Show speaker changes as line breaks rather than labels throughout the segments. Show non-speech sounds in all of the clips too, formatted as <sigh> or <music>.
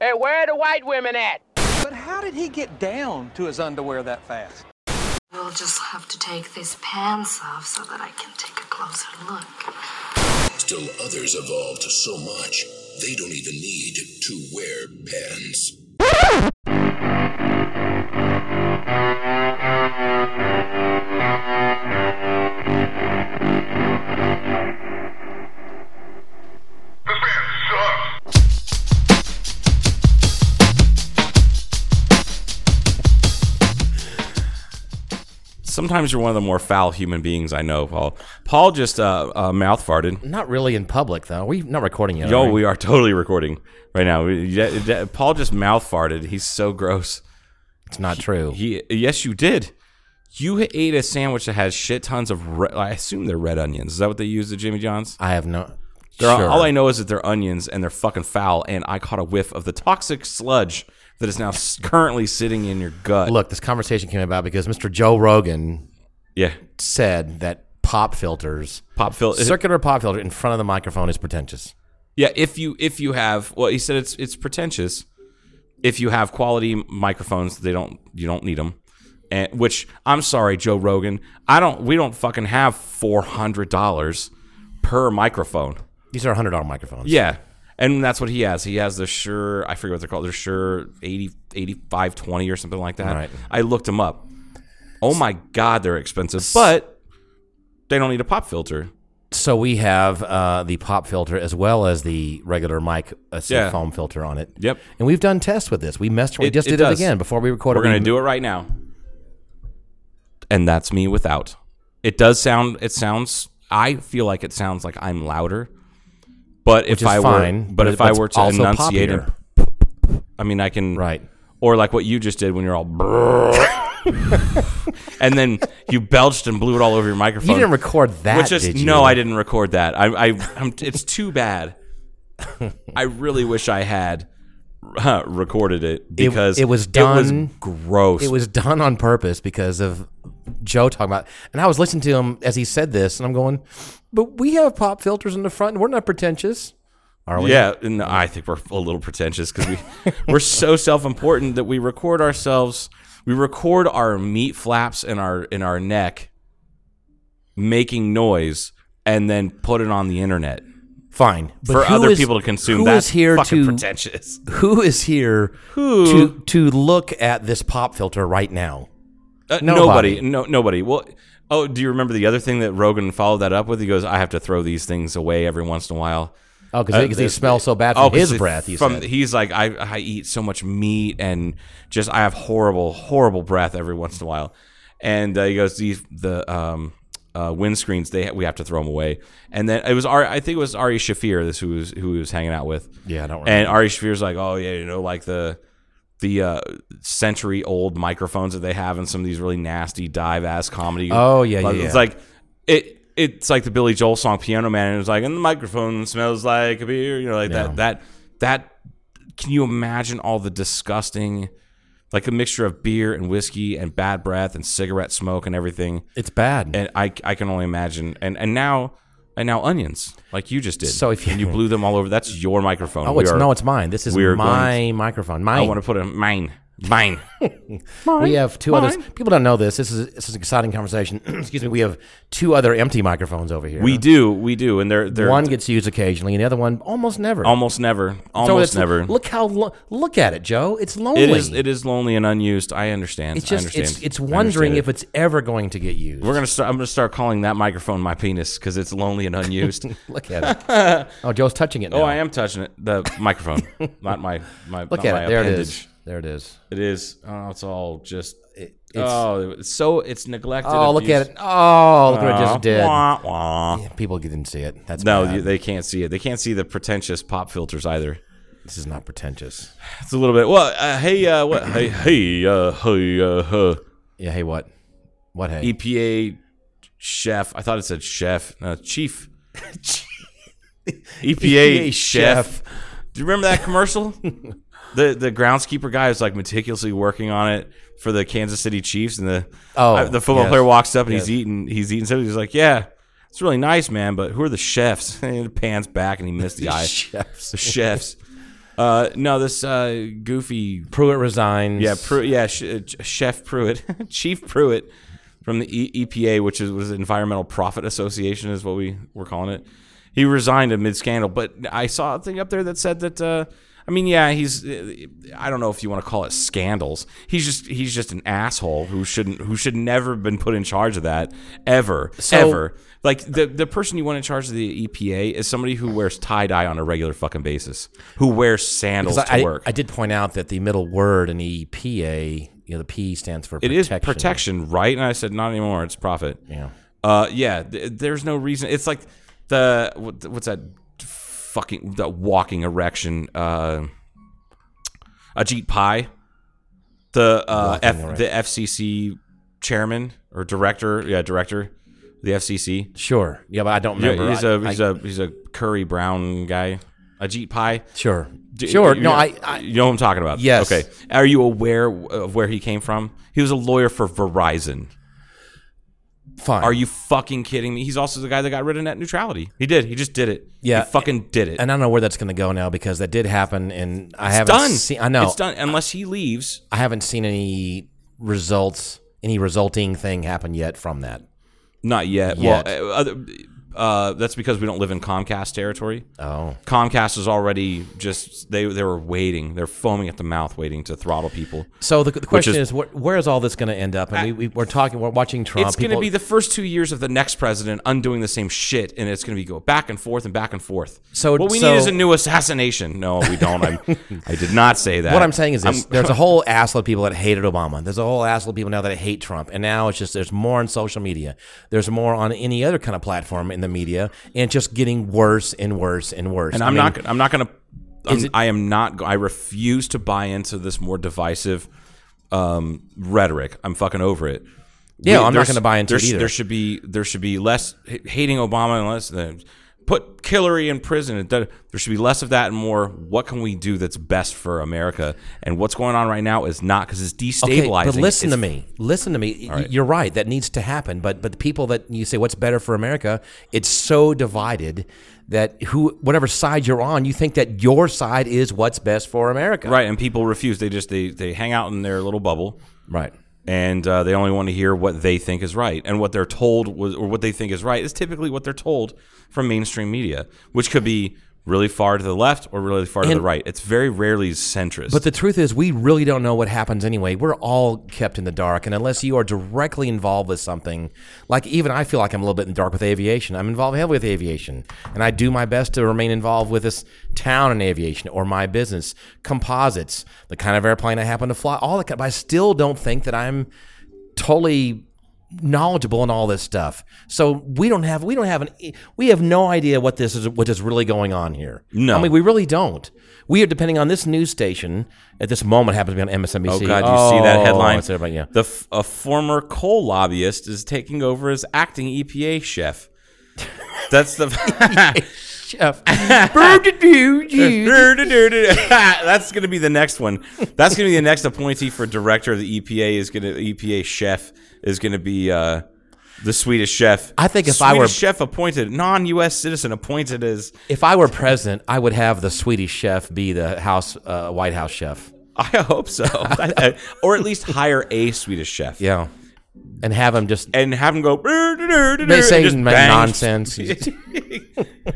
Hey, where are the white women at?
But how did he get down to his underwear that fast?
We'll just have to take these pants off so that I can take a closer look.
Still others evolved so much they don't even need to wear pants.
Sometimes you're one of the more foul human beings I know, Paul. Paul just uh, uh, mouth farted.
Not really in public though. We're not recording yet.
Yo,
are we?
we are totally recording right now. We- yeah, yeah, Paul just mouth farted. He's so gross.
it's not true.
He, yes, you did. You ate a sandwich that has shit tons of. Red, I assume they're red onions. Is that what they use at Jimmy John's?
I have no.
They're-
sure.
All I know is that they're onions and they're fucking foul. And I caught a whiff of the toxic sludge that is now s- currently sitting in your gut.
Look, this conversation came about because Mr. Joe Rogan
yeah,
said that pop filters,
pop filter.
circular pop filter in front of the microphone is pretentious.
Yeah, if you if you have well, he said it's it's pretentious. If you have quality microphones, they don't you don't need them. And which I'm sorry, Joe Rogan, I don't we don't fucking have four hundred dollars per microphone.
These are hundred dollar microphones.
Yeah. And that's what he has. He has the Sure, I forget what they're called. They're Sure 80, 8520 or something like that.
Right.
I looked them up. Oh my God, they're expensive, but they don't need a pop filter.
So we have uh, the pop filter as well as the regular mic, a
Yeah.
foam filter on it.
Yep.
And we've done tests with this. We messed. We
It-
just
it
did
does.
it again before we recorded.
We're going to do it right now. And that's me without. It does sound, it sounds, I feel like it sounds like I'm louder. But if
is
I
fine,
were, but,
but
if
it-
I
but
were
it's
to
also
enunciate, and-
poppier.
I mean, I can,
Right.
Or like what you just did when you're all, brrrr. <laughs> and then you belched and blew it all over your microphone.
You didn't record that,
Which is
did you?
no, I didn't record that. I, I, I'm, it's too
<laughs>
bad. I really wish I had huh, recorded it because
it was done-
gross.
It was done on purpose because of Joe talking about. And I was listening to him as he said this, and I'm going, "But we have pop filters in the front, and we're not pretentious." Are we?
yeah. And I think we're a little pretentious because we we're
<laughs>
so self important that we record ourselves. We record our meat flaps in our in our neck, making noise, and then put it on the internet
Fine. But
for
who
other
is-
people to consume.
who
That's
is here
fucking
to
pretentious.
who is here to to look at this pop filter right now?
Uh, nobody.
Nobody.
No, nobody. Well, oh, do you remember the other thing that Rogan followed that up with? He goes, "I have to throw these things away every once in a while."
Oh, because
Uh,
they,
the-
smell so bad oh, from
'cause
his
it-
breath. He said.
he's like, I, I eat so much meat and just I have horrible, horrible breath every once in a while. And uh, he goes, these the um, uh, windscreens they we have to throw them away. And then it was Ari, I think it was Ari Shafir this who was who he was hanging out with.
Yeah, I don't remember.
And Ari Shafir's like, oh yeah, you know, like the the uh, century old microphones that they have in some of these really nasty dive ass comedy.
Oh, yeah, yeah,
It's
yeah.
like it. It's like the Billy Joel song Piano Man, and it was like, and the microphone smells like a beer, you know, like that. That that. Can you imagine all the disgusting, like a mixture of beer and whiskey and bad breath and cigarette smoke and everything?
It's bad.
And I, I can only imagine. And and now, and now onions, like you just did.
So if you-
and you blew them all over, that's your microphone.
oh,
We
it's
are-
no, it's mine. This is
we are
my
going
microphone.
I
Mine.
want to put a mine,
<laughs>
mine.
we have two others. People don't know this. This is this is an exciting conversation. <clears throat> Excuse me. We have two other empty microphones over here.
We do, we do, and they're they're
one gets used occasionally, and the other one almost never.
almost never,
So
almost
it's-
never.
Look how lo- look at it, Joe. It's lonely.
It is it is lonely and unused. I understand.
It's
I
just
understand.
it's it's
I
wondering
understand
if
it.
it's ever going to get used.
we're gonna start. I'm gonna start calling that microphone my penis because it's lonely and
<laughs>
unused.
look at it.
<laughs>
oh, Joe's touching it now.
Oh, I am touching it. The
<laughs>
microphone, not my my.
Look
not
at
my
it. There it
appendage.
is. There it is.
It is. Oh, it's all just. oh, it's so it's neglected.
Oh, look at
abused.
it. Oh, look what it just
Aw,
did.
wah, wah.
People didn't see it. That's
No,
bad.
you- they can't see it. They can't see the pretentious pop filters either.
this is not pretentious.
It's a little bit. Well, uh, hey, uh, what? hey, hey, uh, hey, uh, huh.
Yeah. Hey, what? What? Hey.
EPA E chef. I thought it said chef. No,
<laughs>
chief. EPA, chef.
EPA E chef.
Do you remember that
<laughs>
commercial? the the groundskeeper guy is like meticulously working on it for the Kansas City Chiefs, and the
Oh,
I- the football
yes.
player walks up and
Yes.
he's eating he's eating something. He's like, yeah. It's really <laughs>
<laughs>
nice, man, but who are the chefs? And it pans back and he missed the eye.
Chefs.
The chefs. Uh, no, this uh, goofy
Pruitt resigns.
Yeah, Pru- yeah, Sh- uh, Ch- Chef Pruitt, <laughs> Chief Pruitt from the e- EPA, which is was Environmental Profit Association, is what we were calling it. He resigned amid scandal, but I saw a thing up there that said that. Uh, I mean, yeah, he's. uh, I don't know if you want to call it scandals. He's just he's just an asshole who shouldn't who should never have been put in charge of that ever
So-
ever. Like the the person you want in charge of the EPA is somebody who wears tie dye on a regular fucking basis, who wears sandals
'Cause
to
I, I,
work.
I did point out that the middle word in EPA, you know, the P stands for
It is
protection.
protection. right? And I said, not anymore. It's profit.
Yeah.
Uh, yeah. Th- there's no reason. It's like the what, what's that fucking that walking erection? Uh, Ajit Pai, the uh, F, the FCC chairman or director. Yeah, director. of The FCC.
Sure. Yeah, but I don't
Yeah,
remember.
he's
I-
a he's a he's a curry brown guy. Ajit Pai.
Sure.
D-
sure.
you
No,
know,
I, I
You know what I'm talking about.
Yes.
Okay. Are you aware of where he came from? He was a lawyer for Verizon.
fine.
Are you fucking kidding me? He's also the guy that got rid of net neutrality. He did. He just did it.
Yeah.
He fucking did it.
And I don't know where that's going to go now because that did happen, and I
it's
haven't
done.
seen. I know
It's done unless he leaves.
I haven't seen any results, any resulting thing happen yet from that.
Not yet.
Yet.
Well, uh, other, uh, that's because we don't live in Comcast territory.
Oh,
Comcast is already just they they were waiting. They're foaming at the mouth waiting to throttle people.
so the, the question
is-
is, wh- where is all this going to end up? And we, we, we're talking, we're watching Trump.
it's going to
People-
be the first two years of the next president undoing the same shit, and it's going to be go back and forth and back and forth.
So-
what we
so-
need is a new assassination. No, we don't. I'm, I did not
<laughs>
say that.
What I'm saying is this:
I'm- <laughs>
there's a whole assload of people that hated Obama. There's a whole assload of people now that hate Trump, and now it's just there's more on social media. There's more on any other kind of platform in the media, and it's just getting worse and worse and worse.
and I'm
mean,
not. gon- I'm not going to.
Is it-
I am not. go- I refuse to buy into this more divisive um, rhetoric. I'm fucking over it.
Yeah, I'm not
there's-
gonna buy into
there
it
sh-
either.
There should be. There should be less h- hating Obama and less. than put Hillary in prison. It does- There should be less of that and more. What can we do that's best for America? And what's going on right now is not because it's
Okay,
destabilizing.
but listen to
It's-
me. Listen to me. Y- You're right. That needs to happen. But but the people that you say what's better for America, it's so divided that who whatever side you're on, you think that your side is what's best for America.
Right, and people refuse. They just they they hang out in their little bubble.
Right.
and uh, they only want to hear what they think is right and what they're told was, or what they think is right is typically what they're told from mainstream media which could be really far to the left or really far to the
And-
right it's very rarely centrist
But the truth is, we really don't know what happens anyway. We're all kept in the dark, and unless you are directly involved with something, like even I feel like I'm a little bit in the dark with aviation. I'm involved heavily with aviation, and I do my best to remain involved with this town in aviation or my business, composites, the kind of airplane I happen to fly, all that. Kind but I still don't think that I'm totally knowledgeable in all this stuff. So we don't have we don't have an we have no idea what this is what is really going on here.
No.
I mean we really don't. We are depending on this news station at this moment happens to be on MSNBC.
oh god you see that
Oh,
headline
it's everybody, yeah.
the f- a former coal lobbyist is taking over as acting epa
<laughs>
chef that's
E
the <laughs>
Chef. <laughs> Burger-
<laughs> That's going to be the next one. That's going to be the next appointee for director of the EPA is going to EPA chef is going to be uh, the Swedish chef.
I think if
Swedish
I were-
chef appointed non-U.S. citizen appointed as
if I were president, I would have the Swedish chef be the house uh, White House chef.
I hope so, <laughs> or at least hire a Swedish chef.
Yeah. And have him just
and have him go.
they
They
say nonsense.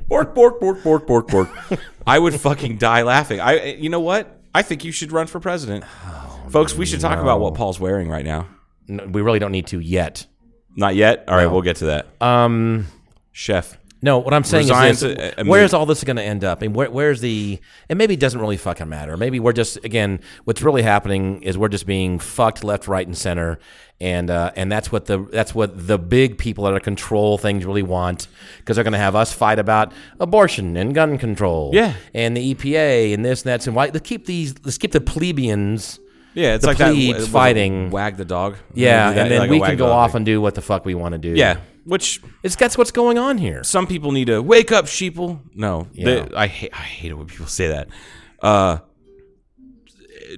Bork, bork, bork, bork, bork, bork. <laughs> I would fucking die laughing. I, you know what? I think you should run for president,
Oh,
folks. We should talk about what Paul's wearing right now.
No, we really don't need to yet.
Not yet. All right, we'll get to that.
Um
Chef.
No, what I'm saying
Resign
is, this,
to- I mean-
where is all this going to end up? And where, where's the? And maybe it doesn't really fucking matter. Maybe we're just again, what's really happening is we're just being fucked left, right, and center, and uh, and that's what the that's what the big people that are control things really want because they're going to have us fight about abortion and gun control,
Yeah.
and the EPA and this and that and why let's keep these let's keep the plebeians.
Yeah, it's
The
like that
plebes
was it
fighting.
Wag the dog.
Yeah,
Like a
and then
wag
we can go
dog.
off and do what the fuck we want to do.
Yeah, which
it's that's what's going on here.
some people need to wake up, sheeple. No,
Yeah.
they- I hate. I hate it when people say that. Uh,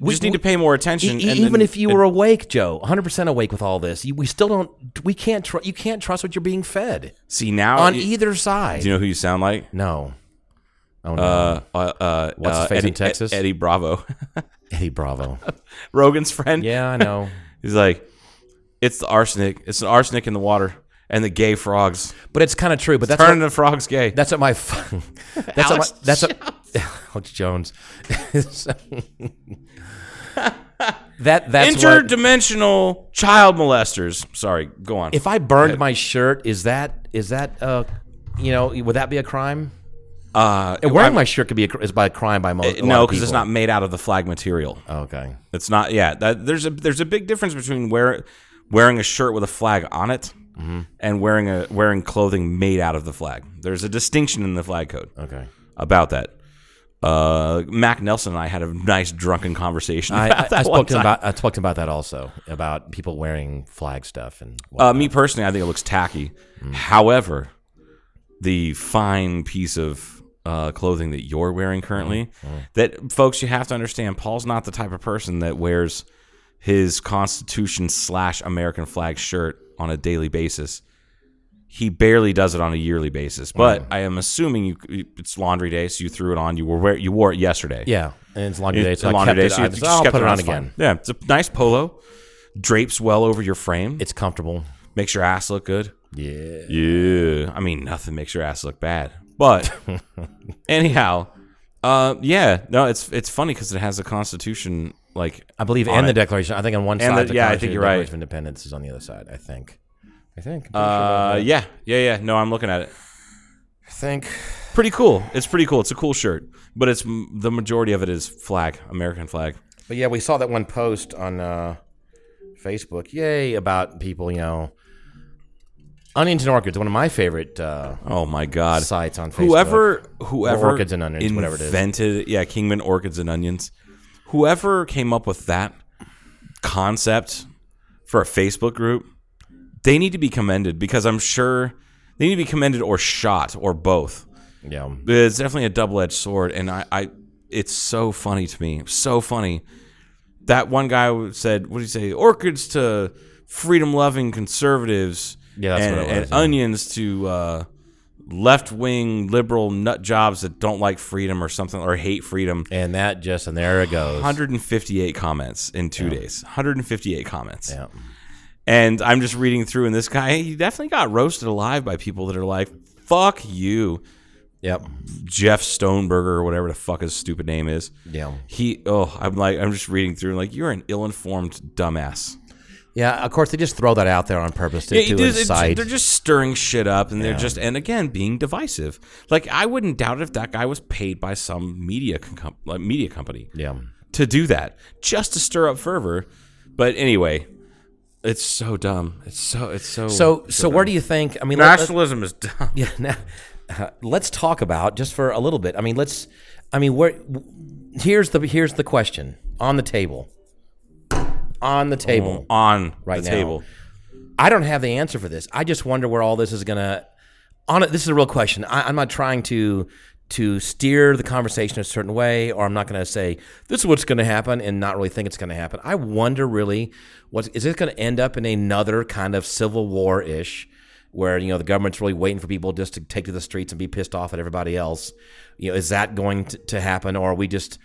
We-
just need to
we-
pay more attention.
E- e-
and
even
then-
if you were awake, Joe, 100% awake with all this, you, we still don't, we can't, tr- you can't trust what you're being fed
see now
on
Oh,
E
you-
either side.
Do you know who you sound like?
no. Oh, no.
Uh, uh, uh,
What's his
uh,
face in
Eddie,
Texas?
Eddie Bravo, <laughs>
Eddie Bravo.
Rogan's friend.
Yeah, I know.
He's like, it's the arsenic. It's an arsenic in the water and the gay frogs.
But it's kind of true. But that's
Turning
what,
the frogs gay.
that's what
<laughs>
my fu- that's what my, that's what Alex <laughs> Jones. that that's what,
Interdimensional child molesters. Sorry, go on.
if I burned my shirt, is that is that uh, you know, would that be a crime?
uh,
And wearing my shirt could be a, cr- is by a crime by most.
no, because it's not made out of the flag material.
Okay.
It's not. Yeah, that, there's a there's a big difference between wear, wearing a shirt with a flag on it
Mm-hmm.
and wearing a wearing clothing made out of the flag. There's a distinction in the flag code
Okay.
about that. Uh, Mac Nelson and I had a nice drunken conversation.
I, I,
about that
I
one
spoke to him
time.
about I spoke to him about that also about people wearing flag stuff and what-
Uh, me personally, I think it looks tacky. However, the fine piece of uh, clothing that you're wearing currently,
Mm-hmm.
that folks, you have to understand, Paul's not the type of person that wears his Constitution slash American flag shirt on a daily basis. He barely does it on a yearly basis,
Mm.
but I am assuming you it's laundry day, so you threw it on. You were wear, you wore it yesterday.
yeah, and it's laundry
You-
day. So I
laundry
kept
day,
it,
so
I
you
just,
just
I'll
kept
put it on
It's
again.
fine. Yeah, it's a nice polo, drapes well over your frame.
It's comfortable.
makes your ass look good.
Yeah.
Yeah, I mean nothing makes your ass look bad. But
<laughs>
anyhow, uh, yeah, no, it's it's funny because it has the Constitution like
I believe,
on
and
it.
the Declaration. I think on one
And
side,
the-
the,
yeah, I
Constitution,
think you're
the
right.
Declaration of Independence is on the other side. I think. I think. I'm pretty
Uh,
sure.
yeah, yeah, yeah. No, I'm looking at it.
I think.
Pretty cool. It's pretty cool. It's a cool shirt, but it's m- the majority of it is flag, American flag.
But yeah, we saw that one post on uh, Facebook. Yay about people, you know. Onions and Orchids, one of my favorite uh,
Oh my God!
sites on Facebook.
Whoever, whoever
Orchids and Onions, whatever it is.
invented, yeah, Kingman Orchids and Onions. Whoever came up with that concept for a Facebook group, they need to be commended because I'm sure they need to be commended or shot or both.
Yeah.
But It's definitely a double edged sword, and I, I, it's so funny to me, so funny. That one guy said, "What did he say? Orchids to freedom loving conservatives,
Yeah, that's
and,
what it was,
and
yeah.
onions to uh, left wing liberal nut jobs that don't like freedom or something or hate freedom."
And that just, and there it goes.
158 comments in two days. 158 comments.
Yeah.
And I'm just reading through, and this guy, he definitely got roasted alive by people that are like, fuck you.
Yep.
Jeff Stoneberger or whatever the fuck his stupid name is.
Yeah.
He oh, I'm like I'm just reading through like you're an ill-informed dumbass.
Yeah, of course they just throw that out there on purpose to,
it
to
is- it's-
incite.
they're just stirring shit up and they're just and again being divisive. Like I wouldn't doubt it if that guy was paid by some media com- like media company
yeah.
to do that just to stir up fervor. But anyway, it's so dumb. It's so it's so
So, so where do you think? I mean, let- let-
nationalism is dumb.
<laughs> yeah. Now, let's talk about just for a little bit. I mean, let's. I mean, where? Here's the here's the question on the table. On the
Oh.
table.
on
Right
the
now.
table.
I don't have the answer for this. I just wonder where all this is gonna. On it, this is a real question. I, I'm not trying to to steer the conversation a certain way, or I'm not going to say this is what's going to happen and not really think it's going to happen. I wonder really what is it going to end up in another kind of civil war ish, where you know the government's really waiting for people just to take to the streets and be pissed off at everybody else. You know, is that going to, to happen, or are we just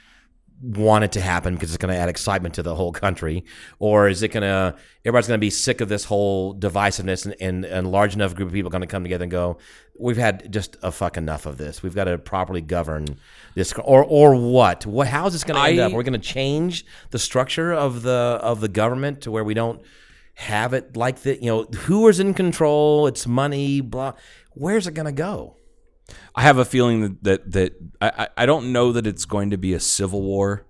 want it to happen because it's going to add excitement to the whole country or is it going to everybody's going to be sick of this whole divisiveness and, and, and large enough group of people going to come together and go we've had just a fuck enough of this we've got to properly govern this or or what what how is this going to end
I-
up we're going to change the structure of the of the government to where we don't have it like that you know who is in control it's money blah where's it going to go
I have a feeling that that, that I, I I don't know that it's going to be a civil war,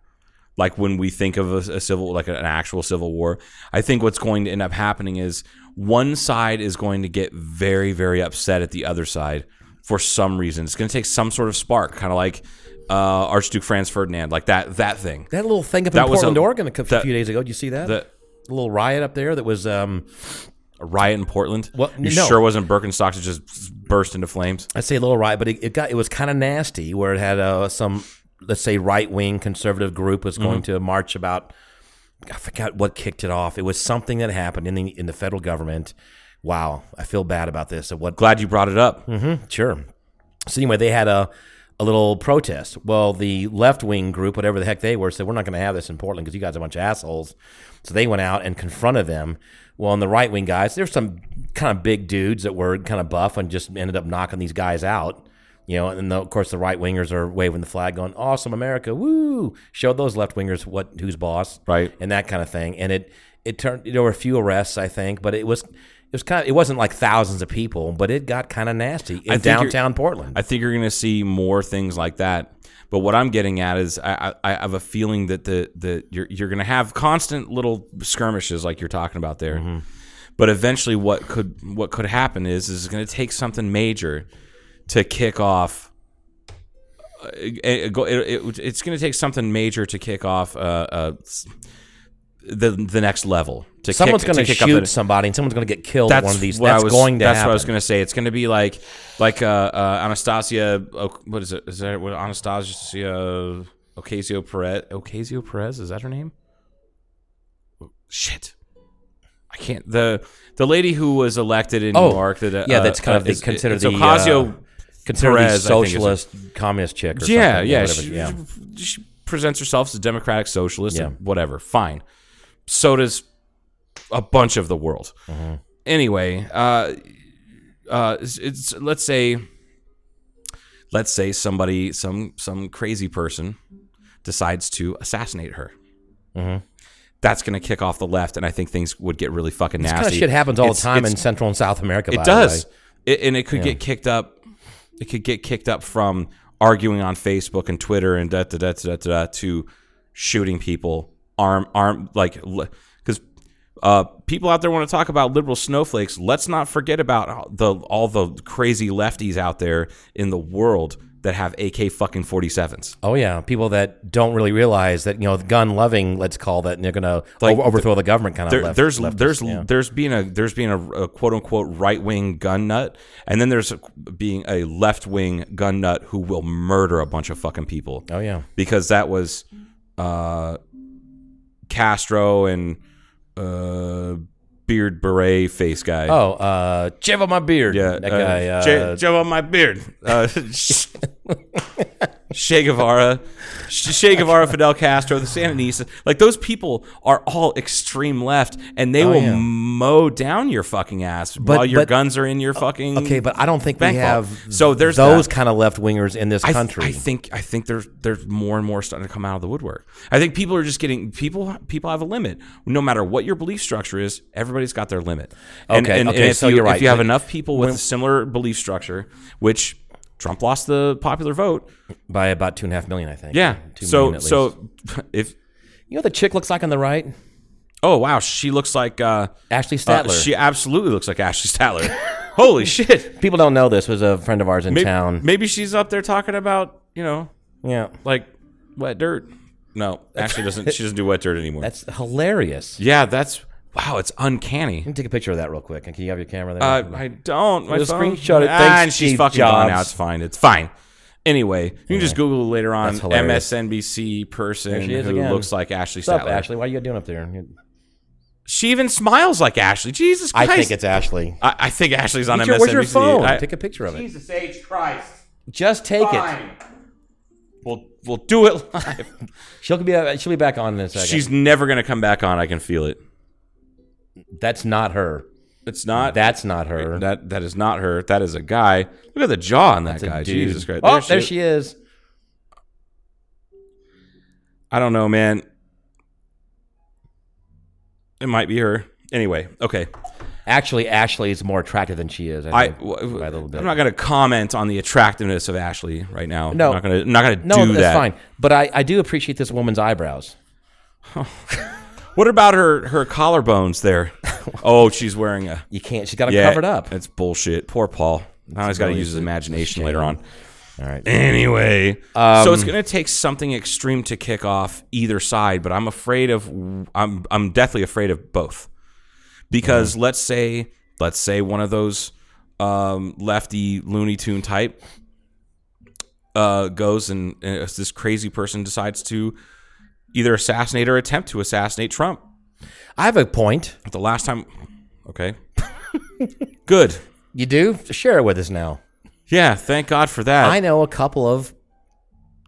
like when we think of a, a civil like an actual civil war. I think what's going to end up happening is one side is going to get very very upset at the other side for some reason. It's going to take some sort of spark, kind of like uh, Archduke Franz Ferdinand, like that that thing.
that little thing up in
That was a-
Portland, Oregon, a cou-
that-
few days ago. Did you see that?
That-
a little riot up there that was um
A riot in Portland.
Well,
you
no.
sure wasn't Birkenstocks that just burst into flames?
I'd say a little riot, but it, it got it was kind of nasty where it had uh, some let's say right wing conservative group was going to march about I forgot what kicked it off. It was something that happened in the in the federal government. Wow, I feel bad about this. So what
Glad you brought it up.
Sure. So Mm-hmm. anyway, they had a a little protest. Well, the left wing group, whatever the heck they were, said, We're not going to have this in Portland because you guys are a bunch of assholes. So they went out and confronted them. Well, and the right wing guys, there's some kind of big dudes that were kind of buff and just ended up knocking these guys out. You know, and the, of course the right wingers are waving the flag, going "Awesome America, woo!" Showed those left wingers what who's boss,
Right.
and that kind of thing. And it it turned there were a few arrests, I think, but it was it was kind of it wasn't like thousands of people, but it got kind of nasty in
think you're-
downtown Portland.
I think you're going to see more things like that. But what I'm getting at is, I, I, I have a feeling that the the you're you're going to have constant little skirmishes like you're talking about there.
Mm-hmm.
But eventually, what could what could happen is is it's going to take something major to kick off. uh, It, it, it- it's going to take something major to kick off uh, uh, s- the the next level. To
someone's
kick-
going to
kick up
shoot
the-
somebody, and someone's going to get killed. at one of these.
what I
That's
was-
going to
That's
happen.
what I was going to say. It's going to be like like uh, uh, Anastasia. O- What is it? Is that what Anastasia Ocasio Perez? Ocasio Perez is that her name? Shit, I can't. the The lady who was elected in
Oh,
New York. That, uh,
yeah, that's kind
uh,
of the
is-
considered
it's
the
Ocasio.
uh, considered the
Perez, I think, is it?
socialist communist chick. Or
yeah,
something,
yeah,
whatever,
she,
yeah.
she presents herself as a democratic socialist.
Yeah.
and whatever. Fine. So does a bunch of the world.
Mm-hmm.
Anyway, uh, uh, it's, it's let's say, let's say somebody, some some crazy person, decides to assassinate her.
Mm-hmm.
That's going to kick off the left, and I think things would get really fucking
This
nasty.
kind of shit happens all the
It's-
time
it's-
in Central and South America. by
it
the way.
does, it, and it could get kicked up. It could get kicked up from arguing on Facebook and Twitter and da da da da da, da to shooting people, arm arm like because uh, people out there want to talk about liberal snowflakes. Let's not forget about all the all the crazy lefties out there in the world that have AK fucking forty sevens.
Oh yeah, people that don't really realize that you know gun loving, let's call that, and they're going to
Like,
overthrow the government kind of.
There,
Uh, left,
there's
leftist,
there's
yeah.
there's being a there's being a, a quote unquote right wing gun nut, and then there's being a left wing gun nut who will murder a bunch of fucking people.
oh yeah,
because that was uh, Castro and uh, beard beret face guy.
oh uh, shave up my beard.
yeah,
that
uh,
guy. Uh,
Che- shave off my beard.
<laughs>
Uh, Che Guevara, Che Guevara, Fidel Castro, the Sandinistas, like those people are all extreme left, and they will
Oh, yeah.
mow down your fucking ass while your
but-
guns are in your fucking.
okay, but I don't think we
Bank vault.
have
So there's
those
that.
kind of left wingers in this
I, th-
country.
I think I think there's there's more and more starting to come out of the woodwork. I think people are just getting people people have a limit. No matter what your belief structure is, everybody's got their limit. And,
Okay,
and,
okay,
and if
so
you,
you're right.
If you have
But
enough people with a similar belief structure, which Trump lost the popular vote,
by about two and a half million, I think.
yeah.
Two million
So
at least.
so <laughs> if
you know what the chick looks like on the right,
oh wow, she looks like uh,
Ashley
uh,
Statler.
she absolutely looks like Ashley Statler. <laughs> Holy shit!
People don't know this was a friend of ours in
Maybe,
town.
maybe she's up there talking about you know
yeah,
like wet dirt. No, Ashley doesn't. She doesn't do wet dirt anymore.
<laughs> that's hilarious.
Yeah, that's wow. It's uncanny.
Let me take a picture of that real quick. Can you have your camera there?
Uh, I don't. My
Just
phone-
screenshot it.
Ah,
Thanks,
and she's
Steve
fucking gone
Jobs.
now. It's fine. It's fine. Anyway, you can just Google it later on.
That's hilarious.
MSNBC person
There she
who
is again.
looks like Ashley
What's up,
Statler.
Ashley? What are you doing up there?
She even smiles like Ashley. Jesus
I
Christ!
think it's Ashley.
I, I think Ashley's on
Where's
MSNBC.
your- where's your phone?
I-
take a picture of it.
Jesus H Christ!
Just take it.
Fine. We'll we'll do it live.
<laughs> She'll be uh, she'll be back on in a second.
She's never gonna come back on. I can feel it.
that's not her.
It's not
That's not her.
That that is not her. That is a guy. Look at the jaw on that
It's a
guy.
dude.
Jesus Christ!
Oh, there, she, is.
I don't know, man. It might be her. Anyway, okay.
Actually, Ashley is more attractive than she is. I,
I
think, by a little bit.
I'm not going to comment on the attractiveness of Ashley right now.
No.
I'm not going to. I'm not going to
no,
do
that's
that.
fine. But I, I do appreciate this woman's eyebrows.
What about her her collarbones
<laughs>
there? oh, she's wearing a
You can't. She's got to
yeah.
cover it up.
It's bullshit. Poor Paul. Now he's got to
really-
use his imagination later on.
All right. Um,
Anyway, so it's going to take something extreme to kick off either side, but I'm afraid of I'm I'm deathly afraid of both. Because
Mm-hmm.
let's say let's say one of those um, lefty Looney Tune type uh, goes and, and it's this crazy person decides to either assassinate or attempt to assassinate Trump.
I have a point.
The last time,
<laughs>
okay, good,
You do share it with us now.
yeah, thank God for that.
I know a couple of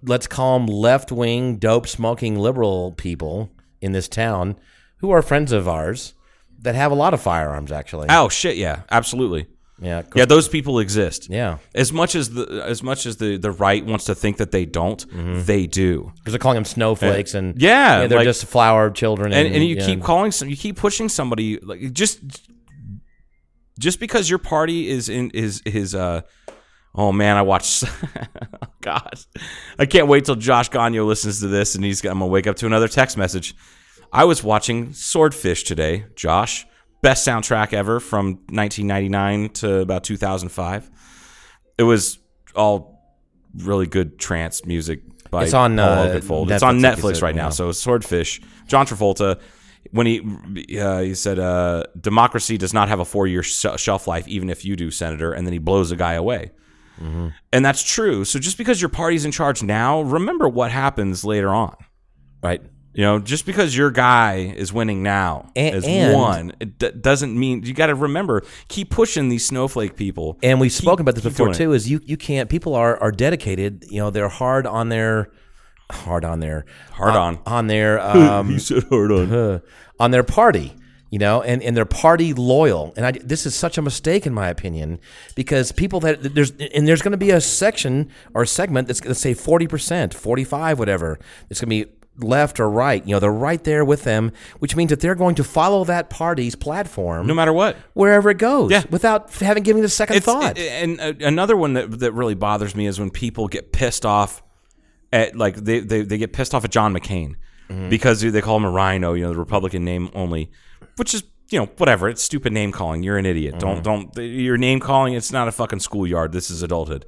let's call them left wing, dope smoking liberal people in this town who are friends of ours that have a lot of firearms, actually.
Oh shit, yeah, absolutely.
Yeah.
Yeah, those people exist.
Yeah.
As much as the as much as the, the right wants to think that they don't,
Mm-hmm.
they do.
Because they're calling them snowflakes and
Uh, Yeah,
they're
like-
just flower children.
And, and you
yeah.
keep calling some you keep pushing somebody like just just because your party is in is is uh oh man, I watched <laughs> God. I can't wait till Josh Gagno listens to this and he's I'm gonna wake up to another text message. I was watching Swordfish today, Josh. Best soundtrack ever from 1999 to about 2005. It was all really good trance music by
It's on,
Paul
uh,
Oakenfold.
Netflix,
It's on
I think you
Netflix
said,
right now.
yeah.
So Swordfish, John Travolta, when he uh, he said uh, democracy does not have a four year sh- shelf life, even if you do, Senator, and then he blows a guy away. And that's true. So just because your party's in charge now, remember what happens later on.
Right.
You know, just because your guy is winning now
A-
as
and-
one, it d- doesn't mean you got to remember keep pushing these snowflake people.
And we've
Keep-
spoken about this
keep
before
doing it.
too. Is you you can't. People are are dedicated. You know, they're hard on their hard on their uh,
Hard on. <laughs>
on their um,
Hard on.
uh, <laughs> on their party. You know, and, and they're party loyal, and I, this is such a mistake in my opinion, because people that there's and there's going to be a section or segment that's going to say forty percent, forty five, whatever. It's going to be left or right. You know, they're right there with them, which means that they're going to follow that party's platform
No matter what.
wherever it goes,
Yeah.
without having given it a second thought.
it- and uh, another one that, that really bothers me is when people get pissed off at like they, they, they get pissed off at John McCain because they call him a rhino, you know, the Republican name only, which is you know whatever. It's stupid name calling. You're an idiot. Don't don't your name calling. It's not a fucking schoolyard. This is adulthood.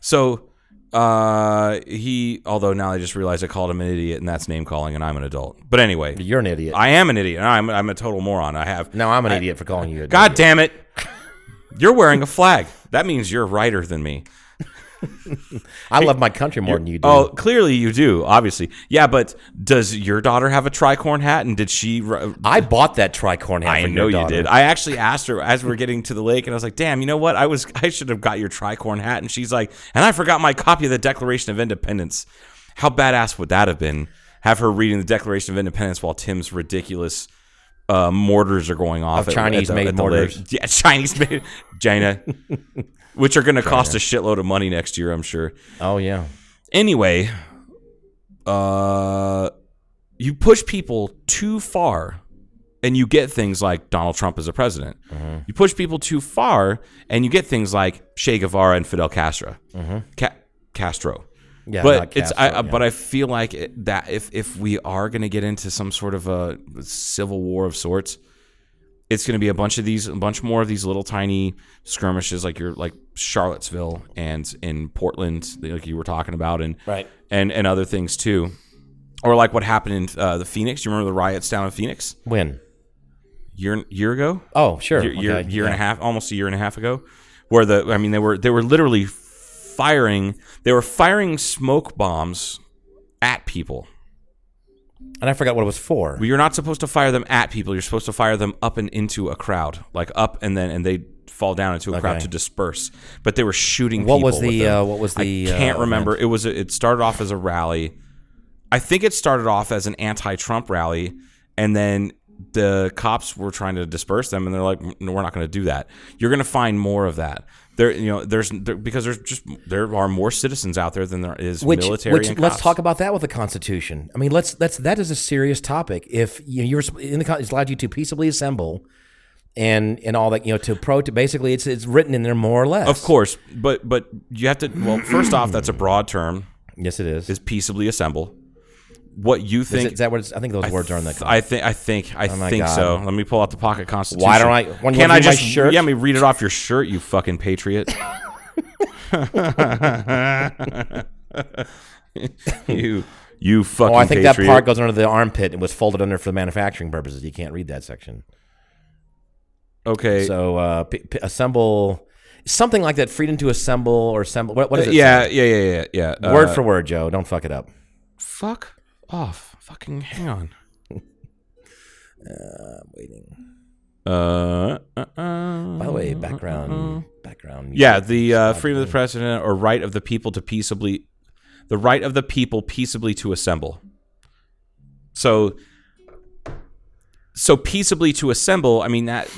So. Uh, he. Although now I just realized I called him an idiot, and that's name calling, and I'm an adult. But anyway,
You're an idiot.
I am an idiot. and I'm I'm a total moron. I have
no, I'm an idiot for calling you. A
God damn it. You're wearing a flag. That means you're righter than me.
I love my country more than you do.
Oh, clearly you do, obviously. Yeah, but does your daughter have a tricorn hat and did she ri-
I bought that tricorn hat.
I
for
know
your
you
daughter.
did. I actually asked her as we are getting to the lake and I was like, "Damn, you know what? I was <laughs> I should have got your tricorn hat." And she's like, "And I forgot my copy of the Declaration of Independence." How badass would that have been? Have her reading the Declaration of Independence while Tim's ridiculous uh, mortars are going off
Of Chinese-made mortars.
lake. Yeah, <laughs> Chinese made
<laughs>
China, which are going to cost a shitload of money next year, I'm sure.
Oh yeah.
Anyway, uh, you push people too far, and you get things like Donald Trump as a president. You push people too far, and you get things like Che Guevara and Fidel Castro. Ca- Castro.
Yeah,
but
not
it's
Castro,
I,
yeah.
but I feel like it, that if if we are going to get into some sort of a civil war of sorts, it's going to be a bunch of these, a bunch more of these little tiny skirmishes, like you're like Charlottesville and in Portland, like you were talking about, and
Right.
and and other things too, or like what happened in uh, the Phoenix. You remember the riots down in Phoenix
When?
year year ago,
Oh sure.
year year,
Okay,
year and a
yeah.
half, almost a year and a half ago, where the I mean they were they were literally firing they were firing smoke bombs at people.
And I forgot what it was for.
Well, you're not supposed to fire them at people. You're supposed to fire them up and into a crowd, like up and then and they fall down into a crowd
Okay.
to disperse. But they were shooting.
What was
people with
the,
them.
uh, what was the,
I can't
uh,
remember. It was a, it started off as a rally. I think it started off as an anti-Trump rally, and then the cops were trying to disperse them, and they're like, "No, we're not going to do that. You're going to find more of that." There, you know, there's there, because there's just there are more citizens out there than there is
which,
military.
which
and
let's
cops.
talk about that with the Constitution. I mean, let's let's that is a serious topic. If you know, you're sp- in the con- it's allowed you to peaceably assemble, and and all that you know to pro to basically it's it's written in there more or less.
Of course, but but you have to. Well, first off,
<clears throat>
that's a broad term.
yes, it is.
Is peaceably assemble. What you
Is,
think?
it- is that what it's, I think those words are in that?
I think I think I
my
think
God.
so. Let me pull out the pocket constitution.
Why don't I- when you
Can I
read my
just
shirt?
Yeah, let me read it off your shirt, you fucking
<laughs>
patriot. <laughs> you you fucking.
Oh, I think that
patriot.
part goes under the armpit and was folded under for the manufacturing purposes. You can't read that section.
Okay.
So uh, p- p- assemble something like that. Freedom to assemble or assemble. What, what is it?
yeah, yeah, yeah, yeah, yeah. Uh,
say? Word for word, Joe. Don't fuck it up.
fuck off. Fucking hang on.
Waiting.
Uh, uh, uh.
By the way,
mm-hmm.
background. Background. music.
Yeah, the uh, freedom of the president or right of the people to peaceably. the right of the people peaceably to assemble. So, so peaceably to assemble. I mean that.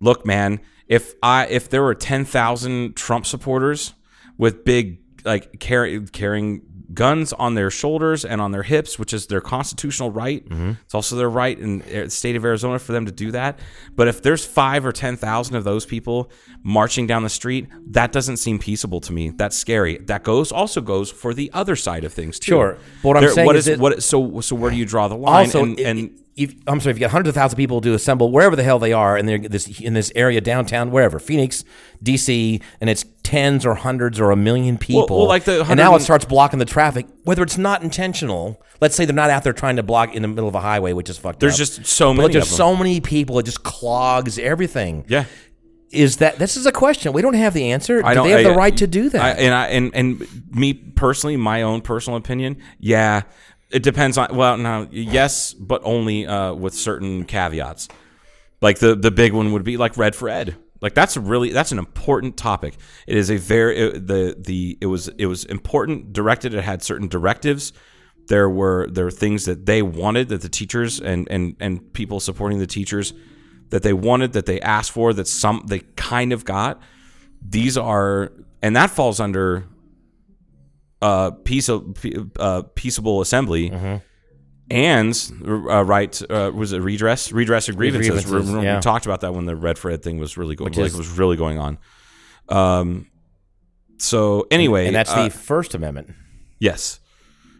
Look, man, if I if there were ten thousand Trump supporters with big like carry, carrying guns on their shoulders and on their hips, which is their constitutional right,
Mm-hmm.
it's also their right in the state of Arizona for them to do that. But if there's five or ten thousand of those people marching down the street, that doesn't seem peaceable to me. That's scary. That goes also goes for the other side of things too.
Sure. But what I'm saying
what
is it-
what so so where do you draw the line?
also,
and,
i-
and
if, I'm sorry, if you got hundreds of thousands of people to assemble wherever the hell they are in their, this in this area downtown, wherever Phoenix, DC, and it's tens or hundreds or a million people.
well, like the
and now
100
it starts blocking the traffic, whether it's not intentional. Let's say they're not out there trying to block in the middle of a highway, which is fucked.
There's
up.
just so
But
many
there's
of them.
so many people. It just clogs everything.
yeah.
Is that this is a question we don't have the answer?
I
do
don't,
they have the
I-
right to do that?
I, and I and and me personally, my own personal opinion, yeah, it depends on. Well, no, yes, but only uh, with certain caveats. Like the the big one would be like red for ed. Like that's a really that's an important topic. It is a very it- the the it was it was important directed. It had certain directives. There were there were things that they wanted that the teachers and and and people supporting the teachers that they wanted that they asked for that some they kind of got these are and that falls under uh peace uh peaceable assembly
Mm-hmm.
and uh, right uh, was it redress redress of grievances,
Grievances,
Remember we
yeah.
talked about that when the red fred thing was really going
Which
like,
is-
was really going on um so anyway
and that's
uh,
the First Amendment.
yes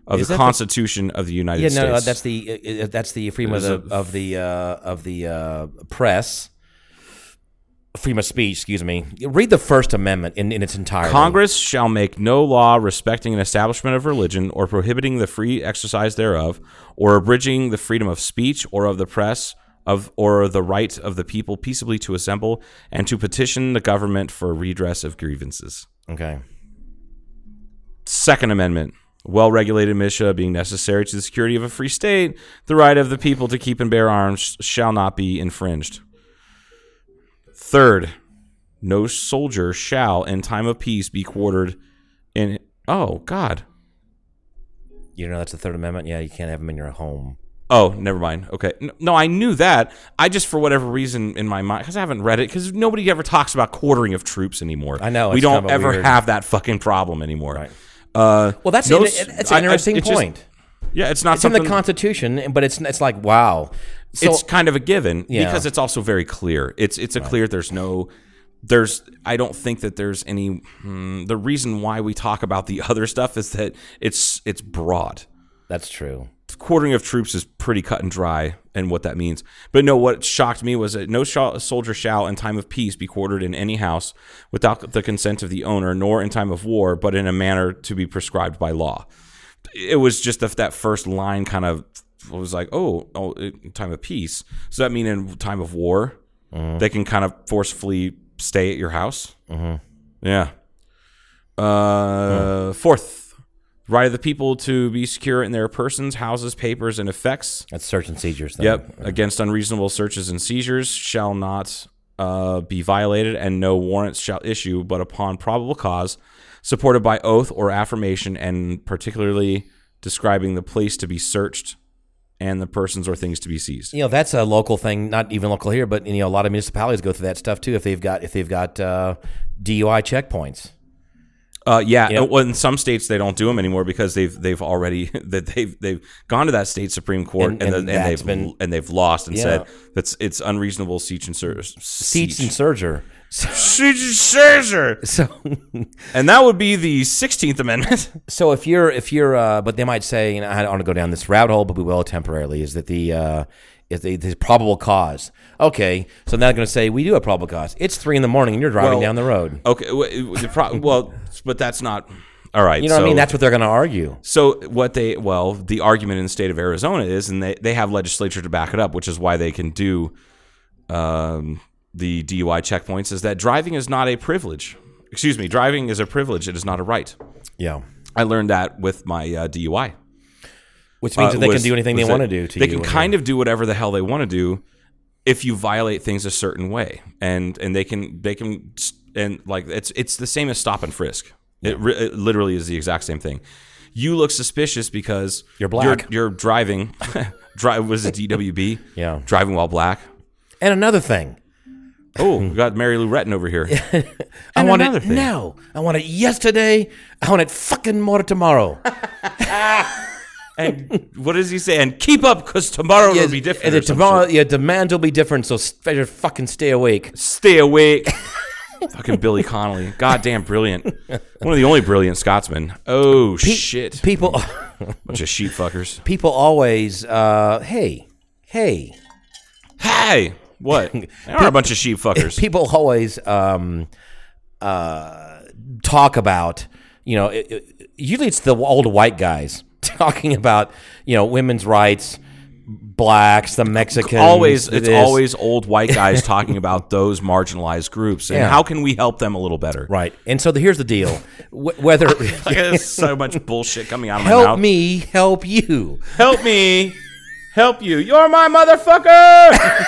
of
Is
the
that the-
constitution of the united
Yeah,
states
no, uh, that's the uh, uh, that's the freedom of
It
the,
is a-
of the uh, of the uh, press, freedom of speech. Excuse me. Read the First Amendment in, in its entirety.
Congress shall make no law respecting an establishment of religion or prohibiting the free exercise thereof or abridging the freedom of speech or of the press of or the right of the people peaceably to assemble and to petition the government for redress of grievances.
Okay.
Second Amendment. Well regulated militia being necessary to the security of a free state, the right of the people to keep and bear arms shall not be infringed. Third, no soldier shall in time of peace be quartered in. Oh, God.
You know that's the Third Amendment. Yeah, you can't have them in your home.
Oh, never mind. Okay. N- No, I knew that. I just, for whatever reason in my mind, because I haven't read it, because nobody ever talks about quartering of troops anymore.
I know,
We
it's
don't
kind of a
ever
weird-
have that fucking problem anymore.
Right.
Uh,
Well, that's
no
an,
s-
it's
I- I-
an interesting
it just-
point.
yeah, it's not
it's in
something.
the Constitution, and- but it's it's like wow. So
it's kind of a given
Yeah.
because it's also very clear. It's it's a clear. There's no. There's. I don't think that there's any. Hmm, the reason why we talk about the <laughs> other stuff is that it's it's broad.
that's true.
Quartering of troops is pretty cut and dry, and what that means. But no, what shocked me was that no shall, soldier shall, in time of peace, be quartered in any house without the consent of the owner, nor in time of war, but in a manner to be prescribed by law it was just the, that first line kind of was like, oh, oh, in time of peace. Does that mean in time of war they can kind of forcefully stay at your house? Mm-hmm. Yeah. Uh, Fourth, right of the people to be secure in their persons, houses, papers, and effects.
That's search and seizures. Thing.
Yep. Against unreasonable searches and seizures shall not uh, be violated, and no warrants shall issue but upon probable cause, supported by oath or affirmation, and particularly describing the place to be searched and the persons or things to be seized.
You know that's a local thing, not even local here, but you know a lot of municipalities go through that stuff too. If they've got if they've got uh, DUI checkpoints,
Uh, yeah.
Yep.
Well, in some states they don't do them anymore because they've they've already <laughs> that they've they've gone to that state supreme court and
And- and
the- and
that's
they've
been-
and they've lost and said
Yeah.
that's it's unreasonable search and search
seats and surger. <laughs> So,
search and seizure.
so
And that would be the 16th Amendment. <laughs>
So if you're if you're, uh, but they might say, you know, I don't want to go down this rabbit hole, but we will temporarily. Is that the uh, is the, the probable cause? Okay, so now they're going to say we do have probable cause. It's three in the morning and you're
Well,
driving down the road.
Okay. w- The pro- well, but that's not. All right.
You know
so,
what I mean? That's what they're going to argue.
So what they well the argument in the state of Arizona is, and they they have legislature to back it up, which is why they can do um, the DUI checkpoints. Is that driving is not a privilege? Excuse me, driving is a privilege. It is not a right.
Yeah,
I learned that with my uh, DUI.
which means
uh,
that they
was-
can do anything they
was
want to
that
do. To
they
you
can
and-
kind of do whatever the hell they want to do if you violate things a certain way, and and they can they can s- and like it's it's the same as stop and frisk. It, re- it literally is the exact same thing. You look suspicious because
You're black.
You're, you're driving. <laughs> Drive was it DWB?
Yeah.
driving while black.
And another thing, <laughs>
Oh, we got Mary Lou Retton over here.
I
And
want
another
it
thing.
now. I want it yesterday. I want it fucking more
<laughs>
tomorrow.
and what does he say? And keep up, because tomorrow will be different.
And
or
the
some
tomorrow,
shit.
your demands will be different. So s- better fucking stay awake.
stay awake. <laughs> Fucking Billy Connolly, goddamn brilliant. One of the only brilliant Scotsmen. Oh shit,
People, <laughs>
bunch of sheep fuckers.
people always. Uh, hey, hey.
Hey,
<laughs>
what? They are a bunch of sheep fuckers.
People always um, uh, talk about. You know, it, it, usually it's the old white guys <laughs> talking about you know women's rights, blacks, the Mexicans.
always it's
this.
always old white guys
<laughs>
talking about those marginalized groups and
Yeah.
how can we help them a little better <laughs>
right. And so the, here's the deal: Wh- whether
there's so much bullshit coming out of my
<laughs> help
mouth
me, help you.
help me help you you're my motherfucker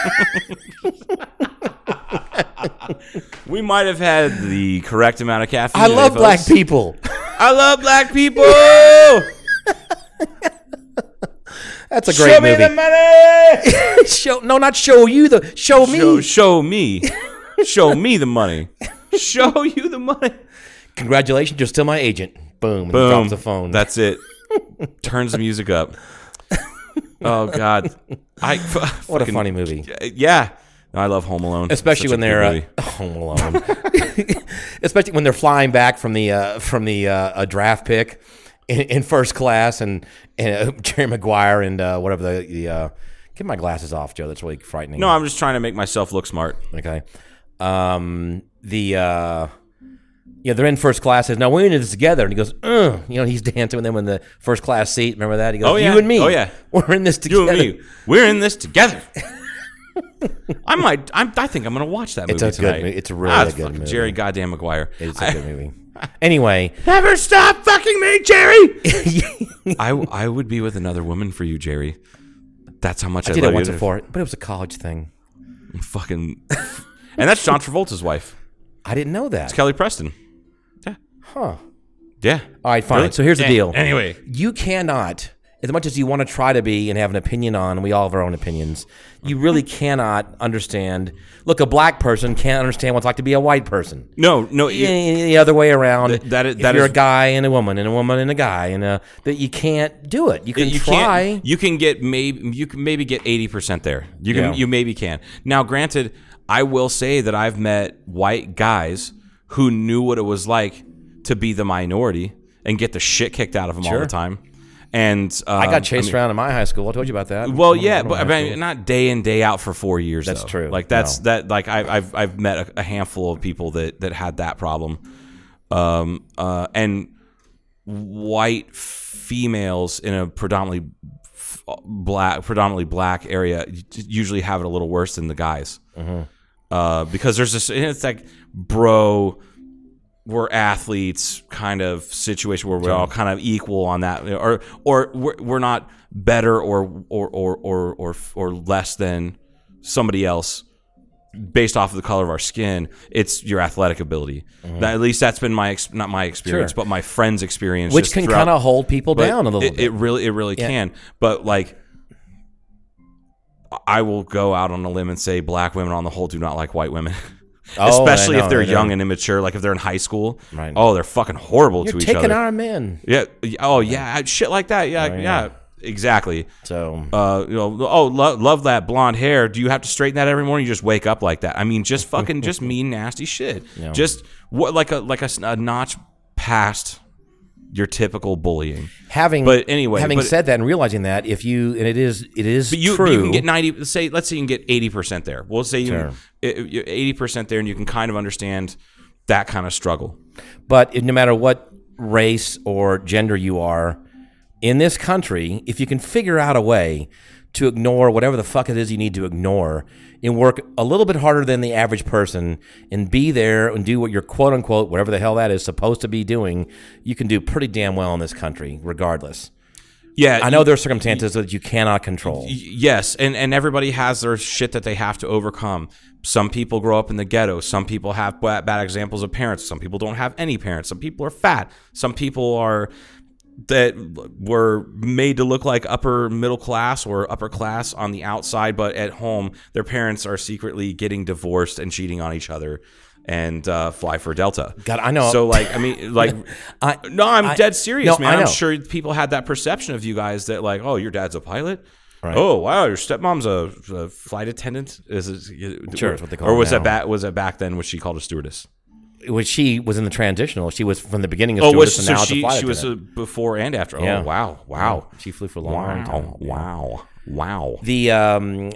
<laughs> we might have had the correct amount of caffeine
I
today,
love
folks.
black people.
i love black people
That's a great
show me
movie.
the money
<laughs> show no, not show you the show me.
show, show me show me the money show you the money
Congratulations, you're still my agent. Boom. and
Boom.
Drops the phone.
That's it. Turns the music up. Oh God, I f-
<laughs> what a
fucking-
funny movie.
Yeah, No, I love Home Alone,
Especially
Such a
when
good
they're uh,
movie.
<laughs> home alone. Especially when they're flying back from the uh, from the uh, a draft pick in, in first class, and and uh, <laughs> Jerry Maguire and uh, whatever the the. Uh, Get my glasses off, Joe. That's really frightening.
no, I'm just trying to make myself look smart.
Okay. Um, the uh, yeah, they're in first class. Says, now we're in this together, and he goes, Ugh. you know, he's <laughs> dancing with them in the first class seat. Remember that? He goes,
Oh, yeah.
you and me.
Oh, yeah.
we're in this together.
You and me, we're in this
<laughs>
together. I might. I'm, I think I'm gonna watch that movie
It's a good
tonight.
mo- it's really
Ah,
a good
fucking
movie.
Jerry goddamn Maguire.
It's a good movie. Anyway,
Never stop fucking me, Jerry. <laughs> I I would be with another woman for you, Jerry. That's how much I,
I did
love
it once
you.
before, but it was a college thing.
Fucking, and that's John Travolta's wife,
I didn't know that.
Kelly Preston.
Huh.
Yeah.
All right, fine.
Really?
So here's the
An-
deal.
anyway.
you cannot, as much as you want to try to be and have an opinion on, we all have our own opinions. You
<laughs>
really cannot understand. Look, a black person can't understand what it's like to be a white person.
No, no. you-
the the other way around.
Th- that i-
if
that
you're
is-
a guy and a woman, and a woman and a guy, and a, that you can't do it. You can
you
try.
Can't, you can get maybe you can maybe get eighty percent there. You can
Yeah.
you maybe can. Now, granted, I will say that I've met white guys who knew what it was like to be the minority and get the shit kicked out of them all
Sure.
the time. And uh,
I got chased around in my high school. I told you about that.
Well,
One of-
yeah,
one of
but
my
I
high
mean, not day in day out for four years.
That's
though.
true.
Like that's
No.
that. Like I, I've I've met a, a handful of people that that had that problem. Um. Uh. And white females in a predominantly f- black, predominantly black area u- usually have it a little worse than the guys. Uh. Because there's this. It's like, bro. We're athletes, kind of situation where we're all kind of equal on that, or or we're, we're not better or or or or or or less than somebody else based off of the color of our skin, it's your athletic ability. That- at least that's been my ex- not my experience,
Mm-hmm. Sure.
but my friend's experience,
Which
just
can
throughout-
kind of hold people
but
down a little
it,
bit.
It really, it really can. But like, I will go out on a limb and say black women on the whole do not like white women. <laughs>
Oh, I
Especially
know,
if they're
I know.
young and immature, like if they're in high school.
Right.
Oh, they're fucking horrible
You're
to each
taking
other.
our men.
yeah. yeah, Oh yeah. Shit like that. Yeah. yeah.
yeah.
Exactly.
So
Uh, you know, oh, lo- love that blonde hair. Do you have to straighten that every morning? You just wake up like that. I mean,
<laughs>
just fucking, just mean, nasty shit. Just what, like a like a, s- a notch past your typical bullying.
having,
But anyway,
having
but-
said that and realizing that, if you and it is, it is
But you,
true.
you can get ninety. Say, let's say you can get eighty percent there. We'll say you
Sure.
eighty percent there, and you can kind of understand that kind of struggle.
But it- no matter what race or gender you are in this country, if you can figure out a way to ignore whatever the fuck it is you need to ignore and work a little bit harder than the average person and be there and do what you're quote unquote, whatever the hell that is supposed to be doing, you can do pretty damn well in this country, regardless.
Yeah,
I know there are circumstances that you cannot control.
Yes, and and everybody has their shit that they have to overcome. Some people grow up in the ghetto. Some people have bad, bad examples of parents. Some people don't have any parents. Some people are fat. Some people are that were made to look like upper middle class or upper class on the outside, but at home their parents are secretly getting divorced and cheating on each other. And uh, fly for Delta.
God, I know.
So, like, I mean, like,
<laughs> I-
no, I'm
I-
dead serious,
No,
man.
I
I'm
know.
sure sure people had that perception of you guys that like, oh, your dad's a pilot.
Right.
Oh wow, your stepmom's a, a flight attendant. Is it,
Sure, it's what they call
Or
it
was
now.
that back? Was that back then? Was she called a stewardess?
Which she was in the transitional. She was from the beginning of
Oh, was
stewardess
she, so
and now
she?
the flight
She was
attendant.
a before and after.
Yeah.
Oh wow, wow,
She flew for a long time.
wow, wow, wow.
The um,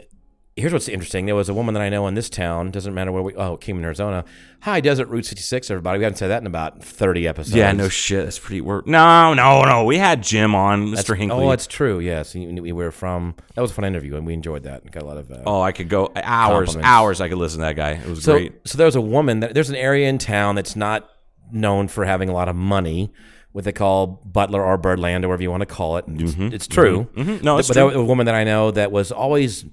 here's what's interesting. There was a woman that I know in this town. Doesn't matter where we. Oh, it came in Arizona. Hi, Desert Route 66. Everybody, we haven't said that in about 30 episodes.
Yeah, no shit. That's pretty. We're, no, no, no. We had Jim on, Mr. Hinckley.
Oh, it's true. Yes, you- we were from. That was a fun interview, and we enjoyed that. Got a lot of. Uh,
oh, I could go hours,
Compliments.
hours. I could listen to that guy. It was
so
great.
so there's a woman. That, there's an area in town that's not known for having a lot of money. What they call Butler or Birdland, or whatever you want to call it. It's, it's true.
mhm. No, it's
but
true.
There was a woman that I know that was always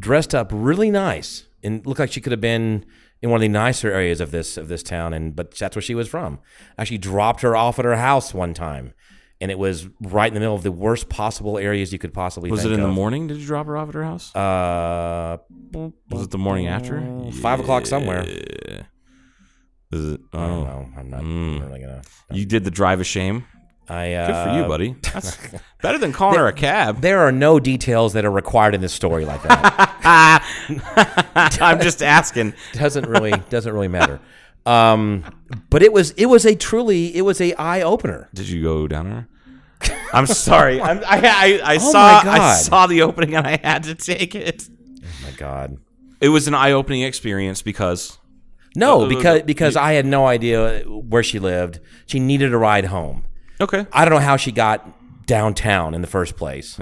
dressed up really nice and looked like she could have been in one of the nicer areas of this of this town. And but that's where she was from. Actually, dropped her off at her house one time, and it was right in the middle of the worst possible areas you could possibly.
Was it
think
in the
of.
morning? Did you drop her off at her house?
Uh,
was it the morning after?
five o'clock somewhere.
Is it?
I don't
oh.
know. I'm not really gonna.
You did the drive of shame.
I uh,
Good for you,
<laughs>
buddy. That's better than calling her a <laughs> cab.
There are no details that are required in this story like <laughs> that.
I'm just asking.
doesn't really doesn't really matter. Um, but it was it was a truly it was a eye opener.
Did you go down her? I'm sorry. I'm, I I, I
<laughs> Oh
saw
my God.
I saw the opening and I had to take it.
my God.
It was an eye opening experience because
No,
Uh,
because because I had no idea where she lived. She needed a ride home. <laughs>
okay.
I don't know how she got downtown in the
<laughs>
first place.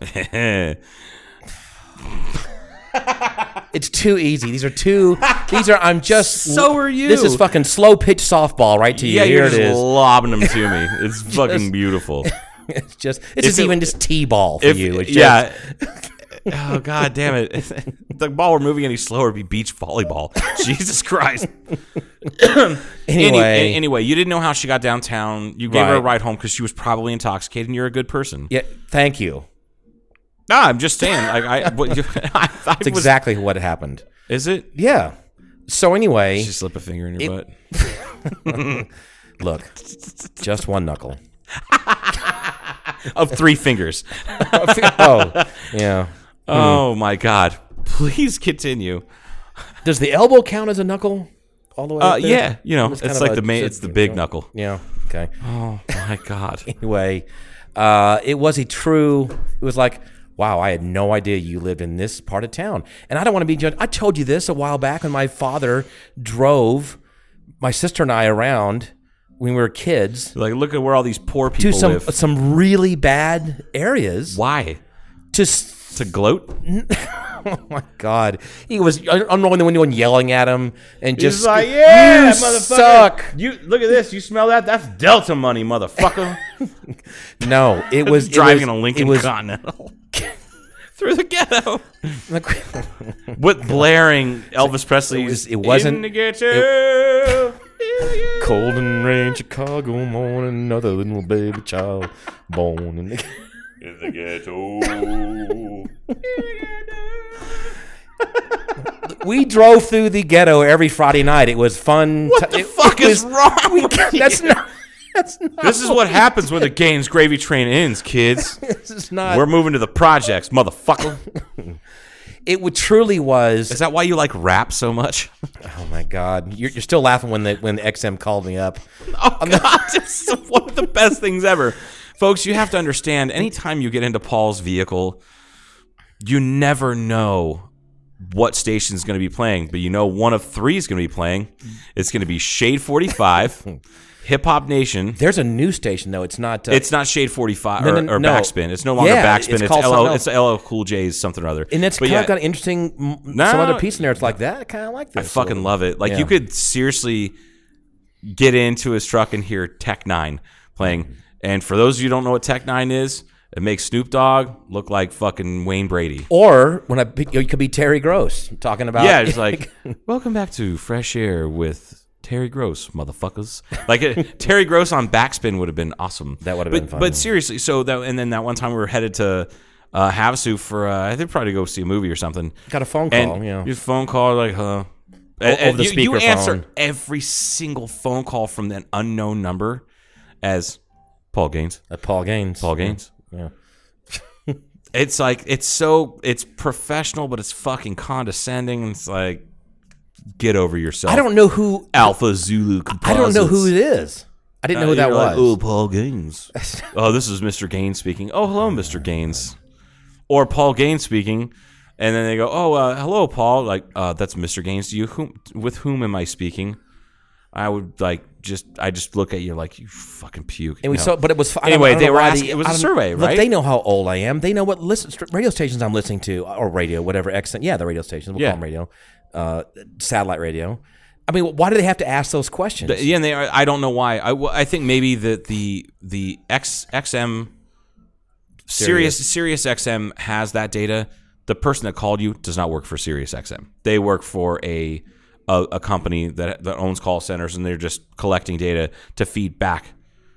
It's too easy. These are too. These are. I'm just.
<laughs> So are you.
This is fucking slow pitch softball right to you.
yeah,
Here
you're
it
just
is.
lobbing them to me. It's fucking beautiful.
<laughs> It's just. This is
it-
even just t-ball for you. It's just,
yeah. oh god damn it! <laughs> If the ball were moving any slower, it'd be beach
<laughs>
volleyball. Jesus Christ. Any-
Anyway.
a- anyway, you didn't know how she got downtown. You gave her a
Right.
ride home because she was probably intoxicated, and you're a good person.
yeah. Thank you.
No, I'm just saying. Like I, <laughs> what you, I, I
That's
was-
exactly what happened.
Is it? <laughs>
Yeah. So anyway,
She slip a finger in your butt.
look, just one knuckle.
Of three <laughs> fingers.
<laughs> oh, yeah.
Oh my god! Please continue.
Does the elbow count as a knuckle? All the way.
Uh,
up there?
yeah, you know,
kind
it's
of
like
a-
the main.
it's a-
It's the big knuckle. <laughs>
Yeah. Okay.
Oh my <laughs> god!
Anyway, uh, it was a true. It was like, wow, I had no idea you lived in this part of town, and I don't want to be judged. I told you this a while back when my father drove my sister and I around when we were kids
Like, look at where all these poor people
to some
live.
some really bad areas
Why?
to s-
To gloat?
Oh <laughs> my god, he was unrolling the window and yelling at him, and just you suck.
You look at this. You smell that? That's Delta money, <laughs> motherfucker.
No, it was it
Driving a
was- it
Lincoln
was-
Continental
<laughs>
through the ghetto <laughs> with blaring Elvis Presley's.
was- it wasn't-
in the ghetto.
cold and rain Chicago morning, another little baby child born in the. <laughs>
in the ghetto.
We drove through the ghetto every Friday night. It was fun.
What the
it-
fuck
it
is <laughs>
was-
wrong? with
<laughs> That's
you?
not. That's not.
This is what happens when the game's gravy train ends, kids. <laughs>
This is not.
We're moving to the projects, motherfucker.
it would, truly was.
Is that why you like rap so much?
Oh my god, you're, you're still laughing when the when the XM called me up.
Oh <laughs> God, it's one of the best things ever, folks. You have to understand. Anytime you get into Paul's vehicle, you never know what station is going to be playing, but you know one of three is going to be playing. It's going to be Shade Forty Five,
<laughs>
Hip Hop Nation.
There's a news station though. It's not. Uh,
It's not Shade Forty Five
No,
or,
no, no,
or
no.
Backspin. It's no longer
Yeah,
Backspin.
it's
It's,
called
LL. It's
something
LL Cool J's something or other.
and it's
But
kind
yeah,
of got an interesting m-
No,
some other
no,
piece in there. It's like that. I kind of like
I
this. a
fucking
little.
love it. Like
Yeah.
you could seriously
Mm-hmm.
get into his truck and hear Tech Nine playing. And for those of you who don't know what Tech Nine is, It makes Snoop Dogg look like fucking Wayne Brady.
Or when I, you could be Terry Gross talking about
Yeah, it's
<laughs>
like welcome back to Fresh Air with Terry Gross, motherfuckers. Like it, <laughs> Terry Gross on Backspin would have been awesome.
That would have
But-
been fun.
But seriously, so that and then that one time we were headed to uh, Havasu for uh, I think probably to go see a movie or something.
Got a phone
and
call, yeah.
your phone call like huh. And-
over
and
the
you, you
speakerphone.
answer every single phone call from that unknown number as Paul Gaines.
Uh, Paul Gaines.
Paul Gaines.
Yeah.
<laughs> it's like it's so it's professional, but it's fucking condescending. It's like get over yourself.
I don't know who.
Alpha Zulu. Composites.
I don't know who it is. I didn't know who that
You're
was.
like, oh, Paul
<laughs>
Gaines. oh, this is Mr. Gaines speaking. Oh, hello, Mr. Gaines. Or Paul Gaines speaking, and then they go, oh, uh, hello, Paul. Like uh, that's Mr. Gaines. Do you whom with whom am I speaking? I would like just I just look at you like you fucking puke.
and we
No.
saw, but it was. I don't- I
anyway.
don't
They
know
were
why
asking.
the-
it was
I
a
don't-
survey,
Look,
right?
they know how old I am. They know what listen st- radio stations I'm listening to, or radio, whatever extent. Yeah, the radio stations. We'll
Yeah.
call them radio, uh, satellite radio. I mean, why do they have to ask those questions?
Th- Yeah, and they are. I don't know why. I, well, I think maybe that the the X, XM Sirius Sirius XM has that data. The person that called you does not work for Sirius XM. They work for a a, a company that that owns call centers, and they're just collecting data to feed back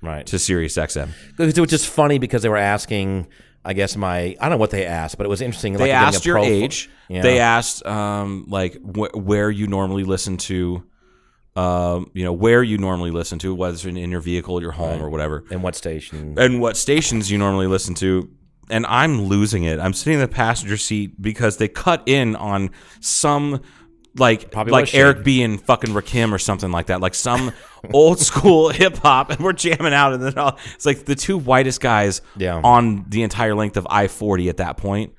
right.
to Sirius XM.
It was just funny because they were asking. I guess my I don't know what they asked, but it was interesting. like,
They
getting a
asked your
profile-
age.
Yeah.
They asked um, like wh- where you normally listen to. Um, you know where you normally listen to, whether it's in your vehicle, your home, or whatever.
and what station?
and what stations you normally listen to. And I'm losing it. I'm sitting in the passenger seat because they cut in on some like
Probably was
like
shade.
Eric B and fucking Rakim or something like that, like some old school <laughs> hip hop, and we're jamming out, and then all, it's like the two whitest guys
Yeah.
on the entire length of I forty at that point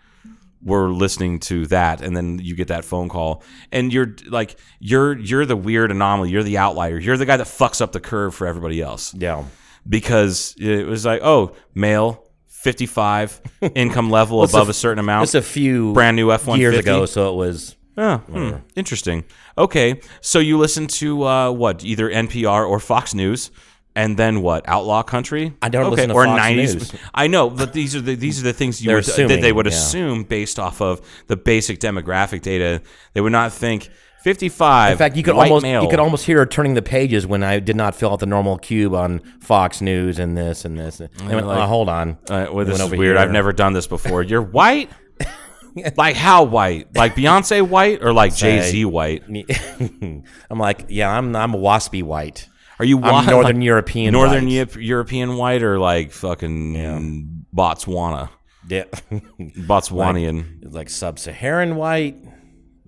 were listening to that, and then you get that phone call, and you're like you're you're the weird anomaly, you're the outlier, you're the guy that fucks up the curve for everybody else
Yeah.
because it was like, oh, male,
<laughs>
55, income level
Well, it's
above
a-
a, certain amount.
It's a few
brand new F one Ah, hmm,
years ago, so it was
interesting. Okay, so you listen to uh, what either NPR or Fox News. And then what? Outlaw country?
I don't listen to
or
Fox
90s.
News.
I know, but these are the these are the things you
They're
would, that they
assuming,
would
yeah.
assume based off of the basic demographic data. They would not think 55.
In fact, you could
white
almost
male.
you could almost hear her turning the pages when I did not fill out the normal cube on Fox News and this and this. And I went,
like-
"Oh, hold on,
Uh, well,
It
this
went
is
over
weird.
here.
I've never done this before. You're
<laughs>
white? like how white? Like Beyonce white or like Jay Z white?
<laughs> I'm like, yeah, I'm I'm waspy white.
Are you
I'm
wa-
Northern
like
European
Northern
white.
Yep- European white or like fucking Botswana?
Yeah, <laughs>
Botswanian,
like sub-Saharan white,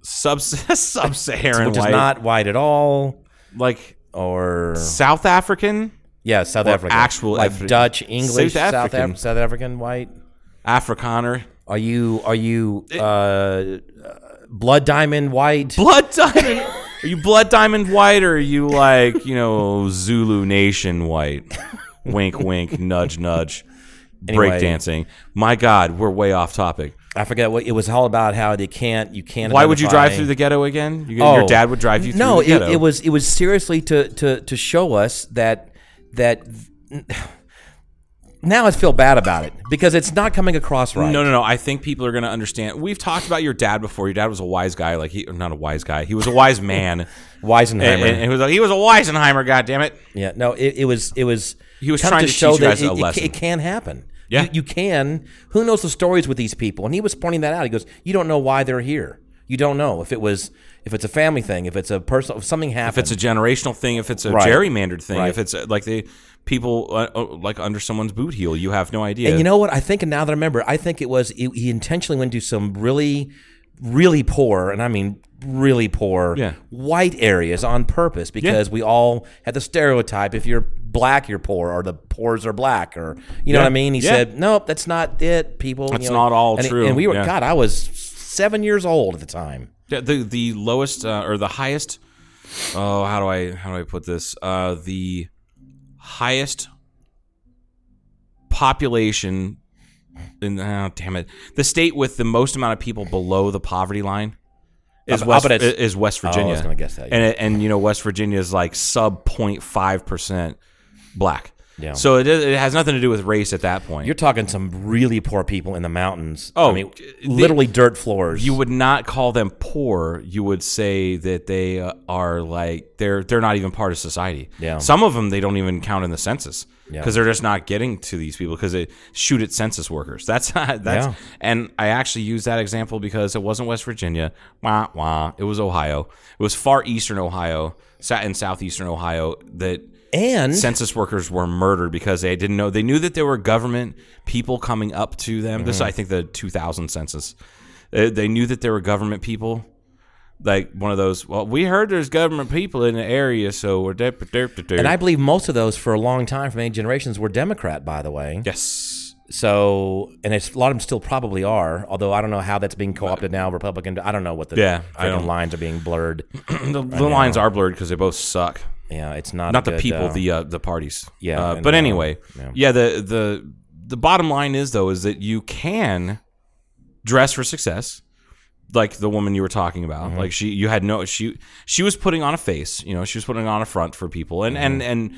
sub <laughs> sub-Saharan
which
white,
is not Oh. white at all,
like
or
South African,
yeah, South
Or
Africa,
actual
like
Afri-
Dutch, English,
South
South African.
African.
South, African white.
Afrikaner,
Are you are you uh, uh, blood diamond white?
blood diamond. are you blood diamond white or are you like you know Zulu Nation white? wink, wink, nudge, nudge.
Anyway.
Breakdancing. My God, we're way off topic.
I forget what it was all about. How they can't you can't.
Why would you drive
identify-
through the ghetto again? You,
Oh.
Your dad would drive you through
no,
the ghetto.
it, it was it was seriously to to to show us that that <sighs> now I feel bad about it because it's not coming across right.
No, no, no. I think people are going to understand. We've talked about your dad before. Your dad was a wise guy. Like he, not a wise guy. He was a wise man.
<laughs>
and,
Weisenheimer.
and- and he was like, he was a Weisenheimer. God damn it.
yeah, no, it, it was it was
He was
kind of
trying to
show
teach you
that
guys a
it, it ca-
lesson.
It, can happen.
Yeah.
you, you can. Who knows the stories with these people? And he was pointing that out. He goes, "You don't know why they're here. You don't know if it was if it's a family thing, if it's a personal, if something
If it's
happened.
a generational thing, if it's a
Right.
gerrymandered thing,
Right.
if it's uh, like the people uh, uh, like under someone's boot heel, you have no idea.
And you know what? I think, and now that I remember, I think it was he he intentionally went to some really, really poor, and I mean really poor,
Yeah.
white areas on purpose because we all had the stereotype: if you're black, you're poor, or the poors are black, or you know
Yeah.
what I mean. He
Yeah.
said, "Nope, that's not it, people.
That's
you know.
not all
and,
true.
And we were,
Yeah.
God, I was seven years old at the time.
Yeah, the the lowest uh, or the highest. Oh, how do I how do I put this? Uh, the highest population in oh, damn it, the state with the most amount of people below the poverty line is
I'll
West
bet it's- Oh,
is West Virginia.
gonna guess that,
And it- and you know West Virginia is like sub 05 percent black.
Yeah.
So it, it has nothing to do with race at that point.
You're talking some really poor people in the mountains.
Oh,
I mean,
they-
literally dirt floors.
you would not call them poor. You would say that they uh, are like they're they're not even part of society.
Yeah.
Some of them they don't even count in the census
Yeah.
because they're just not getting to these people because they shoot at census workers. <laughs> That's that's
Yeah.
and I actually use that example because it wasn't West Virginia. Wah wah. It was Ohio. It was far eastern Ohio, sat in southeastern Ohio that
and
census workers were murdered because they didn't know they knew that there were government people coming up to them this is
Mm-hmm.
i think the 2000 census they, they knew that there were government people like one of those well we heard there's government people in the area so we're derp, derp, derp, derp.
and I believe most of those for a long time, for many generations, were Democrat. By the way,
yes <clears throat>
so and it's, a lot of them still probably are. Although I don't know how that's being co-opted now. Republican. I don't know what the
Yeah, I
freaking
don't-
lines are being blurred.
the, the lines are blurred because they both suck
Yeah, it's not
not the
a good,
people
uh,
the uh, the parties
Yeah,
Uh,
and,
but
uh,
anyway
yeah.
yeah. the the the bottom line is though is that you can dress for success like the woman you were talking about
Mm-hmm.
like she you had no she she was putting on a face you know she was putting on a front for people and and
Mm-hmm.
and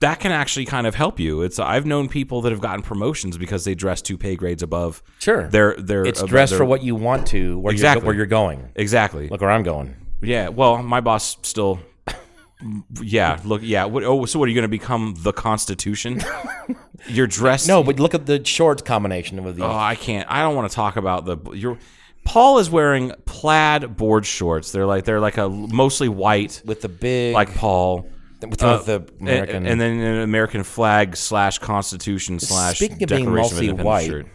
that can actually kind of help you it's i've known people that have gotten promotions because they dress two pay grades above
Sure.
their their
it's
above
dressed
their-
for what you want to, where
Exactly.
you're, where you're going.
exactly
Look where I'm going.
yeah. Well, my boss still. Yeah. Look. Yeah. What, oh, so what are you going to become? The
<laughs>
Constitution? You're dressed.
No, but look at the shorts combination of the.
Oh, I can't. I don't want to talk about the. You're. Paul is wearing plaid board shorts. They're like they're like a mostly white,
with the big
like Paul.
with the
and-
American
and, then an American flag slash Constitution slash
Speaking of being
Declaration
mostly
Independence
white,
shirt.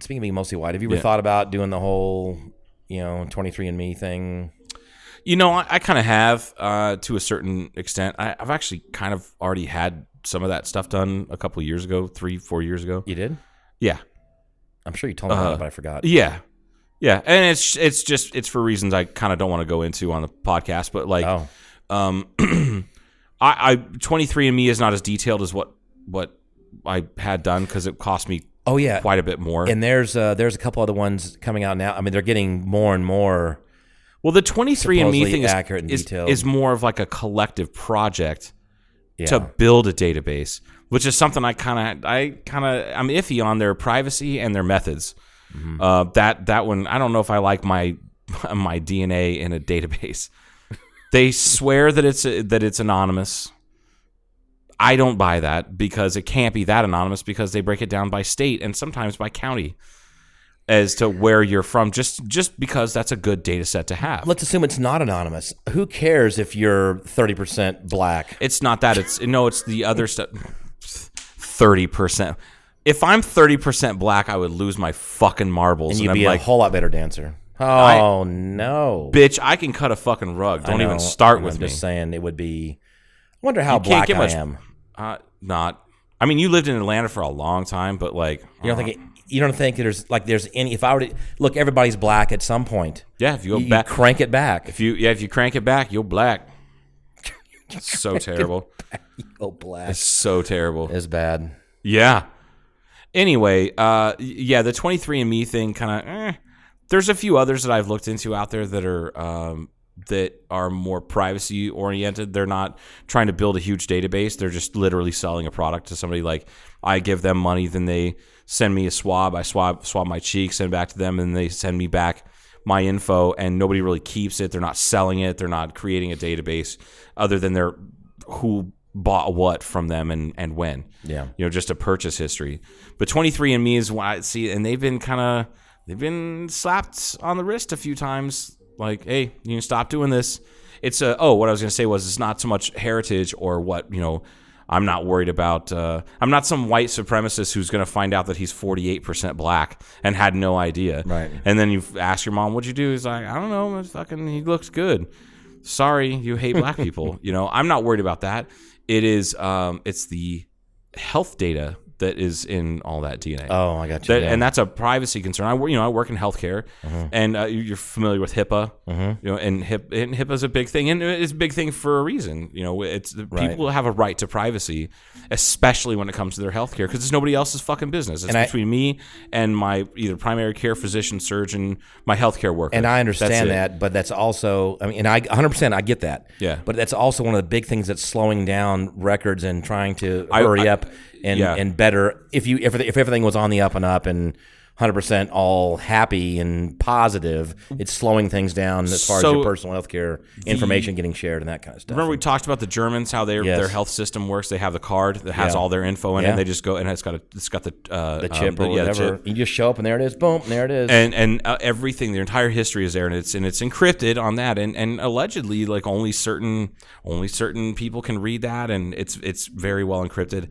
speaking of being mostly white, have you ever
Yeah.
thought about doing the whole, you know, 23andMe thing?
You know, I, I kind of have uh, to a certain extent. I, I've actually kind of already had some of that stuff done a couple years ago, three, four years ago.
You did? Uh-huh.
Yeah.
I'm sure you told me about
Uh,
it, but I forgot.
Yeah. Yeah, and it's it's just it's for reasons I kind of don't want to go into on the podcast, but like
Oh,
um <clears throat> I I 23andme is not as detailed as what what I had done cuz it cost me
oh yeah.
quite a bit more.
And there's uh, there's a couple other ones coming out now. I mean, they're getting more and more.
well, the 23andme
supposedly
thing is,
accurate and
is,
detailed.
is more of like a collective project
Yeah.
to build a database, which is something I kind of I kind of I'm iffy on their privacy and their methods. Uh, that that one I don't know if I like my <laughs> my DNA in a database. they swear that it's that it's anonymous. I don't buy that because it can't be that anonymous because they break it down by state and sometimes by county as to where you're from just just because that's a good data set to have.
Let's assume it's not anonymous. Who cares if you're 30% black?
It's not that. It's no. It's the other stuff. Thirty percent. If I'm thirty percent black, I would lose my fucking marbles. And,
And you'd
I'm
be
like,
a whole lot better dancer. Oh, no.
bitch, I can cut a fucking rug.
I
Don't
know,
even start
and
with
I'm
me.
just saying it would be. I wonder how
can't
black
get
I
much-
am.
Uh, not. I mean, you lived in Atlanta for a long time, but like,
You don't think it, you don't think there's like there's any. If I were to look, everybody's black at some point.
yeah, if you go
You
back,
crank it back.
if you yeah, if you crank it back, you're
<laughs>
black. so terrible.
oh, black
So terrible.
is bad.
Yeah. Anyway, uh, y- yeah, the 23andMe thing kind of. Eh. There's a few others that I've looked into out there that are um, that are more privacy oriented. They're not trying to build a huge database. They're just literally selling a product to somebody. Like I give them money, then they send me a swab. I swab swab my cheek, send it back to them, and they send me back my info. And nobody really keeps it. They're not selling it. They're not creating a database other than their who bought what from them and and when
Yeah.
you know, just a purchase history. But 23andMe is why see, and they've been kind of they've been slapped on the wrist a few times. Like, hey, you can stop doing this. It's a oh, what I was gonna say was it's not so much heritage or what you know. I'm not worried about. Uh, I'm not some white supremacist who's going to find out that he's 48% black and had no idea.
Right.
And then you ask your mom, "What'd you do?" He's like, "I don't know. It's Fucking, he looks good." Sorry, you hate
<laughs>
black people. you know, I'm not worried about that. It is. Um, it's the health data that is in all that DNA.
Oh, I got you,
That-
yeah. Mm-hmm.
And that's a privacy concern. I wor- you know I work in healthcare, and uh, you- you're familiar with HIPAA. You know, and HIP and HIPAA's a big thing, and it's a big thing for a reason. You know, it's the
Right.
people have a right to privacy, especially when it comes to their healthcare, because it's nobody else's fucking business. It's
And I-
between me and my either primary care physician, surgeon, my healthcare worker.
And I
That's it.
understand that, but that's also, I mean, and I 100% I get that.
Yeah.
But that's also one of the big things that's slowing down records and trying to
I-
hurry
I-
up and,
yeah.
and better. If you if, if everything was on the up and up and 100% all happy and positive, it's slowing things down as far as
So-
your personal health care information getting shared and that kind of stuff.
Remember we talked about the Germans, how their
Yes.
their health system works. They have the card that has
Yeah.
all their info in it.
Yeah.
And they just go and it's got a it's got the uh,
the chip
um,
or
yeah, the
whatever.
chip.
You just show up and there it is. Boom, and there it is.
And and uh, everything, their entire history is there, and it's and it's encrypted on that, and and allegedly like only certain only certain people can read that, and it's it's very well encrypted.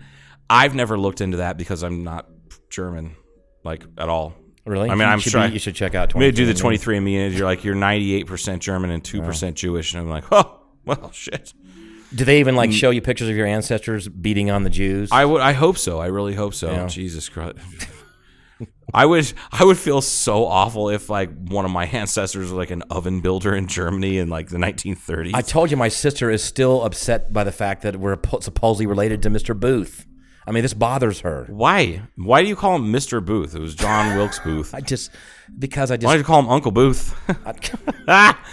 I've never looked into that because I'm not German, like at all.
really?
I mean,
You
I'm
should
sure
be-
I-
you should check out
Maybe do the
23andMe.
23andMe, and you're like you're 98 percent German and two percent Jewish, and I'm like, <laughs> oh well, shit.
Do they even
Mm.
like show you pictures of your ancestors beating on the Jews?
I would. I hope so. I really hope so. Jesus Christ. I would. I would feel so awful if like one of my <laughs> ancestors was like an oven builder in Germany in like the 1930s.
I told you my sister is still upset by the fact that we're po- supposedly related to Mr. Booth. I mean, this bothers her.
Why? Why do you call him Mr. Booth? It was
<laughs>
John Wilkes Booth.
I just because I
Why don't
just
you call him Uncle Booth? <laughs>
<laughs>
Ah!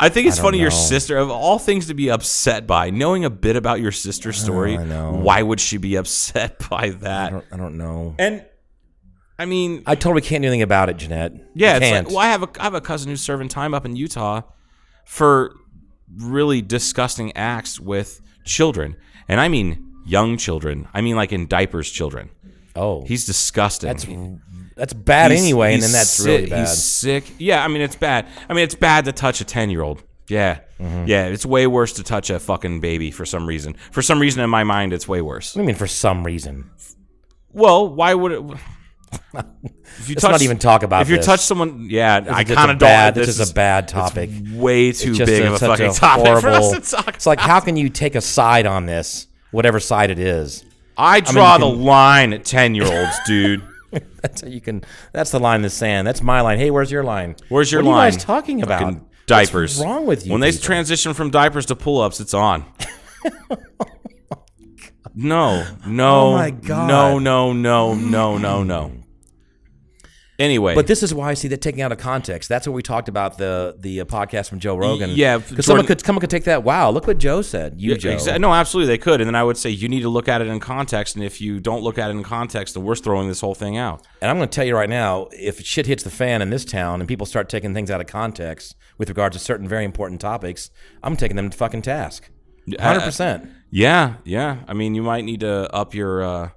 I think it's funny your sister of all things to be upset by knowing a bit about your sister's story. Why would she be upset <laughs> by that?
I don't know.
And I mean,
I totally can't do anything about it, Jeanette.
Yeah,
I
it's
can't.
like, well, I have a I have a cousin who's serving time up in Utah for really disgusting acts with children, and I mean young children. I mean like in diapers, children.
oh,
He's disgusting. That's
that's bad anyway, and then that's really bad.
He's sick. Yeah, I mean it's bad. I mean it's bad to touch a ten year old. Yeah,
Mm-hmm.
yeah, it's way worse to touch a fucking baby for some reason. For some reason in my mind, it's way worse.
I mean, for some reason,
Well, why would it? <laughs> If you
Let's not even talk about
If you
this.
touch someone, yeah, I
just
kind
a
of
bad-
don't.
this is a bad topic.
It's way too
It's just
big
a-
of a
such
fucking <laughs> topic for us to talk.
It's like how can you take a side on this, whatever side it is?
I draw
you
the line at ten year olds,
<laughs>
dude.
That's how you can. That's the line in the sand. That's my line. Hey, where's your line?
Where's your
what
line?
Are you guys talking about
Fucking diapers.
What's wrong with you?
When they
people?
transition from diapers to pull ups, it's
<laughs>
on. no, no,
Oh my God.
no, no, no, no, no, no. Anyway,
But this is why I see that taking out of context. That's what we talked about the the uh, podcast from Joe Rogan.
yeah,
because someone
Jordan-
could someone could take that. Wow, look what Joe said. You Joe.
Exa- No, absolutely, they could. And then I would say you need to look at it in context. And if you don't look at it in context, then we're throwing this whole thing out.
And I'm going to tell you right now, if shit hits the fan in this town and people start taking things out of context with regards to certain very important topics, I'm taking them to fucking task. Hundred percent
Yeah, yeah. I mean, you might need to up your. Uh,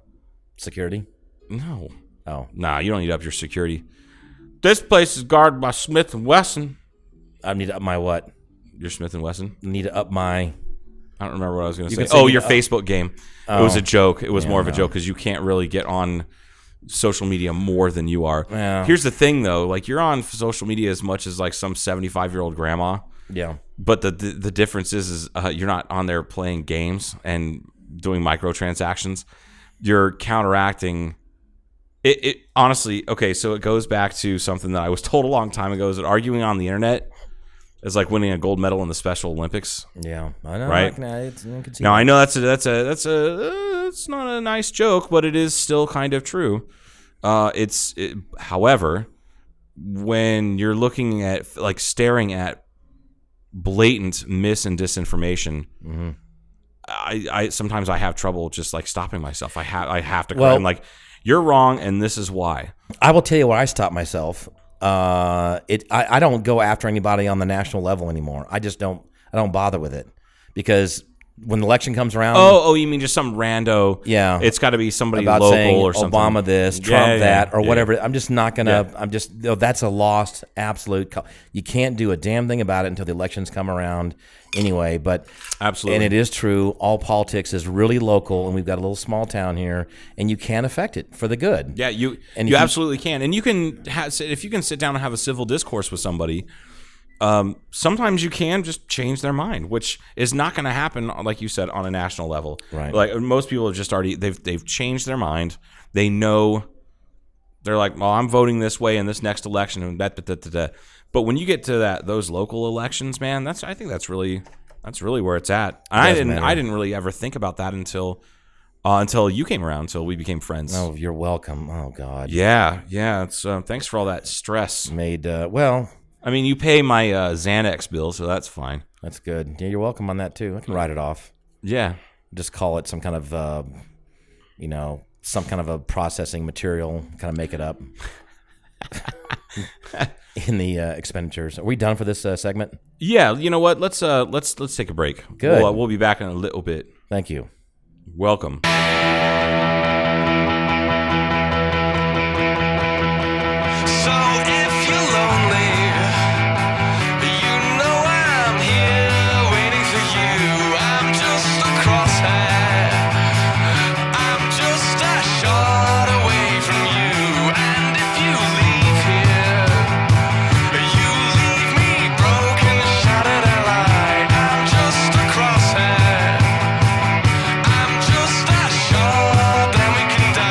security.
no,
Oh,
nah, you don't need to up your security. This place is guarded by Smith and Wesson.
I need to up my what?
Your Smith and Wesson.
Need to up my.
I don't remember what I was going to say.
can say
Oh,
you-
your
uh, Oh.
Facebook game. it was a joke. It was more of a joke because you can't really get on social media more than you are.
Yeah.
Here's the thing, though. Like you're on social media as much as like some 75 year old grandma.
Yeah,
But the the, the difference is, is uh, you're not on there playing games and doing microtransactions. You're counteracting. It, it honestly okay. So it goes back to something that I was <laughs> told a long time ago: is that arguing on the internet is like winning a gold medal in the Special Olympics.
yeah. I know.
Right.
I can, I can see
Now I know that's a that's a that's a uh, it's not a nice joke, but it is still kind of true. Uh, it's it, however, when you're looking at like staring at blatant mis and disinformation.
Mm-hmm.
I, I sometimes I have trouble just like stopping myself. I have I have to.
Well- Hmm.
I'm like, you're wrong, and this is why.
I will tell you where I stop myself. Uh, it I, I don't go after anybody on the national level anymore. I just don't I don't bother with it because when the election comes around,
Oh, oh, you mean just some rando?
Yeah.
it's got to be somebody
about
local
saying
or something.
Obama this,
Yeah,
Trump
yeah,
that, or
yeah.
whatever, I'm just not gonna.
Yeah.
I'm just oh, that's a lost absolute. Co- you can't do a damn thing about it until the elections come around anyway. But
Absolutely.
and it is true. All politics is really local, and we've got a little small town here, and you can affect it for the good.
Yeah, you
And
you
if you-
absolutely can, and you can ha- sit- if you can sit down and have a civil discourse with somebody um, sometimes you can just change their mind, which is not going to happen, like you said, on a national level.
Right.
Like most people have just already they've they've changed their mind. They know they're like, well, I'm voting this way in this next election, and that, that, that, that, that. But when you get to that those local elections, man, that's I think that's really that's really where it's at. And I
does
didn't
matter.
I didn't really ever think about that until uh, until you came around, until we became friends.
Oh, you're welcome. Oh God,
Yeah, yeah. It's uh, thanks for all that stress.
made uh, well.
I mean, you pay my uh, Xanax bill, so that's fine.
That's good. Yeah, you're welcome on that too. I can write it off.
Yeah,
Just call it some kind of, uh, you know, some kind of a processing material. Kind of make
<laughs>
it up. In the uh, expenditures, are we done for this uh, segment?
yeah. You know what? Let's uh, let's let's take a break.
Good.
We'll, uh, we'll be back in a little bit.
Thank you.
Welcome.
So if you're lonely, you know I'm here waiting for you. I'm just a crosshair. I'm just a shot away from you. And if you leave here, you leave me broken, shattered and light. I'm just a crosshair. I'm just a shot, then we can die.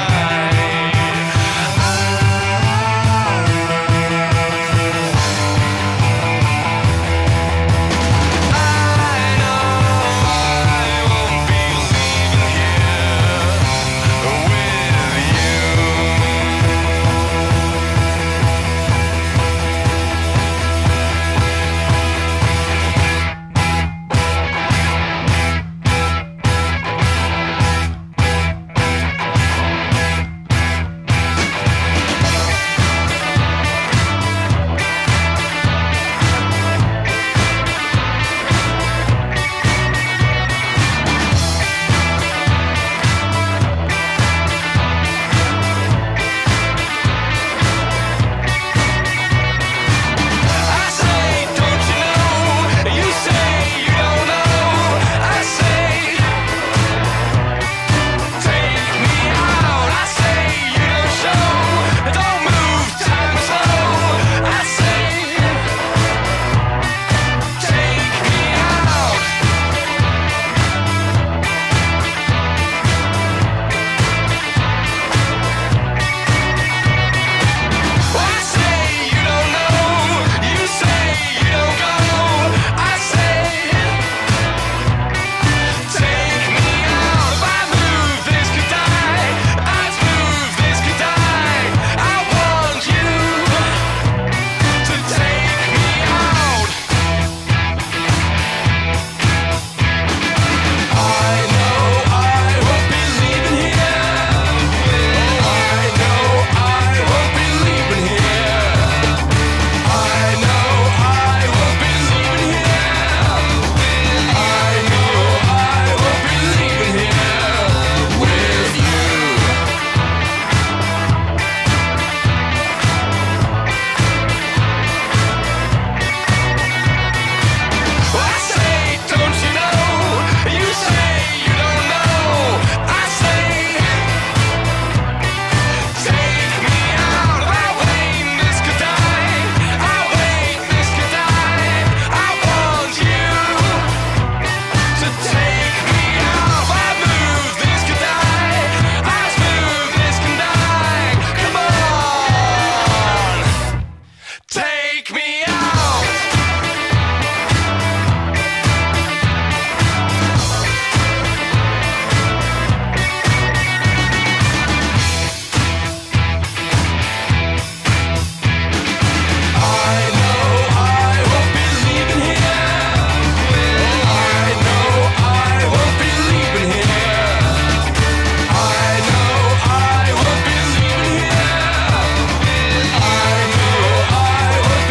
I say, don't you know? You say you don't know. I say, take me out. I say you don't show. Don't move, time slow. I say, take me out. I say you don't know. You say you don't go. I say, take me out. If I move, this could die. I move, this could die. I want you to take me out. I know I won't be leaving here. I know I won't be leaving here. I know I won't be leaving here. I know I won't be leaving here with you. I say, don't you know? You say you don't know. I say. Take me out. I wait, this could die. I wait, this could die. I want you to take me out. I move, this could die. I move, this can die. Come on, take me out. I know I won't be leaving here. I know I won't be leaving here. I know I won't be leaving here. I know I won't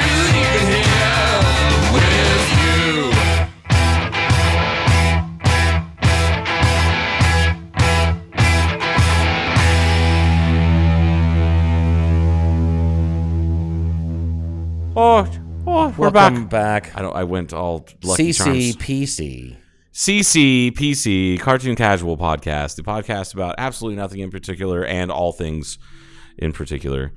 be leaving here with you.
Oh, oh, we're
Welcome
back.
back.
I don't. I went all lucky charms.
CCPC.
CCPC, Cartoon Casual Podcast, the podcast about absolutely nothing in particular and all things in particular.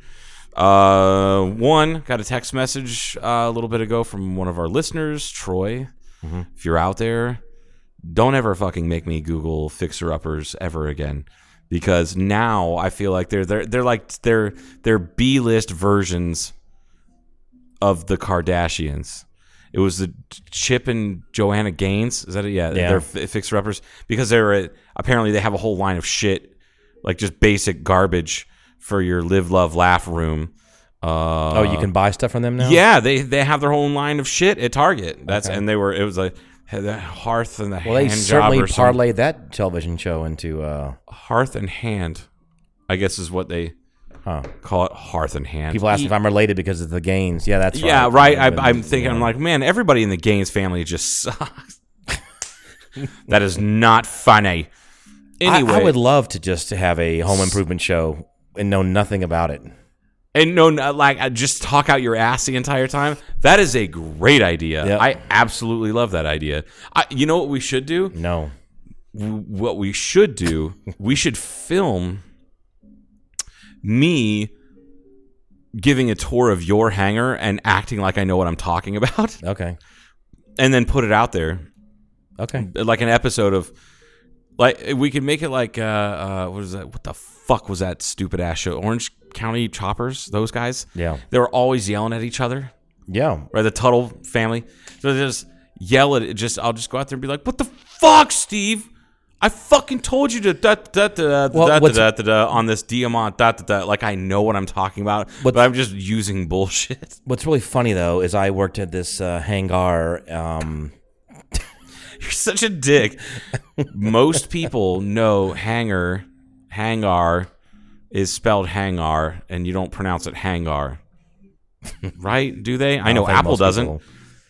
Uh, one got a text message uh, a little bit ago from one of our listeners, Troy. If you're out there, don't ever fucking make me Google fixer uppers ever again, because now I feel like they're they're they're like they're they're B list versions of the Kardashians. It was the Chip and Joanna Gaines. Is that it? Yeah,
Yeah.
they're f- fixer uppers because they're uh, apparently they have a whole line of shit like just basic garbage for your live, love, laugh room. Uh,
oh, you can buy stuff from them now.
yeah, they they have their whole line of shit at Target. That's and they were it was like had that hearth and the
Well, they
hand
certainly
job or some-
parlayed that television show into. Uh,
hearth and hand. I guess is what they
huh.
call it hearth and hand.
People ask
Ye-
if I'm related because of the gains. Yeah, that's
E yeah,
right.
right. I, I'm thinking, I'm like, man, everybody in the Gaines family just sucks. <laughs> that is not funny.
I-
Anyway,
I, would love to just have a home improvement show and know nothing about it.
and no, no, like uh, just talk out your ass the entire time. That is a great idea.
Yep.
I absolutely love that idea. I, you know what we should do?
No.
W- What we should
<laughs>
do? we should film me giving a tour of your hangar and acting like I know what I'm talking about, <laughs>
Okay.
and then put it out there
Okay.
like an episode of like we could make it like uh, uh what is that what the fuck was that stupid ass show orange county choppers those guys
Yeah.
they were always yelling at each other
Yeah.
or the tuttle family so they just yell at it just i'll just go out there and be like what the fuck steve I fucking told you to da da da da
Well,
da da
what's-
da da da on this diamant da da da like I know what I'm talking about,
What's-
but I'm just using bullshit.
What's really funny though is I worked at this uh, hangar. Um,
You're <laughs> such a dick. Most people know hanger, hangar is spelled hangar, and you don't pronounce it hangar. Right? Do they? I, know
think
Apple
most
doesn't.
people-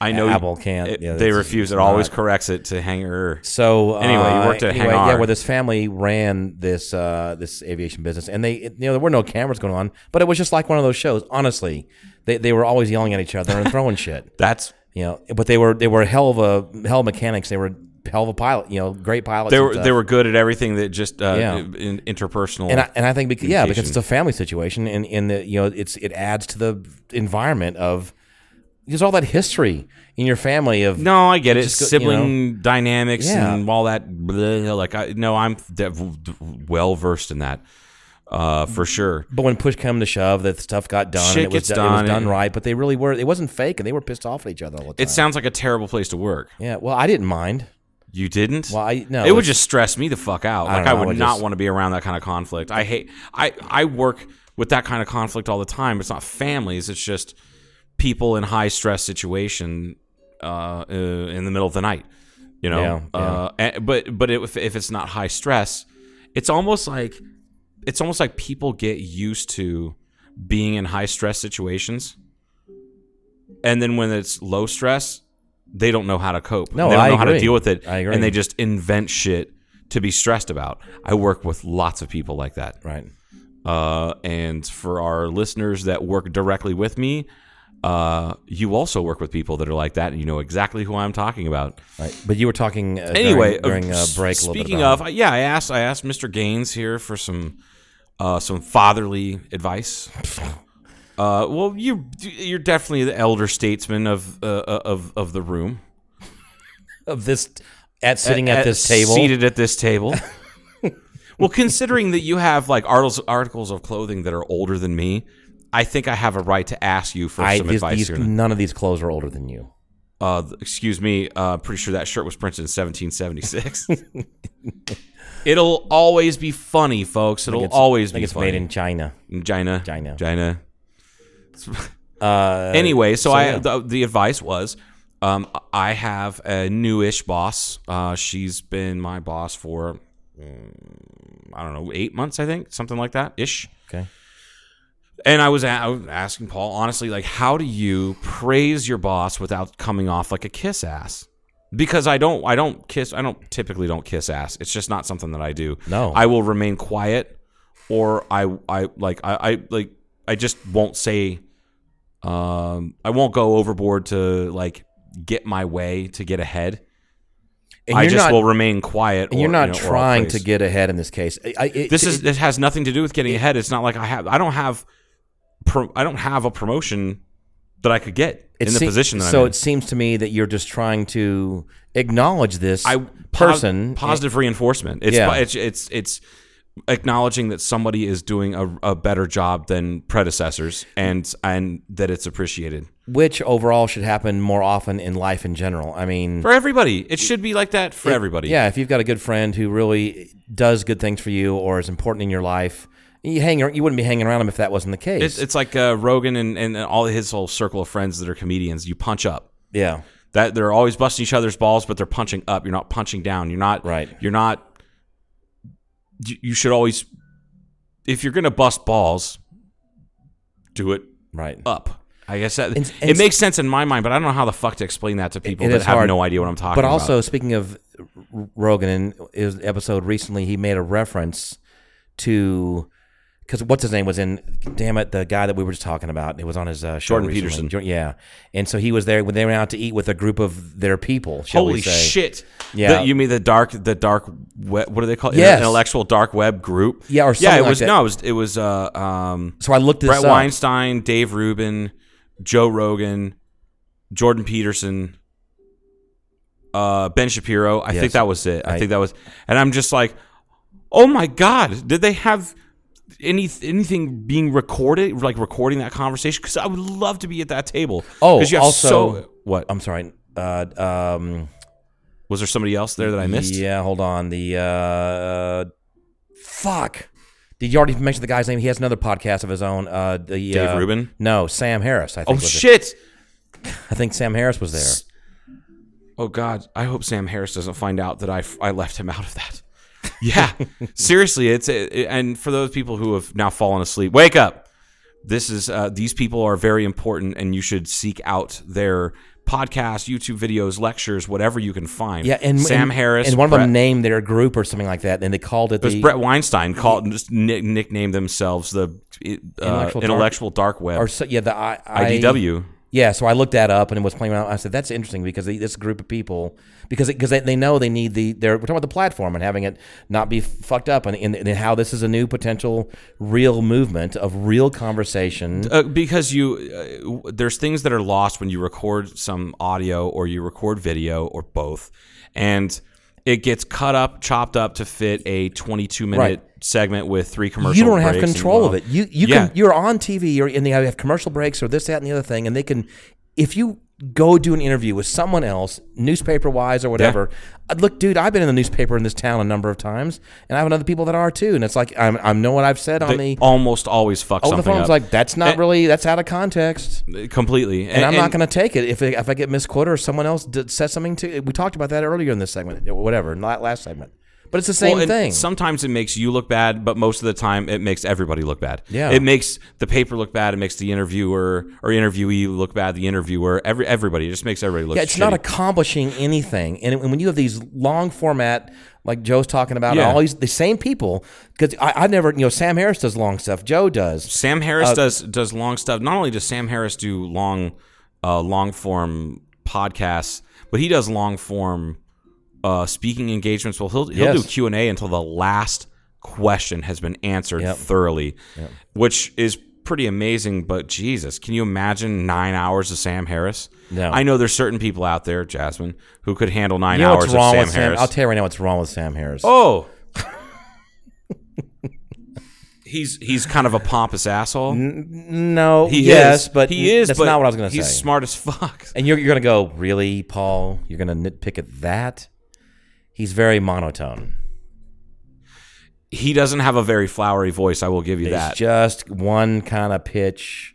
I know
Apple can't.
it-
Yeah,
they
that's
refuse. It
not-
always corrects it to hanger.
So uh,
Anyway, you worked at
anyway,
Hangar.
Yeah, where this family ran this uh, this aviation business, and they you know there were no cameras going on, but it was just like one of those shows. Honestly, they they were always yelling at each other and throwing <laughs> shit.
That's
You know, but they were they were hell of a hell mechanics. They were hell of a pilot. You know, great pilots.
they
and
were
stuff.
they were good at everything that just uh,
Yeah.
in, interpersonal.
and I, and I think because, yeah, because
communication.
it's a family situation, and and the you know it's it adds to the environment of there's all that history in your family of
no, I get it.
Just go- you
Sibling dynamics
Yeah.
and all that. blah, like I no, I'm de- well versed in that uh,
Mm-hmm.
for sure.
But when push came to shove, that stuff got done.
Shit
and it
gets
was do- It
done,
was done
and-
right, but they really were. It wasn't fake, and they were pissed off at each other all the time.
It sounds like a terrible place to work.
yeah. Well, I didn't mind.
You didn't?
Well, I- no,
It would
it's-
just stress me the fuck out.
I
Like
don't
I
know,
would
it
not
just-
want to be around that kind of conflict. I hate. I I work with that kind of conflict all the time. It's not families. It's just people in high stress situation uh, uh, in the middle of the night. You know.
Yeah, yeah.
Uh, and- but but if if it's not high stress, it's almost like it's almost like people get used to being in high stress situations, and then when it's low stress, they don't know how to cope.
No,
they don't
I
know how to
agree.
deal with it,
I agree.
and they just invent shit to be stressed about. I work with lots of people like that,
Right.
uh, and for our listeners that work directly with me. Uh, you also work with people that are like that, and you know exactly who I'm talking about
Right. But you were talking uh,
anyway,
during, during
uh,
uh, break.
s-
a little bit
Speaking
about-
of, yeah, I asked I asked Mr. Gaines here for some uh, some fatherly advice. Uh, well, you you're definitely the elder statesman of uh, of of the room,
of this at sitting at, this table.
seated at this
<laughs>
table. well, considering that you have like articles articles of clothing that are older than me, I think I have a right to ask you for
I,
some
these-
advice
these-
here.
none of these clothes are older than you.
uh, th- excuse me, uh, pretty sure that shirt was printed in
<laughs>
1776. It'll always be funny, folks. It'll
It's-
always
I think
be
it's
funny. Mm,
made in China.
in China.
China.
China.
Uh,
<laughs> Anyway, so,
so,
I
yeah.
the, the advice was, um, I have a newish boss. Uh, she's been my boss for mm, I don't know eight months, I think, something like that ish.
Okay.
And I was, a- I was asking Paul honestly, like, how do you praise your boss without coming off like a kiss ass? Because I don't, I don't kiss, I don't typically don't kiss ass. It's just not something that I do.
No.
I will remain quiet, or I, I like, I, I like, I just won't say, um, I won't go overboard to like get my way to get ahead.
And
I
you're
just
not-
will remain quiet.
And
or,
you're not
you know, or I'll
trying to
praise.
get ahead in this case. I, I, it-
This
it-
is this has nothing to do with getting ahead. It's not like I have I don't have pro- I don't have a promotion that I could get
It
in the
se-
position that
so
I'm in.
it seems to me that you're just trying to acknowledge this
I
person.
pos- positive reinforcement. It's,
Yeah.
it's it's it's acknowledging that somebody is doing a, a better job than predecessors and and that it's appreciated
which overall should happen more often in life in general. I mean,
for everybody. It should be like that for everybody.
yeah, if you've got a good friend who really does good things for you or is important in your life, you hang ar- you wouldn't be hanging around him if that wasn't the case.
It's, it's like uh, Rogan and, and all his whole circle of friends that are comedians. You punch up.
yeah.
That they're always busting each other's balls, but they're punching up. You're not punching down. You're not
Right.
You're not. You you should always, if you're gonna bust balls, do it
Right.
up. I guess that
And-
it
and-
makes sense in my mind, but I don't know how the fuck to explain that to people
It
that
is
have
hard.
no idea what I'm talking
But also,
about.
speaking of R- Rogan in his episode recently, he made a reference to because what's his name was in. Damn it, the guy that we were just talking about. It was on his uh, show.
Jordan
recently.
Peterson.
Jor- yeah, and so he was there when they went out to eat with a group of their people. Shall
holy
we say.
shit!
Yeah.
The- you mean the dark, the dark web? What do they call it?
Yes.
intellectual dark web group.
Yeah, or
yeah.
something
It
like
was
that.
no, it was it was uh, um,
So I looked this
Brett
up.
Weinstein, Dave Rubin, Joe Rogan, Jordan Peterson, uh, Ben Shapiro. I
Yes.
think that was it. I,
I-
think that was, and I'm just like, oh my god, did they have any anything being recorded, like recording that conversation? Because I would love to be at that table.
Oh,
'Cause you have
also-
so- what
I'm sorry. Uh, um,
was there somebody else there that I missed?
Yeah, hold on. The uh, fuck. Did you already mention the guy's name? He has another podcast of his own. Uh, the
Dave
uh,
Rubin?
No, Sam Harris. I
Oh
think was it.
shit!
I think Sam Harris was there.
Oh God, I hope Sam Harris doesn't find out that I, I left him out of
<laughs>
that. Yeah, seriously, it's it, and for those people who have now fallen asleep, wake up. This is uh, these people are very important, and you should seek out their podcasts, YouTube videos, lectures, whatever you can find.
Yeah, and
Sam
and-
Harris
and one
Brett,
of them named their group or something like that, and they called it
it was
the
Brett Weinstein called just nick, nicknamed themselves the uh,
Intellectual
intellectual,
Dark-
dark, web
or so, yeah the I, I,
IDW.
Yeah, so I looked that up and it was playing around. I said that's interesting because they, this group of people because because they, they know they need the they're we're talking about the platform and having it not be fucked up and, and, and how this is a new potential real movement of real conversation.
uh, because you uh, w- there's things that are lost when you record some audio or you record video or both and it gets cut up chopped up to fit a 22 minute
Right.
segment with three commercials
you don't have control of it. You you
Yeah.
can you're on TV you're and they have commercial breaks or this that and the other thing and they can if you go do an interview with someone else newspaper wise or whatever uh, look dude I've been in the newspaper in this town a number of times and I have other people that are too and it's like I'm I know what I've said on
They
the
almost always fuck
over the
something
phone. It's
up
like that's not really that's out of context.
completely
And, I'm not going to take it if, it, if I get misquoted or someone else did, says something to. We talked about that earlier in this segment, whatever, not last segment. But it's the same
Well, and
thing.
Sometimes it makes you look bad, but most of the time it makes everybody look bad.
Yeah.
It makes the paper look bad. It makes the interviewer or interviewee look bad. The interviewer, every everybody, it just makes everybody look.
yeah, it's not
shitty.
accomplishing anything. And, it- and when you have these long format, like Joe's talking about,
Yeah.
all these the same people. Because I, I never, you know, Sam Harris does long stuff. Joe does.
Sam Harris does does long stuff. Not only does Sam Harris do long, uh, long form podcasts, but he does long form uh, speaking engagements. Well, he'll he'll
Yes.
do Q and A until the last question has been answered
Yep.
thoroughly, which is pretty amazing. But Jesus, can you imagine nine hours of Sam Harris?
No.
I know there's certain people out there, Jasmine, who could handle nine
You know
hours
what's
of
wrong
Sam
with
Harris.
Sam? I'll tell you right now what's wrong with Sam Harris.
Oh.
<laughs>
he's he's kind of a pompous asshole.
no,
He
yes,
is,
but
he is.
That's
but
not what I was going to say.
He's smart as fuck.
And you're, you're going to go, really, Paul? You're going to nitpick at that? He's very monotone.
He doesn't have a very flowery voice. I will give you
He's
that.
just one kind of pitch.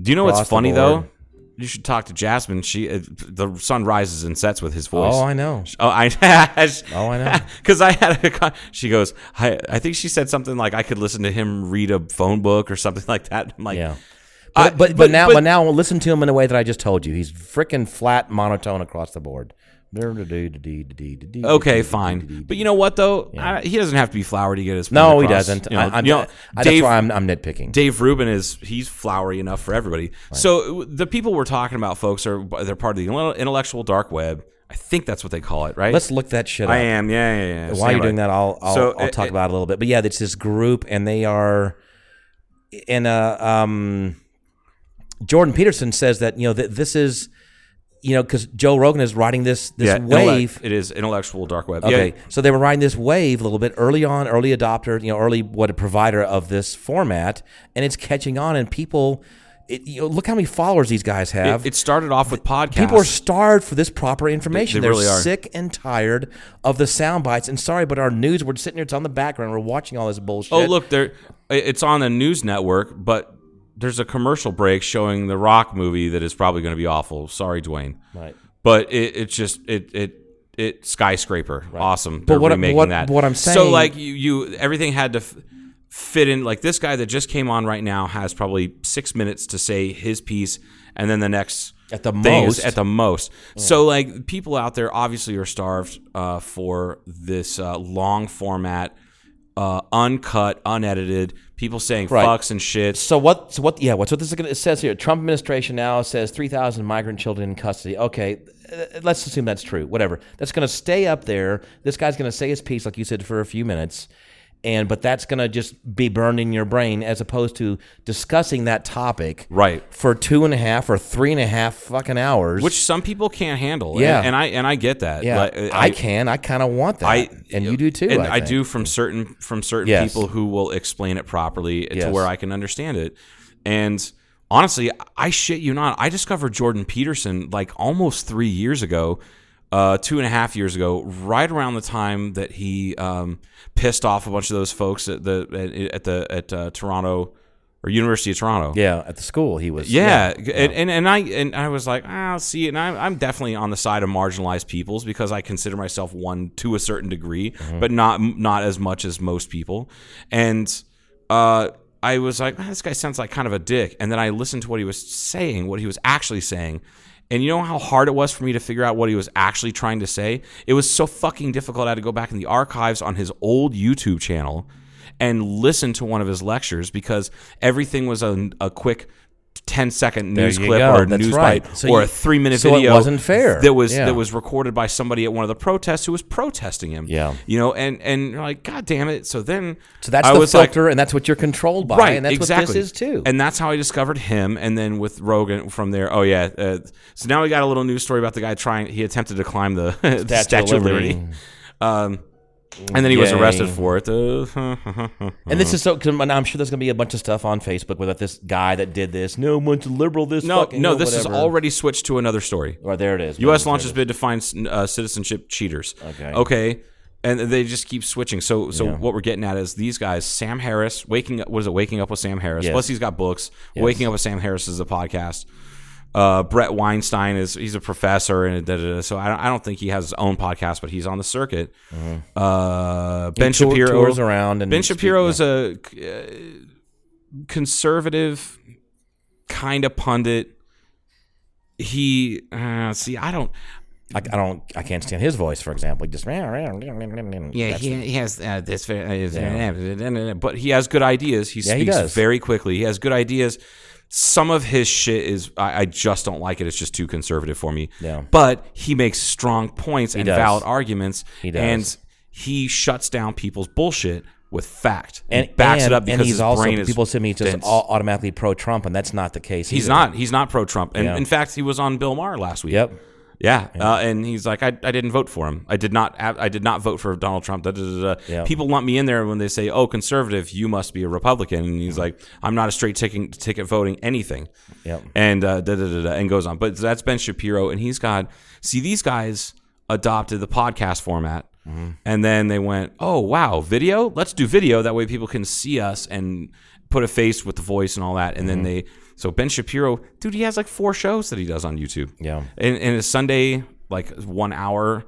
Do you know what's
across the
funny
board.
though? You should talk to Jasmine. She uh, the sun rises and sets with his voice.
Oh, I know.
Oh, <laughs> I.
Oh, I know.
Because I had a. Con- she goes. I. I think she said something like I could listen to him read a phone book or something <laughs> like that. I'm like, "Uh,
Yeah.
I-
But, but, but, now but, now listen to him in a way that I just told you. He's freaking flat monotone across the board.
Okay,
Okay,
fine. But you know what though? I, he doesn't have to be flowery to get his. point
No, he
across.
doesn't.
You know,
I, I'm,
you know,
I- that's
Dave
why I'm, I'm nitpicking.
Dave Rubin is he's flowery enough for everybody. So the people we're talking about, folks, are they're part of the intellectual dark web. I think that's what they call it, right?
Let's look that shit up.
I am. Yeah, yeah, yeah.
While
Stand
you're
by.
doing that, I'll I'll,
So, uh,
I'll
it-
talk
it-
about it a little bit. But yeah, it's this group, and they are and uh, um, Jordan Peterson says that you know that this is you know because Joe Rogan is riding this this
yeah, intellect-
wave.
it is intellectual dark web.
Okay,
Yeah.
so they were riding this wave a little bit early on, early adopter, you know, early what a provider of this format, and it's catching on. And people, it, you know, look how many followers these guys have.
It, it started off with podcasts.
People are starved for this proper information.
They- they
are
really are.
sick and tired of the sound bites. And sorry, but our news, we're sitting here, it's on the background. We're watching all this bullshit.
Oh, look, there. it- It's on a news network, but there's a commercial break showing the Rock movie that is probably going to be awful. Sorry, Dwayne.
Right.
But it, it's just it it it skyscraper. Awesome. They're
what I-
remaking
what-
that.
what I'm
So
saying-
like you you everything had to. F- fit in like this guy that just came on right now has probably six minutes to say his piece and then the next
At the
thing is-
most.
at the most so like people out there obviously are starved uh, for this uh, long format uh, uncut unedited people saying
Right.
fucks and shit
So what? So what? Yeah. What's what this is gonna, it says here? Trump administration now says three thousand migrant children in custody. Okay, uh, let's assume that's true. Whatever. That's going to stay up there. This guy's going to say his piece, like you said, for a few minutes, and but that's going to just be burned in your brain as opposed to discussing that topic
Right.
for two and a half or three and a half fucking hours.
which some people can't handle And-
Yeah.
and, I and I get that
yeah,
Like,
I, can. I kind of want that,
I
and you do too.
And
I,
I,
think.
do from certain from certain
Yes.
people who will explain it properly to
Yes.
where I can understand it. And honestly, I shit you not, I discovered Jordan Peterson like almost three years ago, uh, two and a half years ago, right around the time that he um, pissed off a bunch of those folks at the at the at uh, Toronto or University of Toronto.
Yeah, at the school he was.
Yeah, And, and and I and I was like, ah, I'll see, and I'm I'm definitely on the side of marginalized peoples because I consider myself one to a certain degree, but not not as much as most people. And uh, I was like, "Ah, this guy sounds like kind of a dick. And then I listened to what he was saying, what he was actually saying. And you know how hard it was for me to figure out what he was actually trying to say? It was so fucking difficult. I had to go back in the archives on his old YouTube channel and listen to one of his lectures because everything was a, a quick 10 second
There
news
you
clip
go.
or a
That's
news
right.
bite
So
or
you-
a three minute
so it
video
wasn't fair.
that was
Yeah.
that was recorded by somebody at one of the protests who was protesting him
Yeah.
you know and and you're like god damn it so then
So that's
I
the
was like,
filter, and that's what you're controlled by, and that's what this is too.
and that's how I discovered him. And then with Rogan from there. Oh yeah. Uh, so now we got a little news story about the guy trying. He attempted to climb the <laughs> Statue,
Statue
of
of
Liberty.
Liberty.
Um, and then he was
Yay.
arrested for it. Uh,
And this is so. Cause I'm sure there's going to be a bunch of stuff on Facebook about this guy that did this. No, bunch of liberal. This
no,
fucking
no.
or
This is
whatever. Oh,
already switched to another story.
Or there it is.
U.S.
There it
launches
is.
bid to find uh, citizenship cheaters.
Okay.
Okay. And they just keep switching. So, so what we're getting at is these guys: Sam Harris, waking up. What is it? Waking up with Sam Harris.
Yes.
Plus, he's got books. Waking up with Sam Harris is a podcast. Uh, Brett Weinstein is he's a professor and da, da, da. so I don't, I don't think he has his own podcast, but he's on the circuit. Uh, ben
Mm-hmm. tour-
Shapiro
tours around and
ben
speak-
Shapiro is a uh, conservative kind of pundit. He uh, see, I don't.
I, I don't. I can't stand his voice, for example. He just yeah.
Yeah, he, he has uh, this very, uh, but he has good ideas. He
Yeah, he
speaks
does.
very quickly. He has good ideas. Some of his shit is I, I just don't like it. It's just too conservative for me.
Yeah.
But he makes strong points and
does.
valid arguments.
He does.
And he shuts down people's bullshit with fact
and
backs
and-
it up because
and he's
his
also
brain is
people assume he's just
dense.
all automatically pro Trump, and that's not the case.
He's
either.
not. He's not pro Trump. And
Yeah.
in fact, he was on Bill Maher last week.
Yep.
Yeah, Uh, and he's like, I, I didn't vote for him. I did not. ab- I did not vote for Donald Trump. Da, da, da, da.
Yeah.
People lump me in there when they say, "Oh, conservative, you must be a Republican." And he's like, "I'm not a straight ticket ticket voting anything."
Yep.
And uh, da, da, da, da, and goes on. But that's Ben Shapiro, and he's got. See, these guys adopted the podcast format, and then they went, "Oh wow, video! Let's do video. That way, people can see us and put a face with the voice and all that." And then they. So Ben Shapiro, dude, he has like four shows that he does on YouTube
Yeah.
in, in a Sunday like one hour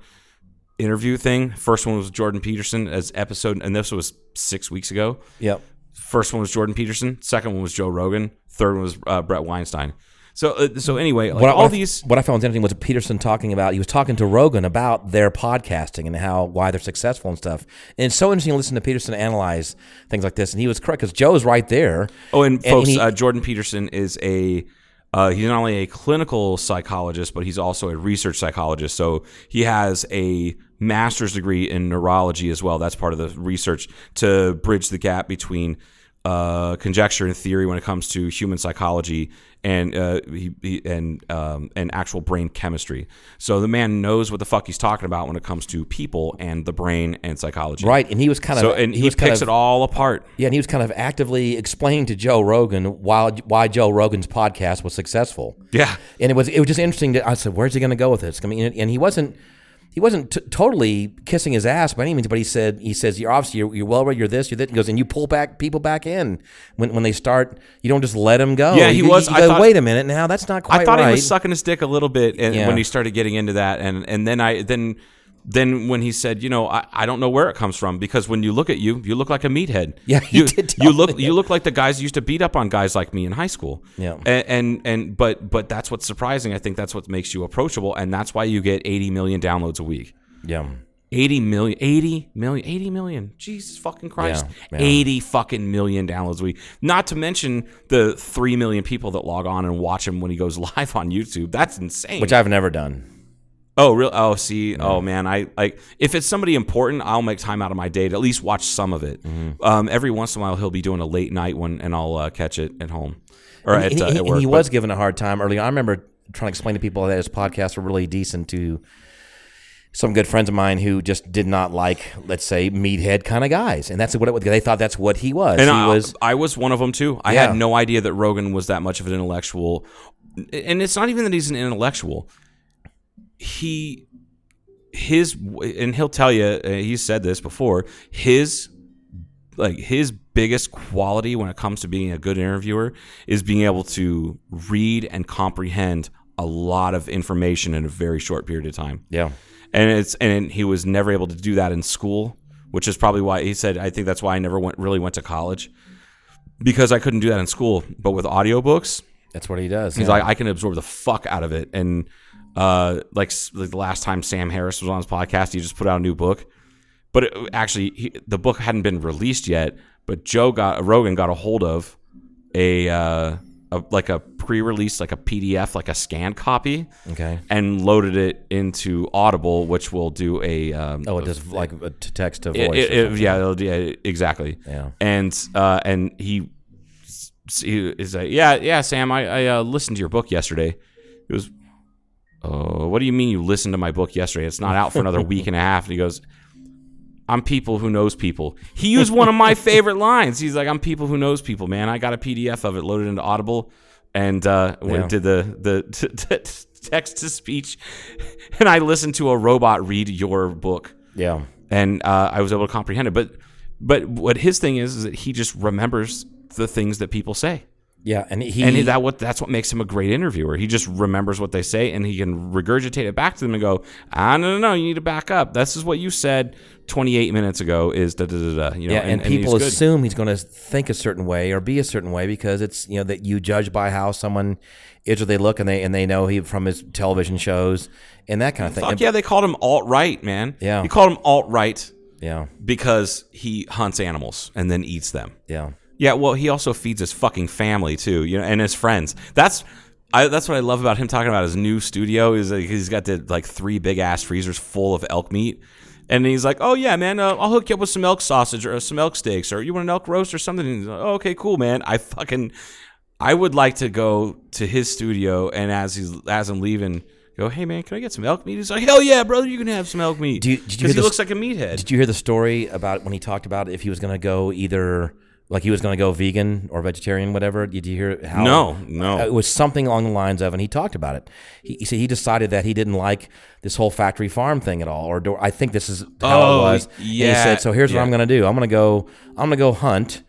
interview thing. First one was Jordan Peterson as episode, and this was six weeks ago.
Yep.
First one was Jordan Peterson. Second one was Joe Rogan. Third one was uh, Brett Weinstein. So uh, so anyway, like
what I,
all
what I-
these
what I found interesting was Peterson talking about he was talking to Rogan about their podcasting and how why they're successful and stuff. And it's so interesting to listen to Peterson analyze things like this. And he was correct because Joe's right there.
Oh, and, folks,
he-
uh, Jordan Peterson is a. Uh, he's not only a clinical psychologist, but he's also a research psychologist. So he has a master's degree in neurology as well. That's part of the research to bridge the gap between uh, conjecture and theory when it comes to human psychology and uh, he, he, and um, and actual brain chemistry. So the man knows what the fuck he's talking about when it comes to people and the brain and psychology.
Right, and he was kind of
uh, So and he,
was
picks
kind of,
it all apart.
Yeah, and he was kind of actively explaining to Joe Rogan why why Joe Rogan's podcast was successful.
Yeah.
and it was it was just interesting. To, I said, "Where's he going to go with this?" I mean, and- and he wasn't he wasn't t- totally kissing his ass by any means, but he said he says you're obviously you're, you're well read, you're this, you're that. He goes and you pull back people back in when when they start. You don't just let them go.
Yeah, he
You- you
was- I
go,
thought-
Wait a minute, now that's not quite.
I thought
right.
he was sucking his dick a little bit and
Yeah.
when he started getting into that and and then I then then when he said, you know, I, I don't know where it comes from because when you look at you, you look like a meathead.
<laughs> Yeah, he
you
did tell
you look
me
you
that.
look like the guys who used to beat up on guys like me in high school.
Yeah.
and, and and but but that's what's surprising. I think that's what makes you approachable, and that's why you get 80 million downloads a week.
Yeah,
80 million 80 million 80 million jesus fucking christ
Yeah, yeah.
80 fucking million downloads a week not to mention the 3 million people that log on and watch him when he goes <laughs> live on youtube that's insane
which I've never done.
oh real oh see oh man i like if it's somebody important i'll make time out of my day to at least watch some of it
Mm-hmm.
um, every once in a while he'll be doing a late night one and i'll uh, catch it at home or
And
at,
he,
uh,
he-
at
and
work
he
but-
was given a hard time early. on. I remember trying to explain to people that his podcasts were really decent to some good friends of mine who just did not like, let's say, meathead kind of guys, and that's what it, they thought that's what he was.
And
he
I,
was.
I was one of them too. I
Yeah.
had no idea that Rogan was that much of an intellectual. And it's not even that he's an intellectual. He, his, and he'll tell you. uh, He said this before. His, like his biggest quality when it comes to being a good interviewer is being able to read and comprehend a lot of information in a very short period of time
Yeah.
and it's and he was never able to do that in school, which is probably why he said I think that's why I never went really went to college because I couldn't do that in school. But with audiobooks,
That's what he does.
he's
yeah.
like I can absorb the fuck out of it. And uh, like, s- like the last time Sam Harris was on his podcast, he just put out a new book, but it, actually he, the book hadn't been released yet. But Joe got Rogan got a hold of a, uh, a like a pre-release like a PDF like a scanned copy
okay.
and loaded it into Audible, which will do a um,
Oh, it does like a t- text to voice.
it- it-
or
it-
something.
yeah, it'll, yeah, exactly.
Yeah.
and uh, and he, s- he is like, yeah, yeah, Sam, I, I uh, listened to your book yesterday. It was, oh, what do you mean you listened to my book yesterday? It's not out for another week and a half. And he goes, I'm people who knows people. He used one of
<laughs>
my favorite lines. He's like, I'm people who knows people, man. I got a PDF of it loaded into Audible, and uh, when
Yeah.
did the the <laughs> t- t- t- text to speech, and I listened to a robot read your book
yeah.
and uh, I was able to comprehend it. But but what his thing is is that he just remembers the things that people say,
Yeah. And he.
and that what that's what makes him a great interviewer. He just remembers what they say, and he can regurgitate it back to them and go, ah, no, no, no, you need to back up. This is what you said 28 minutes ago. Is da da da da. You know,
yeah, and,
he's
people
good.
assume he's going to think a certain way or be a certain way because it's you know that you judge by how someone is or they look and they and they know he from his television shows and that kind of thing.
Fuck yeah, they called him alt right, man.
Yeah.
he called him alt right
yeah,
because he hunts animals and then eats them.
yeah,
Yeah, well, he also feeds his fucking family too, you know, and his friends. That's I, that's what I love about him talking about his new studio is like he's got the like three big ass freezers full of elk meat, and he's like, "Oh yeah, man, uh, I'll hook you up with some elk sausage or some elk steaks, or you want an elk roast or something." And he's like, oh, "Okay, cool, man. I fucking I would like to go to his studio, and as he's as I'm leaving." Go, hey man, can I get some elk meat? He's like, hell yeah, brother, you can have some elk meat.
Do you- did you hear
Because he
this-
looks like a meathead.
Did you hear the story about when he talked about if he was going to go either like he was going to go vegan or vegetarian, whatever? Did you hear how?
No, no.
Uh, It was something along the lines of, and he talked about it. He, he said he decided that he didn't like this whole factory farm thing at all, or do, I think this is how
Oh,
it was. And he
yeah,
said, so here's
yeah.
what I'm going to do. I'm going to go. I'm going to go hunt,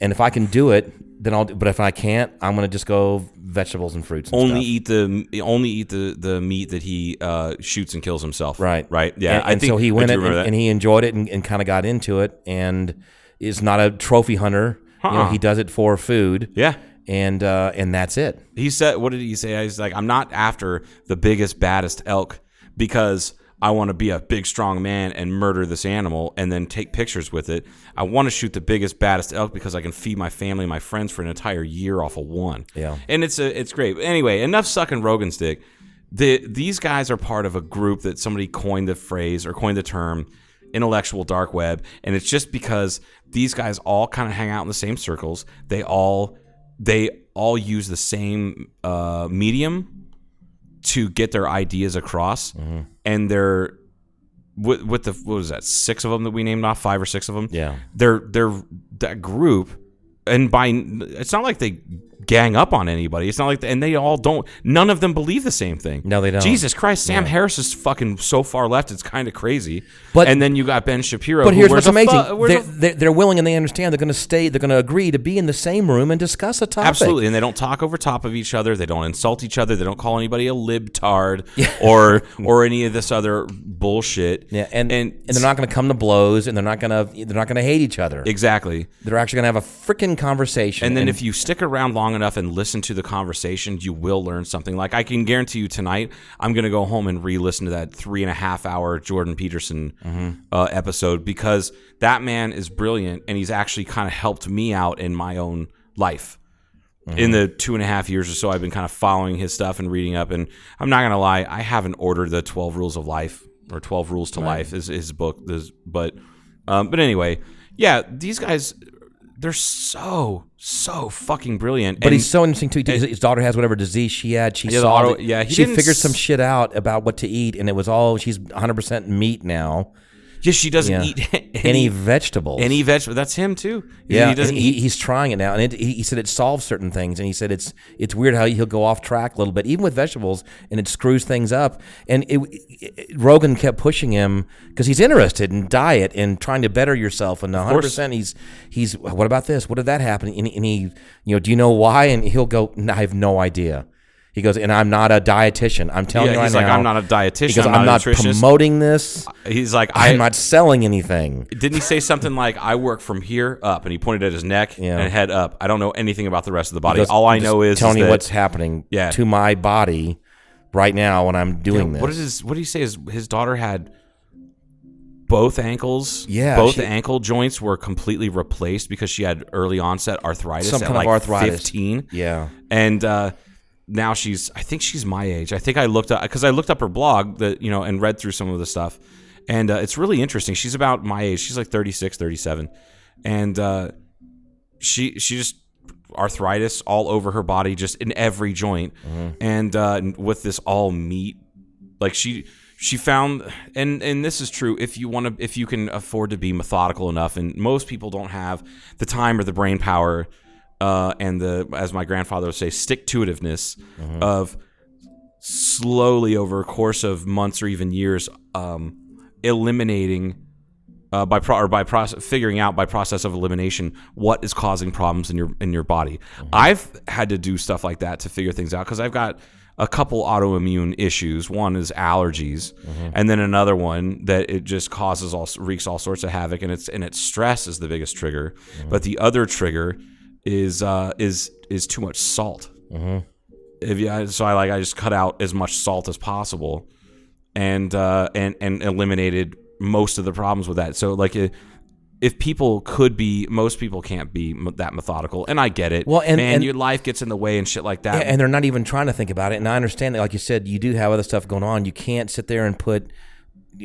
and if I can do it, then I'll. do- But if I can't, I'm going to just go vegetables and fruits. And
only
stuff.
eat the only eat the the meat that he uh, shoots and kills himself.
Right.
Right. Yeah.
And,
I
and
think
so he
I
went
do
it and,
remember that.
and he enjoyed it and, and kind of got into it and is not a trophy hunter. You know,
Huh.
he does it for food.
yeah.
And uh, and that's it.
He said, "What did he say?" He's like, "I'm not after the biggest, baddest elk because I want to be a big, strong man and murder this animal and then take pictures with it. I want to shoot the biggest, baddest elk because I can feed my family, and my friends for an entire year off of one.
Yeah.
and it's a it's great. But anyway, enough sucking Rogan's dick. The, these guys are part of a group that somebody coined the phrase or coined the term intellectual dark web, and it's just because these guys all kind of hang out in the same circles. They all they all use the same uh, medium to get their ideas across, and they're with, with the what was that six of them that we named off five or six of them
Yeah.
they're they're that group and by it's not like they gang up on anybody it's not like and they all don't none of them believe the same thing
No, they don't.
jesus christ sam harris is fucking so far left it's kind of crazy
But-
and then you got ben shapiro
But
who
here's
wears
what's
a fu-
amazing:
wears
they're,
a-
they're, they're willing and they understand. They're going to stay. They're going to agree to be in the same room and discuss a topic.
Absolutely, and they don't talk over top of each other. They don't insult each other. They don't call anybody a libtard <laughs> or or any of this other bullshit.
Yeah, and and, they're not going to come to blows, and they're not going to they're not going to hate each other.
exactly.
They're actually going to have a freaking conversation.
And then if you stick around long enough and listen to the conversation, you will learn something. Like I can guarantee you tonight, I'm going to go home and re-listen to that three and a half hour Jordan Peterson uh, episode because that man is brilliant and he's actually kind of helped me out in my own life. In the two and a half years or so, I've been kind of following his stuff and reading up. And I'm not going to lie, I haven't ordered the 12 Rules of Life or 12 Rules to Life is his book. This, but, um, but anyway, yeah, these guys, they're so, so fucking brilliant.
But he's so interesting too. His, his daughter has whatever disease she had. She
Yeah, the
saw
auto-
the-
yeah, he
she
didn't
figured
s-
some shit out about what to eat, and it was all she's 100 percent meat now.
yeah, she doesn't
Yeah.
eat <laughs> any,
<laughs> Any
any,
vegetables?
vegetable. That's him too.
Yeah,
he doesn't
and he-
eat
he's trying it now, and it, he, he said it solves certain things, and he said it's it's weird how he'll go off track a little bit, even with vegetables, and it screws things up. And it, it- Rogan kept pushing him because he's interested in diet and trying to better yourself. And 100 percent, he's he's what about this? What did that happen? And, he- and he, you know, do you know why? And he'll go, "No, I have no idea. He goes, and I'm not a dietitian. I'm telling
Yeah,
you right
he's like,
now,
"I'm not a dietitian,
He goes,
I'm
I'm,
not
not,
a nutritionist."
promoting this.
He's like, I,
I'm not selling anything.
Didn't he say something like, "I work from here up," and he pointed at his neck
Yeah.
and head up? I don't know anything about the rest of the body.
Because
All I
just
know is
Tony,
is that-
what's happening
Yeah.
to my body right now when I'm doing this.
What is his? What did he say? His, his daughter had both ankles.
Yeah,
both
she-
ankle joints were completely replaced because she had early onset arthritis.
Some
at
kind of
like
arthritis.
Fifteen.
Yeah.
and uh, now she's I think she's my age. I think I looked up because I looked up her blog that you know and read through some of the stuff, and uh, it's really interesting. She's about my age. She's like 36, 37. and uh, she she just arthritis all over her body, just in every joint,
Mm-hmm.
and uh, with this all meat, like she. She found, and and this is true. If you want to, if you can afford to be methodical enough, and most people don't have the time or the brain power uh, and the as my grandfather would say, stick to itiveness of slowly over a course of months or even years, um, eliminating uh, by pro- or by process, figuring out by process of elimination what is causing problems in your in your body. I've had to do stuff like that to figure things out because I've got a couple autoimmune issues. One is allergies, and then another one that it just causes all wreaks all sorts of havoc, and it's and it's stress is the biggest trigger, but the other trigger is uh, is is too much salt. If you, I- so I like I just cut out as much salt as possible and uh, and and eliminated most of the problems with that. So like, i- if people could be, most people can't be m- that methodical, and I get it.
Well, and-
man,
and-
your life gets in the way and shit like that.
and they're not even trying to think about it. And I understand that, like you said, you do have other stuff going on. You can't sit there and put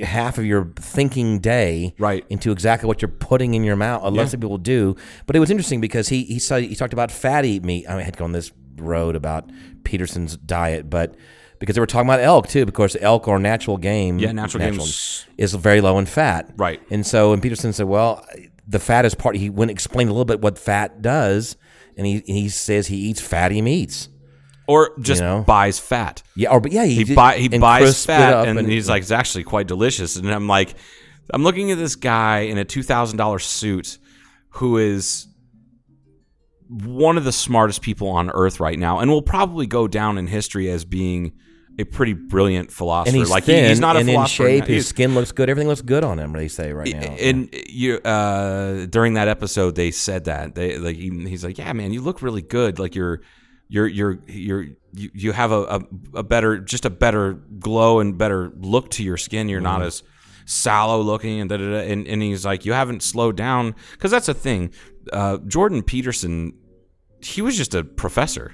half of your thinking day
Right.
into exactly what you're putting in your mouth. Unless
Yeah.
of people do, but it was interesting because he he saw, he talked about fatty meat. I, mean, I had to go on this road about Peterson's diet, but. Because they were talking about elk too, because elk or natural game,
Yeah, natural game is-
is very low in fat,
Right.
And so, and Peterson said, "Well, the fat is part." He went and explained a little bit what fat does, and he he says he eats fatty meats,
or just
you know?
buys fat.
yeah, or but yeah, he,
He
did-
buy, he
and
buys
crisp it
fat,
up
and, he's like, it's actually quite delicious. And I'm like, I'm looking at this guy in a two thousand dollar suit who is one of the smartest people on earth right now, and will probably go down in history as being a pretty brilliant philosopher.
and he's
like he-
thin
he's not a
and in
philosopher.
shape. His
He's-
skin looks good. Everything looks good on him. They say right now.
and you uh during that episode they said that they like he, he's like yeah man you look really good like you're you're you're you're you, you have a, a a better just a better glow and better look to your skin you're
Mm-hmm.
not as sallow looking and da, da, da. and and he's like you haven't slowed down cuz that's a thing uh Jordan Peterson he was just
Mm-hmm.
a professor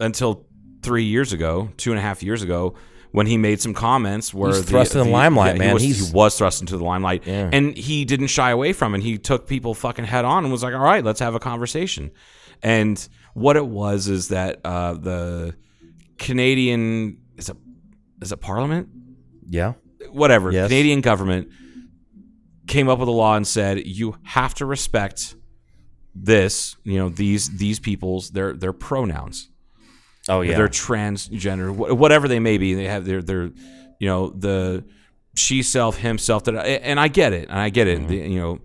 until three years ago, two and a half years ago, when he made some comments where
He's thrust in the limelight,
he
man.
was-
He's-
he was thrust into the limelight,
Yeah.
and he didn't shy away from it. He took people fucking head on and was like, "All right, let's have a conversation." And what it was is that uh, the Canadian is a is it Parliament,
Yeah.
whatever
Yes.
Canadian government came up with a law and said you have to respect this, you know these these people's their their pronouns
Oh
if they're transgender, wh- whatever they may be. They have their their, you know, the she self, himself. That and I get it, and I get it.
Mm-hmm.
The- you know,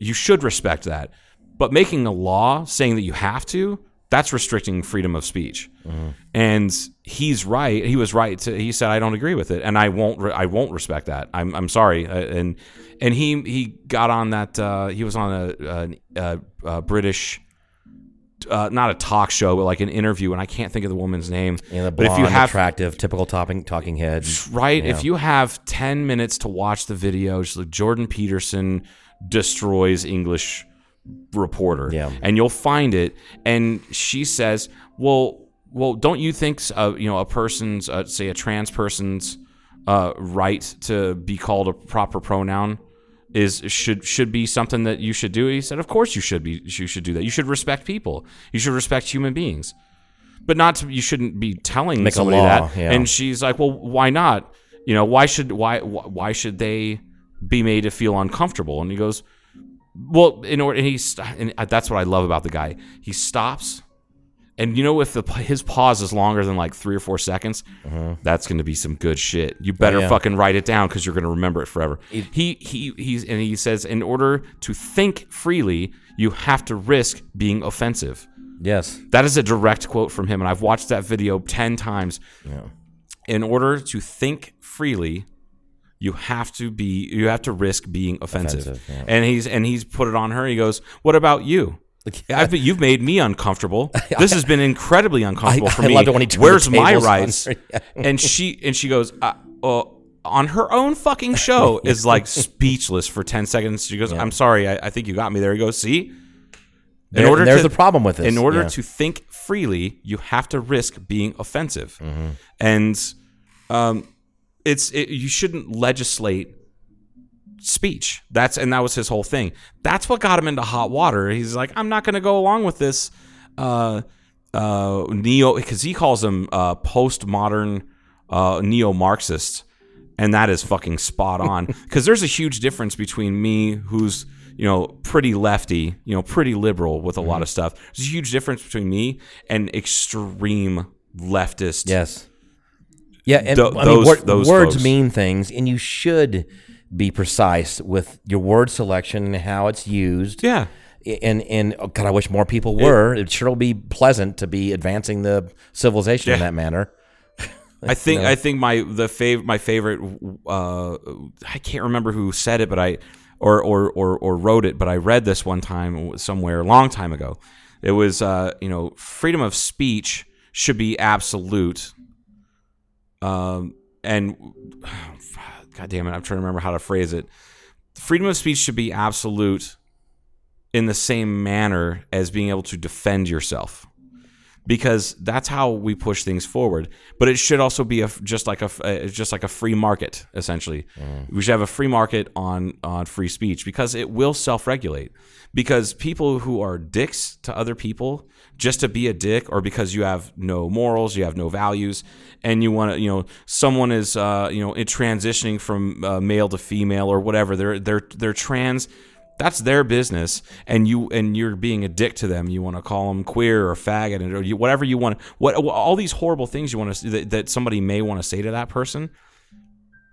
you should respect that. But making a law saying that you have to, that's restricting freedom of speech.
Mm-hmm.
And he's right. He was right. To, he said, "I don't agree with it, and I won't. Re- I won't respect that. I'm, I'm sorry." Uh, And and he he got on that. Uh, he was on a, an uh uh British uh, not a talk show, but like an interview, and I can't think of the woman's name.
And the
but
blonde,
if you have
attractive, typical topping, talking head.
right,
Yeah.
if you have ten minutes to watch the video, just like Jordan Peterson destroys English reporter,
Yeah.
and you'll find it. And she says, "Well, well, don't you think uh, you know a person's, uh, say a trans person's uh, right to be called a proper pronoun?" is should should be something that you should do. He said, "Of course you should be. You should do that. You should respect people. You should respect human beings, but not to, you shouldn't be telling
Make a
somebody
law,
that."
yeah.
And she's like, "Well, why not? You know, why should why why why should they be made to feel uncomfortable?" And he goes, "Well, in order." And he's and that's what I love about the guy. He stops. And you know, if the his pause is longer than like three or four seconds, that's going to be some good shit. You better
yeah.
fucking write it down because you're going to remember it forever. he he he's and he says, in order to think freely, you have to risk being offensive.
Yes.
That is a direct quote from him, and I've watched that video ten times. In order to think freely, you have to be you have to risk being offensive.
Offensive, yeah.
And he's and he's put it on her. He goes, "What about you?" I've been, you've made me
<laughs>
uncomfortable. This has been incredibly uncomfortable
I-
for
I
me.
loved it when he turned
Where's
the
my
tables on
rights?
her. Yeah.
and she and she goes uh, uh, on her own fucking
<laughs>
show is like speechless for ten seconds. She goes, "I'm sorry, I, I think you got me there." He goes, "See."
There- there's the problem with this.
In order
Yeah.
to think freely, you have to risk being offensive,
Mm-hmm.
and um, it's it, you shouldn't legislate speech. That's and that was his whole thing. That's what got him into hot water. He's like, I'm not going to go along with this uh, uh, neo because he calls them uh, postmodern uh, neo Marxists, and that is fucking spot on. Because there's a huge difference between me, who's you know pretty lefty, you know pretty liberal with a lot of stuff. There's a huge difference between me and extreme leftist.
Yes. Yeah, and
Tho-
I mean,
those-
wor-
those
words
folks.
mean things, and you should be precise with your word selection and how it's used.
Yeah.
And and oh, God, I wish more people were. It, sure will be pleasant to be advancing the civilization in
Yeah.
that manner.
I think I think my the fav my favorite uh, I can't remember who said it, but I or, or or or wrote it, but I read this one time somewhere a long time ago. It was uh, you know freedom of speech should be absolute, um, and <sighs> God damn it, I'm trying to remember how to phrase it. Freedom of speech should be absolute in the same manner as being able to defend yourself because that's how we push things forward. But it should also be a just like a uh, just like a free market essentially. We should have a free market on on free speech because it will self regulate. Because people who are dicks to other people just to be a dick, or because you have no morals, you have no values, and you want to you know someone is uh, you know it transitioning from uh, male to female or whatever they're they're they're trans that's their business and you and you're being a dick to them you want to call them queer or faggot and- or you, whatever you want what all these horrible things you want to that, that somebody may want to say to that person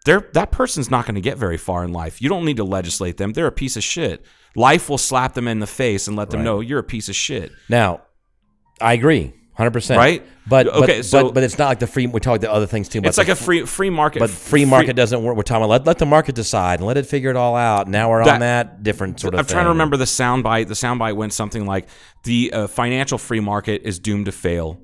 they're, that person's not going to get very far in life. You don't need to legislate them. They're a piece of shit. Life will slap them in the face and let them know you're a piece of shit.
Now, I agree, hundred percent.
Right?
But
Okay,
But,
so-
but but it's not like the free. We talk the other things too much.
It's like a free free market.
But free market doesn't work. We're talking about let, let the market decide and let it figure it all out. Now we're
That-
on that different sort of.
I'm trying to
thing.
remember the soundbite. The soundbite went something like the uh, financial free market is doomed to fail.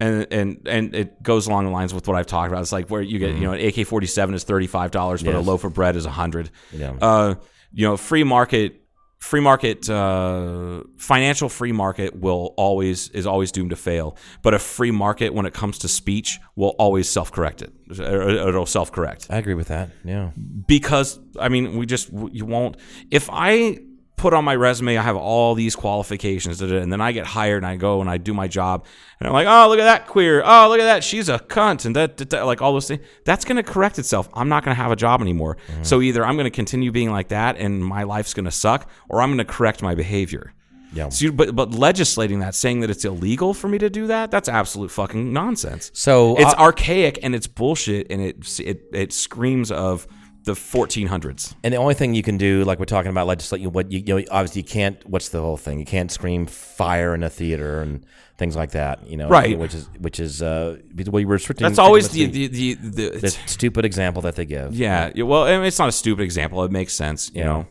And, and and it goes along the lines with what I've talked about. It's like where you get you know an AK forty seven is thirty five dollars, but a
Mm-hmm. Yes.
loaf of bread is a hundred.
Yeah.
Uh, you know, free market free market uh, financial free market will always is always doomed to fail but a free market when it comes to speech will always self-correct it Or it'll self-correct
I agree with that. Yeah.
because I mean, we just you won't. If I put on my resume, I have all these qualifications, da, da, da, and then I get hired and I go and I do my job, and I'm like, oh, look at that queer, oh, look at that, she's a cunt, and that, that, that like all those things. That's gonna correct itself. I'm not gonna have a job anymore. So either I'm gonna continue being like that, and my life's gonna suck, or I'm gonna correct my behavior.
Yeah.
So you, but but legislating that, saying that it's illegal for me to do that, that's absolute fucking nonsense.
So,
it's
uh,
archaic and it's bullshit and it it it screams of the 1400s.
And the only thing you can do, like we're talking about legislation, what you, you know, obviously you can't. What's the whole thing? You can't scream fire in a theater and things like that. You know,
Right.
Which is which is uh, well, you're restricting.
That's always the
freedom of
the the, the,
the stupid example that they give.
yeah. yeah, Well, I mean, it's not a stupid example. It makes sense, you
Yeah.
know.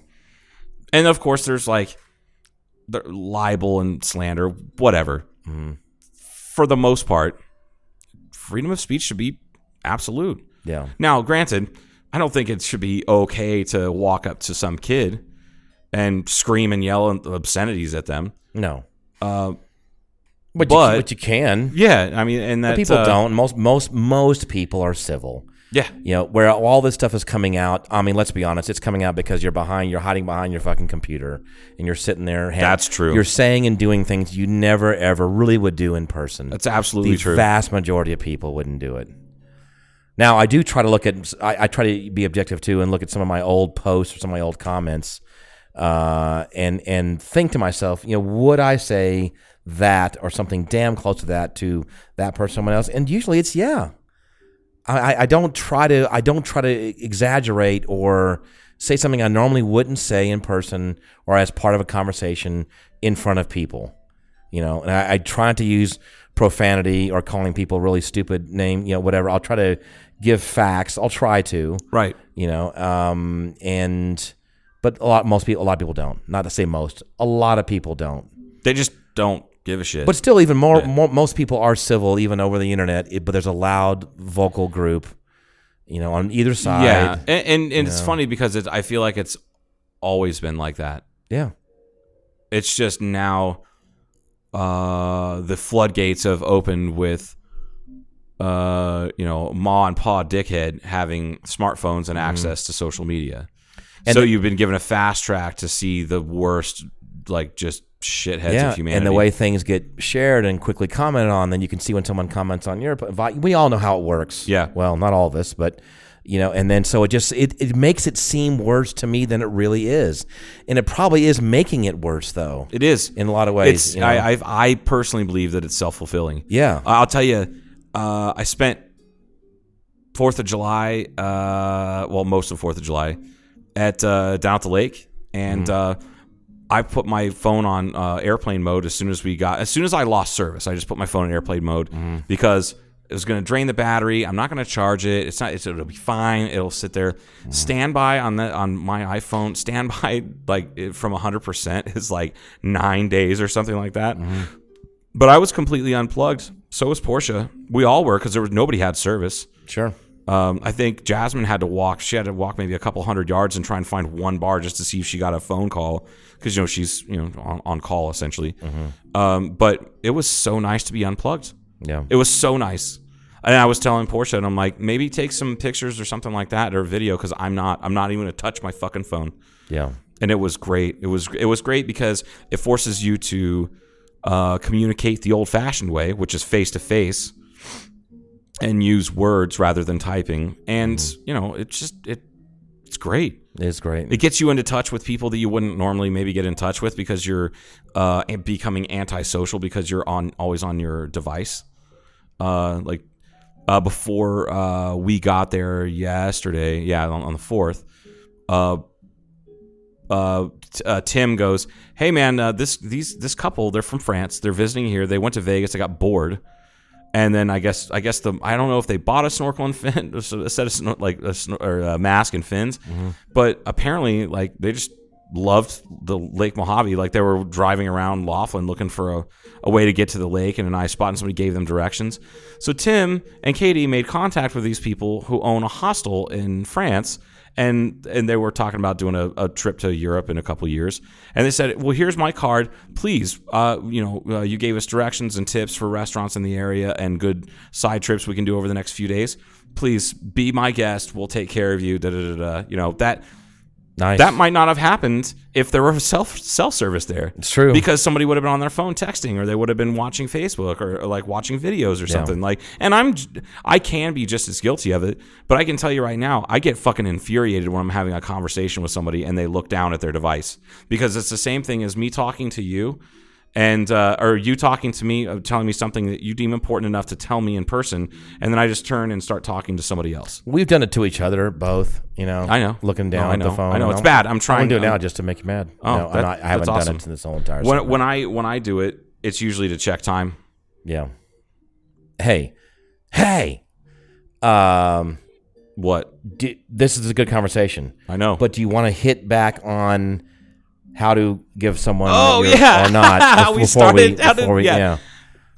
And of course, there's like the libel and slander, whatever. For the most part, freedom of speech should be absolute.
Yeah.
Now, granted, I don't think it should be okay to walk up to some kid and scream and yell obscenities at them.
No.
Uh,
But
But-
you, but you can.
yeah, I mean, and that
But people
uh,
don't. Most most most people are civil.
Yeah,
You know, where all this stuff is coming out. I mean, let's be honest, it's coming out because you're behind, you're hiding behind your fucking computer, and you're sitting there. hand-
That's true.
You're saying and doing things you never ever really would do in person.
That's absolutely
the
true.
Vast majority of people wouldn't do it. Now, I do try to look at. I, I try to be objective too, and look at some of my old posts or some of my old comments, uh, and and think to myself, you know, would I say that or something damn close to that to that person, or someone else? And usually, it's yeah. I, I- I don't try to I don't try to e, exaggerate or say something I normally wouldn't say in person or as part of a conversation in front of people. You know, and I, I try to use profanity or calling people really stupid name, you know, whatever. I'll try to give facts. I'll try to,
right.
you know, um, and but a lot most people a lot of people don't. Not to say most, a lot of people don't.
They just don't give a shit.
But still, even more, more most people are civil even over the internet. It, but there's a loud vocal group, you know, on either side.
yeah, and and, and it's funny because it's, I feel like it's always been like that.
yeah,
It's just now uh, the floodgates have opened with uh, you know ma and pa dickhead having smartphones and access to social media.
Mm-hmm. And
so
the-
you've been given a fast track to see the worst, like just shitheads
yeah.
of humanity.
And the way things get shared and quickly commented on, then you can see when someone comments on your. vi- We all know how it works.
Yeah.
Well, not all of us, but you know, and then so it just it, it makes it seem worse to me than it really is, and it probably is making it worse though.
it is
in a lot of ways,
It's,
you know.
I, I've, I personally believe that it's self fulfilling.
yeah.
I'll tell you, uh, I spent Fourth of July, uh, well, most of Fourth of July, at uh, down at the lake, and uh, I put my phone on uh, airplane mode as soon as we got, as soon as I lost service. I just put my phone in airplane mode because it was going to drain the battery. I'm not going to charge it. It's not. It's, it'll be fine. It'll sit there. Standby on the on my iPhone. Standby like it- from 100 percent is like nine days or something like that. But I was completely unplugged. So was Portia. We all were because there was nobody had service.
sure.
Um, I think Jasmine had to walk. She had to walk maybe a couple hundred yards and try and find one bar just to see if she got a phone call because you know she's you know on, on call essentially. Um, but it was so nice to be unplugged.
Yeah.
It was so nice. And I was telling Portia, and I'm like, maybe take some pictures or something like that or video because I'm not. I'm not even gonna touch my fucking phone
yeah.
and it was great. It was it was great because it forces you to uh, communicate the old-fashioned way, which is face to face, and use words rather than typing. And you know, it just it it's great.
It's great.
It gets you into touch with people that you wouldn't normally maybe get in touch with because you're uh, and becoming antisocial because you're on always on your device. Uh, like uh, before uh, we got there yesterday, yeah, on, on the fourth. Uh, uh, t- uh, Tim goes, "Hey man, uh, this these this couple, they're from France. They're visiting here. They went to Vegas. They got bored." And then I guess I guess the I don't know if they bought a snorkel and fin <laughs> a set of snor- like a, snor- or a mask and fins, but apparently like they just loved the Lake Mojave. Like they were driving around Laughlin looking for a, a way to get to the lake and a nice spot, and somebody gave them directions. So Tim and Katie made contact with these people who own a hostel in France, and and they were talking about doing a, a trip to Europe in a couple years, and they said, "Well, here's my card. Please, uh, you know, uh, you gave us directions and tips for restaurants in the area and good side trips we can do over the next few days. Please be my guest. We'll take care of you." Da da da da. You know that
Nice.
that might not have happened if there were self self service there. It's
true.
because somebody would have been on their phone texting, or they would have been watching Facebook, or, or like watching videos or something. Like, and I'm j- I can be just as guilty of it, but I can tell you right now, I get fucking infuriated when I'm having a conversation with somebody and they look down at their device because it's the same thing as me talking to you. And uh, or you talking to me, uh, telling me something that you deem important enough to tell me in person, and then I just turn and start talking to somebody else.
We've done it to each other, both. You know,
I know.
Looking
No,
down
I
at
know.
the phone.
I know.
and
It's
all.
bad. I'm trying-
I to do it now
I'm-
just to make you mad.
Oh,
no, I'm
that-
not- I
that's
haven't
awesome.
done it to this whole entire.
When,
summer.
when I when I do it, it's usually to check time.
yeah. Hey, hey. Um,
What?
do, this is a good conversation.
I know.
But do you want to hit back on how to give someone?
Oh,
your-
yeah.
or not?
We
before
started- <laughs>
We,
how did-
before we,
yeah.
yeah.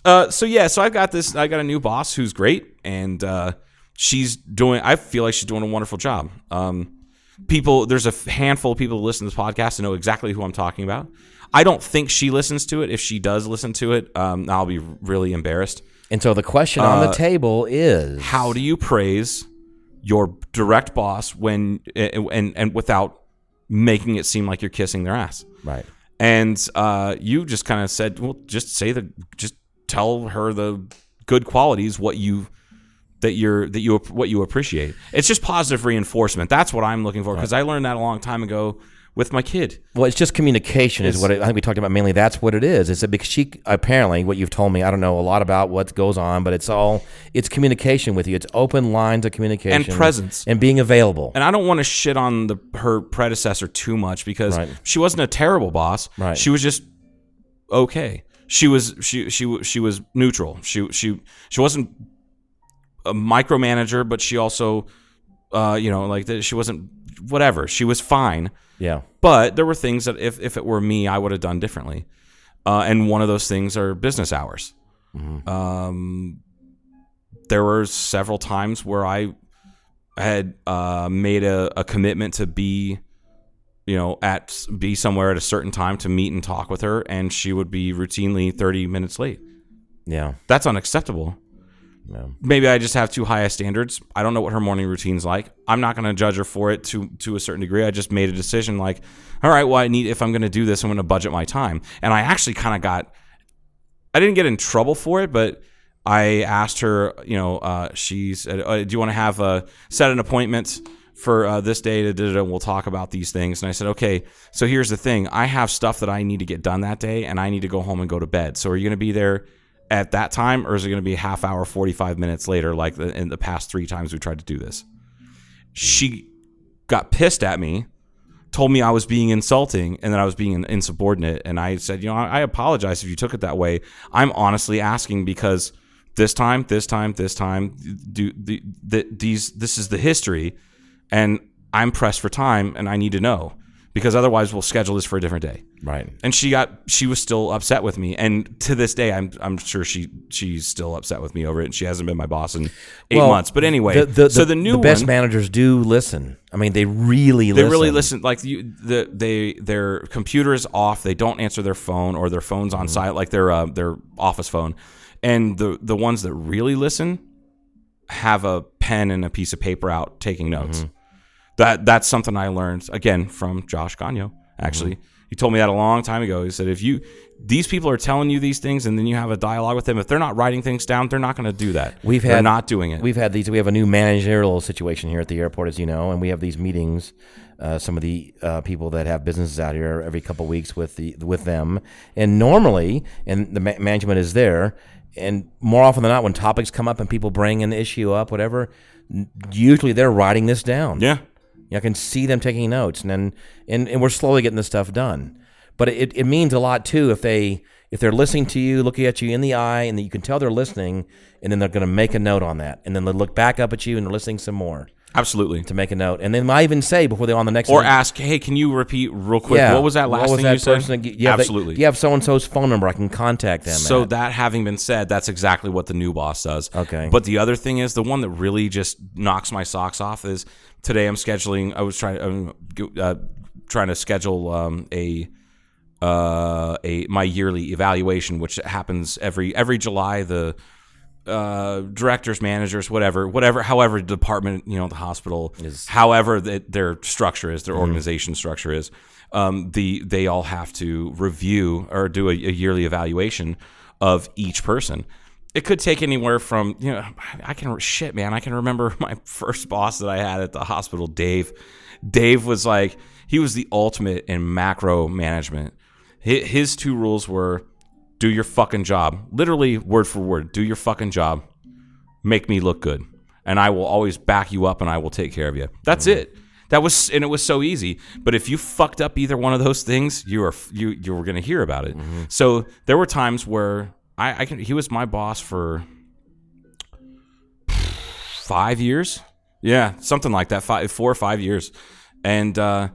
Uh, so yeah, so I've got this. I got a new boss who's great, and uh, she's doing. I feel like she's doing a wonderful job. Um, people, there's a f- handful of people who listen to this podcast and know exactly who I'm talking about. I don't think she listens to it. If she does listen to it, um, I'll be really embarrassed.
And so the question on the table is
Uh, How do you praise your direct boss when and and, and without making it seem like you're kissing their ass?
right.
and uh, you just kind of said, "Well, just say the, just tell her the good qualities, what you that you're that you what you appreciate." It's just positive reinforcement. That's what I'm looking for because I learned that a long time ago with my kid.
Well, it's just communication is what it, I think we talked about mainly. That's what it is. Is that because she apparently what you've told me? I don't know a lot about what goes on, but it's all it's communication with you. It's open lines of communication
And presence.
and being available.
And I don't want to shit on the her predecessor too much because
Right.
she wasn't a terrible boss.
Right.
She was just okay. She was she she she was neutral. She she she wasn't a micromanager, but she also uh, you know like that she wasn't whatever. She was fine,
yeah,
but there were things that if if it were me, I would have done differently. Uh, and one of those things are business hours. Um, there were several times where I had uh, made a, a commitment to be, you know, at be somewhere at a certain time to meet and talk with her, and she would be routinely thirty minutes late.
yeah,
That's unacceptable.
yeah.
Maybe I just have too high a standards. I don't know what her morning routine's like. I'm not going to judge her for it to to a certain degree. I just made a decision like, all right, well, I need if I'm going to do this, I'm going to budget my time. And I actually kind of got I didn't get in trouble for it, but I asked her, you know, uh, she said, uh, "Do you want to have a set an appointment for uh, this day?" Da, da, da, we'll talk about these things. And I said, "Okay, so here's the thing: I have stuff that I need to get done that day, and I need to go home and go to bed. So are you going to be there?" At that time, or is it going to be a half hour, 45 minutes later, like the, in the past three times we tried to do this? She got pissed at me told me I was being insulting and that I was being insubordinate. And I said, you know, I, I apologize if you took it that way. I'm honestly asking because this time, this time, this time, do the, the these this is the history, and I'm pressed for time, and I need to know because otherwise we'll schedule this for a different day.
Right.
And she got she was still upset with me, and to this day, I'm I'm sure she she's still upset with me over it. And she hasn't been my boss in eight
Well,
months. But anyway,
the, the,
so the, new
best
one,
managers do listen. I mean, they really
they
listen.
really listen like you the, they their computer is off they don't answer their phone or their phone's
Mm-hmm.
on site like their uh, their office phone and the the ones that really listen have a pen and a piece of paper out taking notes
Mm-hmm.
that that's something i learned again from josh gagno
Mm-hmm.
actually he told me that a long time ago he said if you these people are telling you these things and then you have a dialogue with them if they're not writing things down they're not going to do that
We've
they're
had
not doing it
We've had these. We have a new managerial situation here at the airport, as you know, and we have these meetings. Uh, some of the uh, people that have businesses out here every couple of weeks with the with them, and normally, and the ma- management is there, and more often than not, when topics come up and people bring an issue up, whatever, n- usually they're writing this down.
yeah
I can see them taking notes, and then and, and we're slowly getting this stuff done. But it, it means a lot too if they if they're listening to you, looking at you in the eye, and you can tell they're listening, and then they're going to make a note on that, and then they look back up at you and they're listening some more.
Absolutely.
to make a note, and then I even say before they're on the next
Or
one,
ask, hey, can you repeat real quick?
yeah,
what was that last
what was
thing
that
you said?
person that- you have that-
Absolutely.
you have so and so's phone number. I can contact them.
So
at.
that having been said, that's exactly what the new boss does.
Okay.
But the other thing is the one that really just knocks my socks off is today I'm scheduling. I was trying um, go- uh, trying to schedule um, a uh, a my yearly evaluation, which happens every every July. The uh, directors, managers, whatever, whatever, however department you know the hospital is, however that their structure is, their organization structure is, um, the they all have to review or do a, a yearly evaluation of each person. It could take anywhere from you know I can shit man I can remember <laughs> my first boss that I had at the hospital Dave. Dave was like he was the ultimate in macro management. Hi- His two rules were do your fucking job. Literally, word for word, do your fucking job. Make me look good. And I will always back you up and I will take care of you. That's it. That was and it was so easy. But if you fucked up either one of those things, you are you you were gonna hear about it. So there were times where I, I can he was my boss for five years. Yeah, something like that. Five, four or five years. And uh,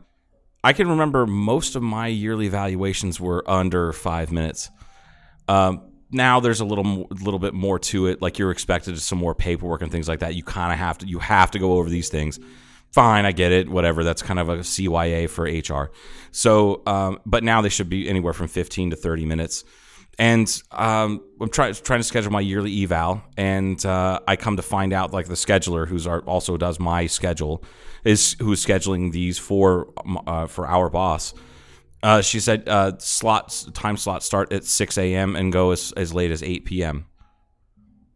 I can remember most of my yearly evaluations were under five minutes. Um, now there's a little mo- little bit more to it. Like you're expected to some more paperwork and things like that. You kind of have to you have to go over these things. Fine, I get it. Whatever. That's kind of a CYA for HR. So, um, but now they should be anywhere from 15 to 30 minutes. And um, I'm trying trying to schedule my yearly eval, and uh, I come to find out like the scheduler who's our, also does my schedule is who's scheduling these for um, uh, for our boss. Uh, she said uh, slots time slots start at 6 a.m. and go as, as late as 8 p.m.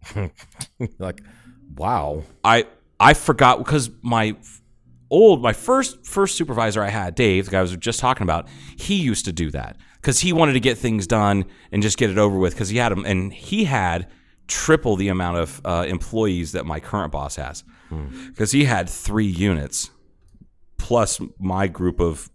<laughs> like, wow,
I I forgot because my f- old my first first supervisor I had Dave the guy I was just talking about he used to do that because he wanted to get things done and just get it over with because he had them and he had triple the amount of uh, employees that my current boss has because he had three units plus my group of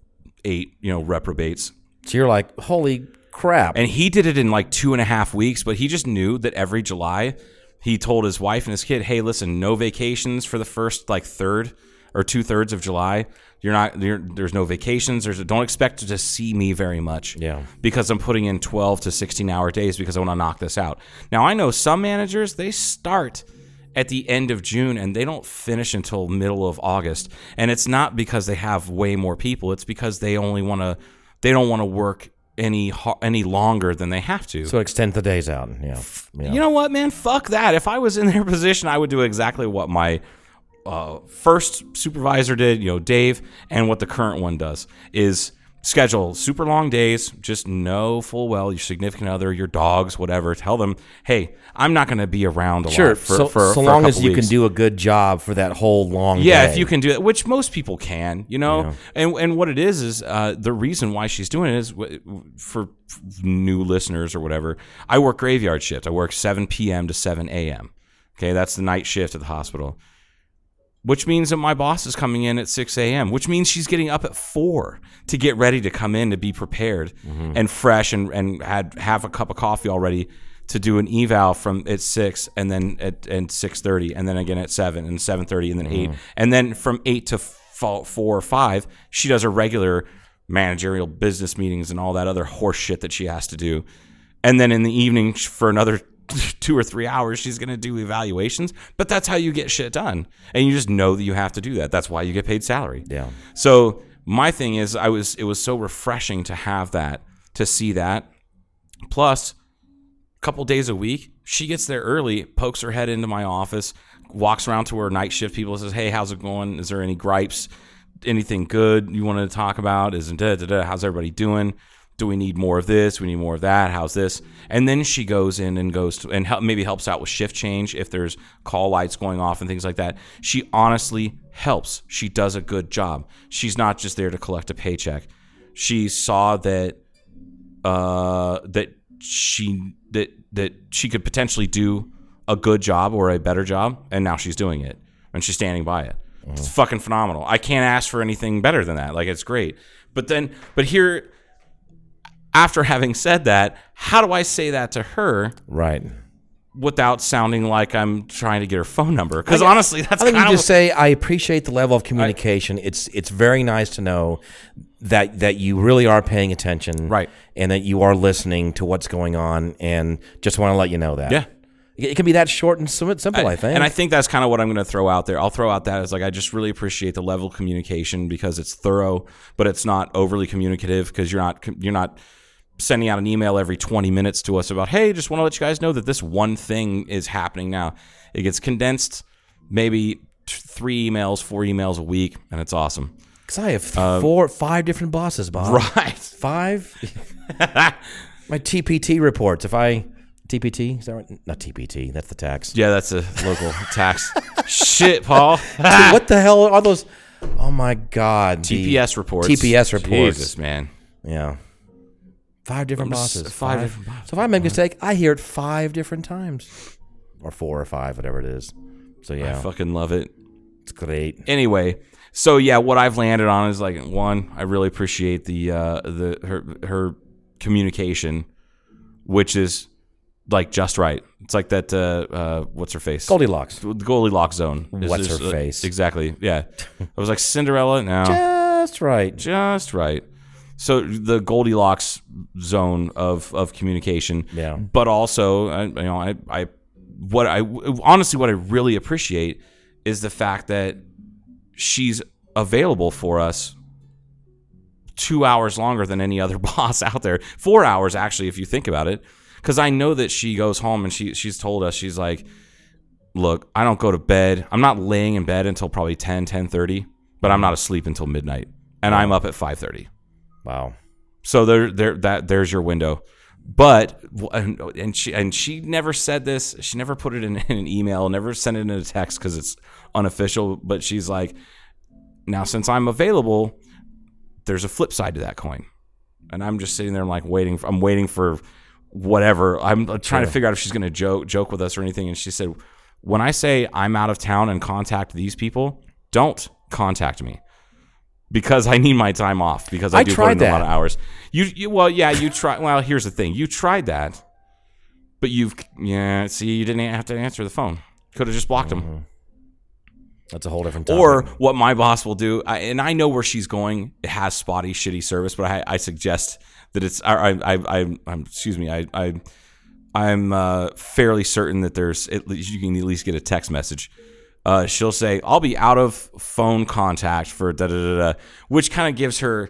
eight you know reprobates
so you're like, holy crap.
And he did it in like two and a half weeks, but he just knew that every July he told his wife and his kid, hey, listen, no vacations for the first like third or two thirds of July. You're not, you're, there's no vacations. There's, don't expect to see me very much.
Yeah.
Because I'm putting in 12 to 16 hour days because I want to knock this out. Now, I know some managers, they start at the end of June and they don't finish until middle of August. And it's not because they have way more people. It's because they only want to they don't want to work any ho- any longer than they have to.
so extend the days out. Yeah, yeah.
you know what, man? Fuck that. If I was in their <laughs> position, I would do exactly what my uh, first supervisor did, you know, Dave, and what the current one does is schedule super long days. Just know full well your significant other, your dogs, whatever. Tell them, hey, I'm not going to be around a
sure.
lot for,
so,
for
so
for a
long as
couple
you
weeks.
can do a good job for that whole long.
Yeah, if
day.
you can do that, which most people can, you know. And and what it is is uh, the reason why she's doing it is w- w- for new listeners or whatever. I work graveyard shift. I work 7 p.m. to 7 a.m. Okay, that's the night shift at the hospital. Which means that my boss is coming in at 6 a.m., which means she's getting up at 4 to get ready to come in to be prepared and fresh and, and had have a cup of coffee already to do an eval from at 6 and then at and 6.30 and then again at 7 and 7.30 and then 8 and then from 8 to fo- 4 or 5 she does her regular managerial business meetings and all that other horse shit that she has to do and then in the evening sh- for another <laughs> two or three hours she's going to do evaluations but that's how you get shit done and you just know that you have to do that that's why you get paid salary
Yeah.
so my thing is i was it was so refreshing to have that to see that plus a couple days a week she gets there early pokes her head into my office walks around to her night shift people says hey how's it going is there any gripes anything good you wanted to talk about is da, da, da, how's everybody doing do we need more of this we need more of that how's this and then she goes in and goes to, and help, maybe helps out with shift change if there's call lights going off and things like that she honestly helps she does a good job she's not just there to collect a paycheck she saw that uh, that she that that she could potentially do a good job or a better job, and now she's doing it and she's standing by it.
Mm.
It's fucking phenomenal. I can't ask for anything better than that. Like it's great. But then, but here, after having said that, how do I say that to her
right.
without sounding like I'm trying to get her phone number. Because
I-
honestly, that's
I think you
kind of
just say I appreciate the level of communication. it's it's very nice to know that that you really are paying attention,
Right.
and that you are listening to what's going on, and just want to let you know that.
Yeah.
it it can be that short and sim- simple. I, think,
And I think that's kind of what I'm going to throw out there. I'll throw out that as like I just really appreciate the level of communication because it's thorough, but it's not overly communicative because you're not you're not sending out an email every 20 minutes to us about hey, just want to let you guys know that this one thing is happening now. It gets condensed, maybe t- three emails, four emails a week, and it's awesome. <laughs>
because I have th- four, five different bosses, Bob.
Um, Right. <laughs>
Five. My TPT reports. If I TPT, is that right? Not TPT. That's the tax.
Yeah, that's a local
<laughs>
tax. Shit, Paul. <laughs>
what the hell are those? Oh my God! the
TPS reports.
TPS reports.
Jesus, man.
Yeah. Five different
s-
bosses.
five different bosses.
So if I make a mistake, I hear it five different times, or four or five, whatever it is. So yeah,
I fucking love it.
it's great.
anyway, so yeah, what I've landed on is like one, I really appreciate the uh the her her communication, which is like just right. It's like that uh uh what's her face?
Goldilocks.
The Goldilocks zone. Is-
What's
is-
her face?
Exactly. Yeah. I was like Cinderella now.
<laughs>
uh.
That's right.
just right. So the Goldilocks zone of of communication,
Yeah.
But also, I, you know, I, I what I honestly what I really appreciate is the fact that she's available for us two hours longer than any other <laughs> boss out there. Four hours actually, if you think about it, because I know that she goes home and she she's told us she's like, look, I don't go to bed. I'm not laying in bed until probably 10, 10.30, but I'm not asleep until midnight. And I'm up at 5.30.
Wow.
So there, there, that there's your window. But and and she and she never said this. She never put it in, <laughs> in an email. Never sent it in a text because it's unofficial. But she's like, now since I'm available, there's a flip side to that coin, and I'm just sitting there. I'm like waiting. For, I'm waiting for whatever. I'm uh, trying to figure out if she's gonna joke joke with us or anything. And she said, when I say I'm out of town and contact these people, don't contact me because I need my time off because I,
I
do put
tried
in a lot
that.
of hours. You, you well, yeah, you try. Well, here's the thing: you tried that, but you've yeah. See, you didn't have to answer the phone. Could have just blocked
Mm-hmm.
him.
That's a whole different. Topic.
Or what my boss will do, I, and I know where she's going. It has spotty, shitty service, but I, I suggest that it's. I, I, I, I I'm, excuse me. I, I, I'm uh, fairly certain that there's at least you can at least get a text message. Uh, she'll say, "I'll be out of phone contact for da da da da," which kind of gives her,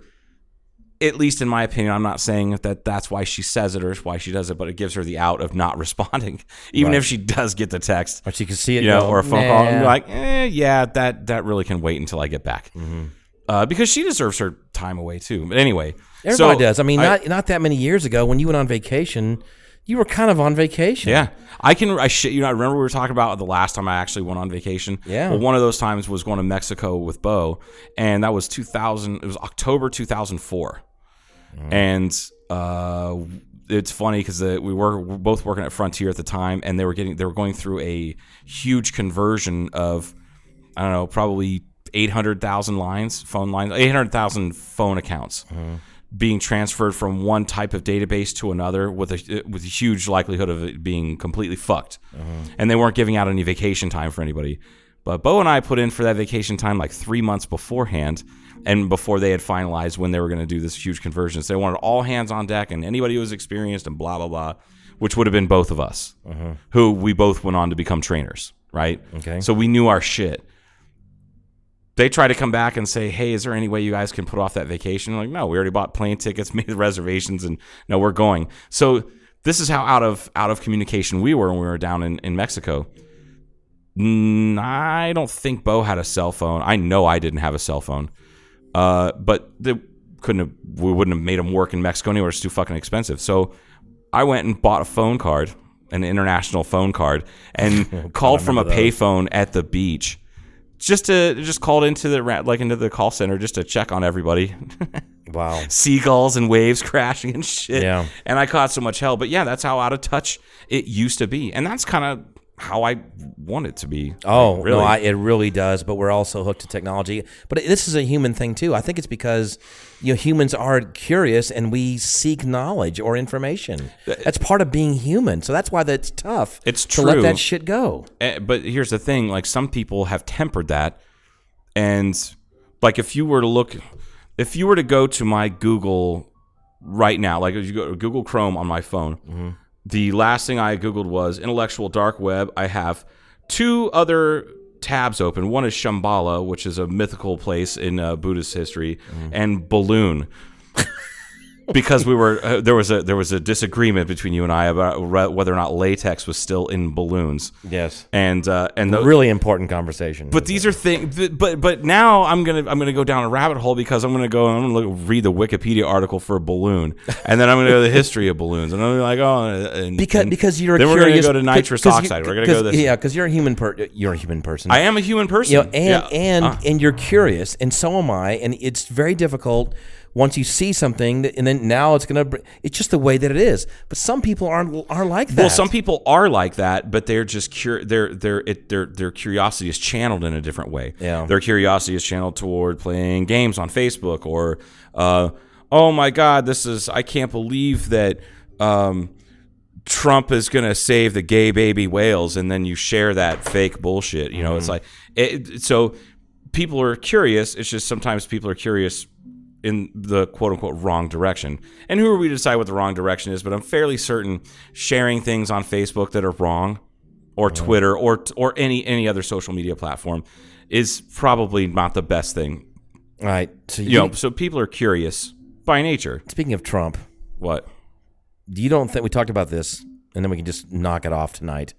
at least in my opinion, I'm not saying that that's why she says it or why she does it, but it gives her the out of not <laughs> responding, even
Right.
if she does get the text
but you can see it.
you know,
go,
or a phone
"Nah."
call, and you're like, eh, yeah, that that really can wait until I get back, uh, because she deserves her time away too. But anyway,
everybody
so
does. I mean, not not that many years ago when you went on vacation, you were kind of on vacation.
yeah, I can. I shit you know. I remember we were talking about the last time I actually went on vacation.
Yeah.
well, one of those times was going to Mexico with Bo, and that was 2000. It was October 2004,
Mm.
and. Uh, it's funny because we were, we were both working at Frontier at the time, and they were getting they were going through a huge conversion of I don't know, probably 800,000 lines, phone lines, 800,000 phone accounts
Mm-hmm.
being transferred from one type of database to another with a with a huge likelihood of it being completely fucked. And they weren't giving out any vacation time for anybody. But Bo and I put in for that vacation time like 3 months beforehand and before they had finalized when they were going to do this huge conversion. So they wanted all hands on deck and anybody who was experienced and blah blah blah, which would have been both of us. Who we both went on to become trainers, right?
Okay.
So we knew our shit they try to come back and say, "Hey, is there any way you guys can put off that vacation?" Like, no, we already bought plane tickets, <laughs> made the reservations, and no, we're going. So this is how out of out of communication we were when we were down in in Mexico. Mm, I don't think Bo had a cell phone. I know I didn't have a cell phone, uh, but they couldn't have. We wouldn't have made them work in Mexico anywhere. It's too fucking expensive. So I went and bought a phone card, an international phone card, and called from a payphone at the beach just to just called into the ra- like into the call center just to check on everybody. <laughs>
Wow.
Seagulls and waves <laughs> crashing and shit.
Yeah.
And I caught so much hell, but yeah, that's how out of touch it used to be, and that's kind of how I want it to be.
Oh,
Like,
no, I, it really does. But we're also hooked to technology. But this is a human thing too. I think it's because you know, humans are curious and we seek knowledge or information. That's part of being human. So that's why that's tough.
It's
to let
true.
that shit go.
Eh, but here's the thing like some people have tempered that and like if you were to look if you were to go to my google right now like if you go to google chrome on my phone the last thing i googled was intellectual dark web i have two other tabs open one is shambhala which is a mythical place in uh, buddhist history and balloon because we were uh, there was a there was a disagreement between you and I about re- whether or not latex was still in balloons
Yes.
and uh, and the,
Really important conversation.
but these are things. But but now I'm gonna I'm gonna go down a rabbit hole because I'm gonna go and I'm gonna look, read the Wikipedia article for a balloon, and then I'm gonna go to the history of balloons, and I'm like oh, and,
because
and
because you're a
then
curious,
we're gonna go to nitrous
'cause you-
oxide. We're gonna go
'cause-
this.
Yeah, because you're a human per- you're a human person.
I am a human person.
you know, and
Yeah.
and
Uh,
and you're curious, and so am I, and it's very difficult once you see something, that, and then now it's gonna. br- It's just the way that it is. But some people aren't are like that.
well, some people are like that, but they're just cur- their their it, their their curiosity is channeled in a different way.
Yeah.
their curiosity is channeled toward playing games on Facebook or, uh, oh my God, this is I can't believe that. Um, Trump is going to save the gay baby whales, and then you share that fake bullshit. You know, it's like
Mm-hmm.
it, so people are curious. It's just sometimes people are curious in the quote unquote wrong direction. And who are we to decide what the wrong direction is? But I'm fairly certain sharing things on Facebook that are wrong, or Twitter, or or any any other social media platform, is probably not the best thing.
All right. So you,
You know, so people are curious by nature.
speaking of Trump,
What?
you don't think we talked about this, and then we can just knock it off tonight.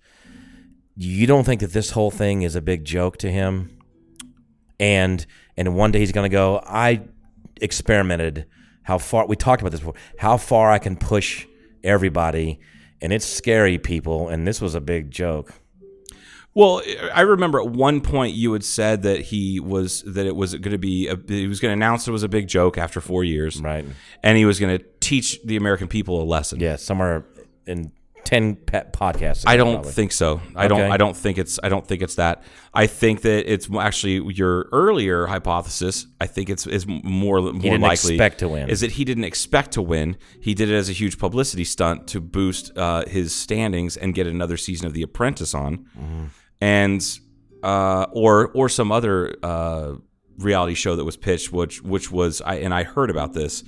You don't think that this whole thing is a big joke to him, and and one day he's gonna go. I experimented how far we talked about this before. How far I can push everybody, and it's scary, people. And this was a big joke.
Well, I remember at one point you had said that he was that it was going to be a, he was going to announce it was a big joke after four years,
Right.
And he was going to teach the American people a lesson.
Yeah, somewhere in ten pet podcasts.
I don't
probably.
think so. I don't.
Okay.
I don't think it's. I don't think it's that. I think that it's actually your earlier hypothesis. I think it's is more more
didn't
likely
expect to win.
Is that he didn't expect to win? He did it as a huge publicity stunt to boost uh, his standings and get another season of The Apprentice on,
Mm-hmm.
and uh, or or some other uh, reality show that was pitched, which which was I and I heard about this.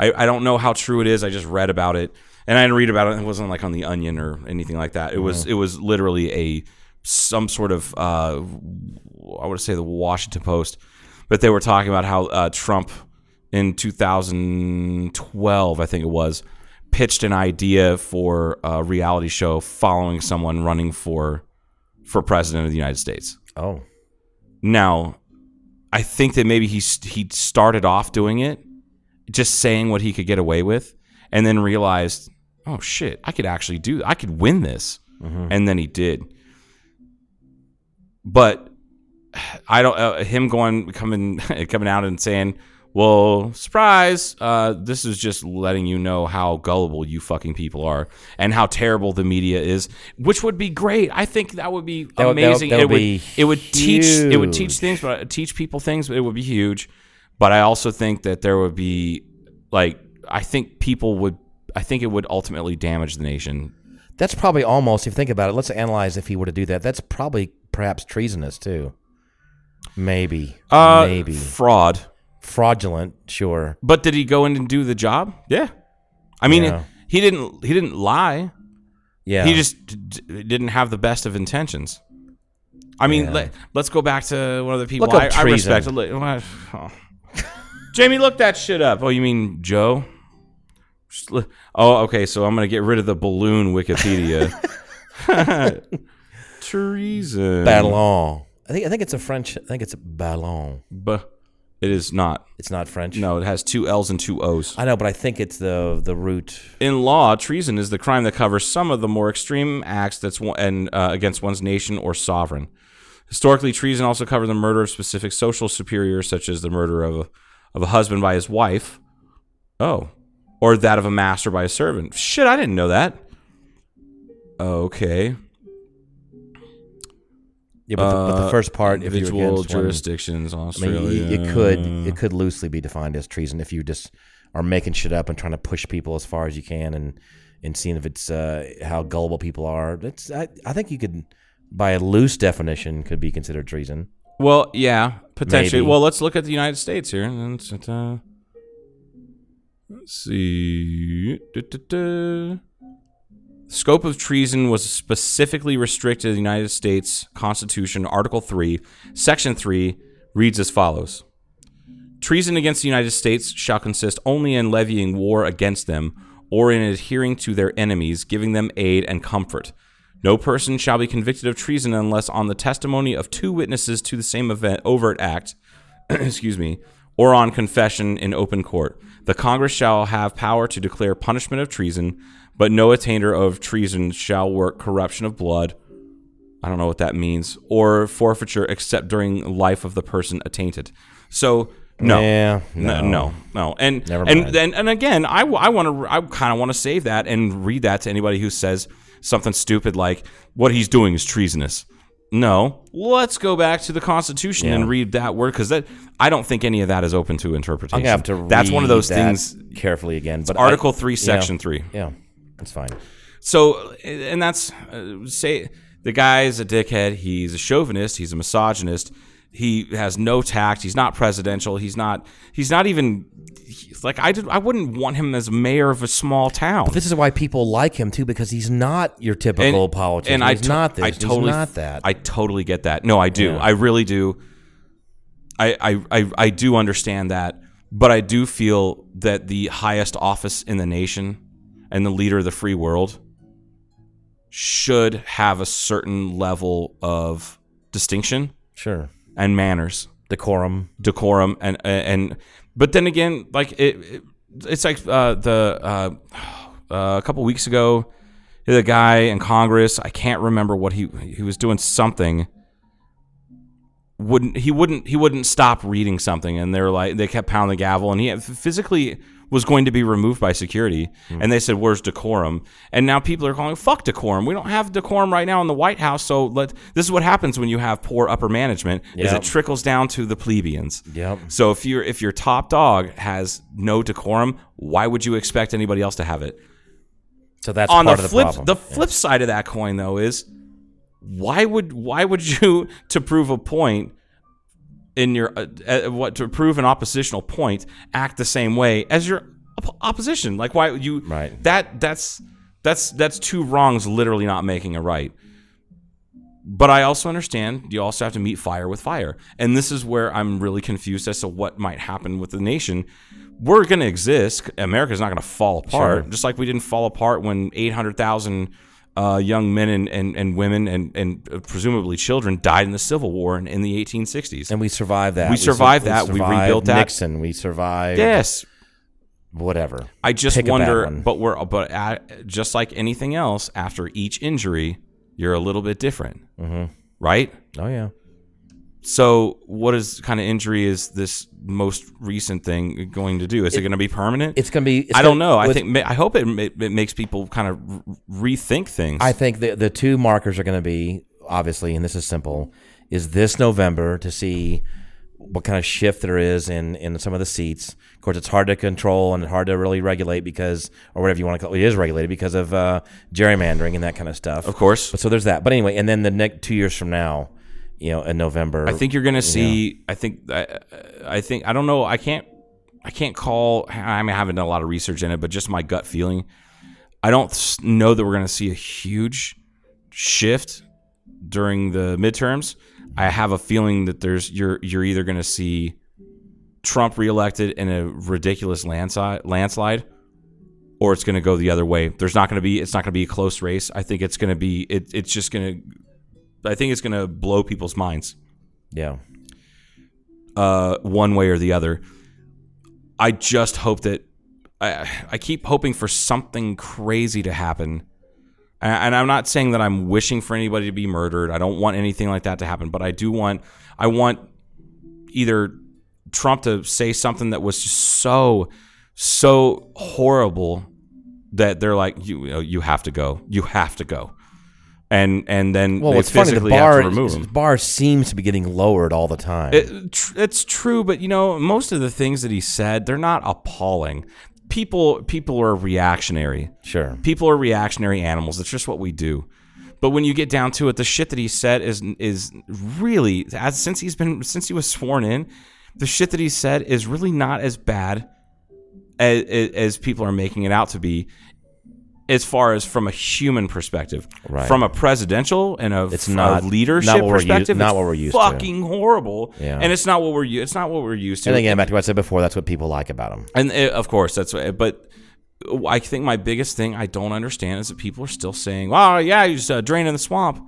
I, I don't know how true it is. I just read about it, and I didn't read about it. It wasn't like on the Onion or anything like that. It
Mm-hmm.
was it was literally a some sort of uh, I would say the Washington Post, but they were talking about how uh, Trump in 2012, I think it was, pitched an idea for a reality show following someone running for for president of the United States.
Oh,
Now, I think that maybe he st- he started off doing it, just saying what he could get away with, and then realized, oh shit, I could actually do, I could win this, and then he did. But I don't uh, him going coming <laughs> coming out and saying, well, surprise, uh, this is just letting you know how gullible you fucking people are and how terrible the media is, which would be great. I think that would be
That would- that would-
amazing.
that would
it would
be
it would teach it would
huge.
teach things, but teach people things. But it would be huge. But I also think that there would be like I think people would. I think it would ultimately damage the nation.
that's probably almost. If you think about it, let's analyze if he were to do that. That's probably perhaps treasonous too. Maybe,
Uh,
maybe
fraud.
fraudulent. Sure.
But did he go in and do the job? Yeah. I mean,
Yeah.
he didn't. He didn't lie.
Yeah.
He just d- d- didn't have the best of intentions. I mean,
Yeah.
let, let's go back to one of the people
Look up
I, I respect.
treason.
Li- what? Oh. Jamie, look that shit up. Oh, you mean Joe? Just li- Oh, okay. So I'm gonna get rid of the balloon
<laughs>
Wikipedia. <laughs> treason.
ballon. I think I think it's a French. I think it's ballon.
B- it is not.
It's not French.
No, it has two L's and two O's.
I know, but I think it's the the root.
in law, treason is the crime that covers some of the more extreme acts that's one, and uh, against one's nation or sovereign. Historically, treason also covered the murder of specific social superiors, such as the murder of a, of a husband by his wife. Oh, or that of a master by a servant. Shit, I didn't know that. Okay.
Yeah, but, the, but the first part, if you
Uh, individual
against one,
jurisdictions,
I mean,
Australia.
y- y- it could it could loosely be defined as treason if you just are making shit up and trying to push people as far as you can and and seeing if it's uh, how gullible people are. It's I, I think you could by a loose definition could be considered treason.
Well, yeah, potentially.
Maybe.
Well, let's look at the United States here. and Let's, uh, let's see. Du-du-du. Scope of treason was specifically restricted to the United States Constitution, Article 3, Section 3 reads as follows. Treason against the United States shall consist only in levying war against them or in adhering to their enemies, giving them aid and comfort. No person shall be convicted of treason unless on the testimony of two witnesses to the same event, overt act, <clears throat> excuse me, or on confession in open court. The Congress shall have power to declare punishment of treason, but no attainder of treason shall work corruption of blood. I don't know what that means, or forfeiture except during life of the person attainted. So no,
Yeah,
no,
no.
no, no. and
Never
and
mind.
then and again, I, want to I kind of want to save that and read that to anybody who says something stupid like what he's doing is treasonous. No, let's go back to the Constitution and
Yeah.
read that word because that I don't think any of that is open to
I'm
interpretation.
gonna have to.
That's one of
read
those
that
things.
carefully again. But I-
Article three,
yeah.
section three.
Yeah, it's fine.
So, and that's uh, say the guy's a dickhead. He's a chauvinist. He's a misogynist. He has no tact. He's not presidential. He's not. He's not even. He's like I did. I wouldn't want him as mayor of a small town.
This is why people like him too, because he's not your typical politician.
and
he's
to-
not this.
I totally,
he's not that.
I totally get that. No, I do.
Yeah.
I really do. I, I, I, I do understand that, but I do feel that the highest office in the nation and the leader of the free world should have a certain level of distinction
sure,
and manners
decorum.
decorum and and but then again like it, it- it's like uh the uh, uh a couple weeks ago the guy in congress i can't remember what he he was doing something wouldn't he wouldn't he wouldn't stop reading something and they're like they kept pounding the gavel and he physically was going to be removed by security and they said where's decorum and now people are calling fuck decorum we don't have decorum right now in the white house so let this is what happens when you have poor upper management is it
Yep.
trickles down to the plebeians
Yep.
so if your if your top dog has no decorum why would you expect anybody else to have it
So that's
on the
part of the
flip
problem.
the, flip side of that coin though is why would why would <laughs> you to prove a point in your uh, uh, what to prove an oppositional point act the same way as your op- opposition like why would you
Right.
that that's that's that's two wrongs literally not making a right but I also understand you also have to meet fire with fire. And this is where I'm really confused as to what might happen with the nation. We're going to exist. America's not going to fall apart,
Sure.
just like we didn't fall apart when 800,000 uh, young men and, and, and women and, and uh, presumably children died in the Civil War in, in the 1860s.
and we survived that.
We
sur-
survived that. We rebuilt that.
Nixon. We survived.
yes.
Whatever.
I just
Pick a bad
wonder,
one.
but we're but at, just like anything else, after each injury, you're a little bit different, mm-hmm. right?
Oh yeah.
So, what is kind of injury is this most recent thing going to do? Is it, going to be permanent?
It's gonna be. it's
I don't
gonna-
know. I
with-
think ma- I hope it, ma- it makes people kind of re- rethink things.
I think the the two markers are going to be obviously, and this is simple, is this November to see what kind of shift there is in in some of the seats. Of course, it's hard to control and hard to really regulate because, or whatever you want to call it, it is regulated because of uh, gerrymandering and that kind of stuff.
of course,
But so there's that. But anyway, and then the next two years from now, you know, in November,
I think you're going to see. I think I, I think I don't know. I can't. I can't call. I mean, I haven't done a lot of research in it, but just my gut feeling. I don't s- know that we're going to see a huge shift during the midterms. I have a feeling that there's you're you're either going to see Trump reelected in a ridiculous landslide, landslide, or it's going to go the other way. There's not going to be it's not going to be a close race. I think it's going to be it, it's just going to I think it's going to blow people's minds
yeah,
uh, one way or the other. I just hope that I, I keep hoping for something crazy to happen. And- And I'm not saying that I'm wishing for anybody to be murdered. I don't want anything like that to happen, but I do want I want either Trump to say something that was just so so horrible that they're like you you know, you have to go. You have to go. and and then
Well,
they
what's funny, the
physically
bar,
have to remove
the
them.
bar seems to be getting lowered all the time.
It, tr- it's true, but you know, most of the things that he said, they're not appalling. People people are reactionary.
sure.
People are reactionary animals. It's just what we do. But when you get down to it, the shit that he said is is really as since he's been since he was sworn in, the shit that he said is really not as bad as, as people are making it out to be. As far as from a human perspective,
Right.
from a presidential and a,
It's
a
not-
leadership
not what we're u-
perspective,
not
it's
what we're used to.
fucking horrible.
Yeah.
and it's not what we're u- it's not what we're used to.
And again, back to what I said before, that's what people like about him.
And uh, of course, that's what, but I think my biggest thing I don't understand is that people are still saying, "Wow, yeah, he's uh, draining the swamp."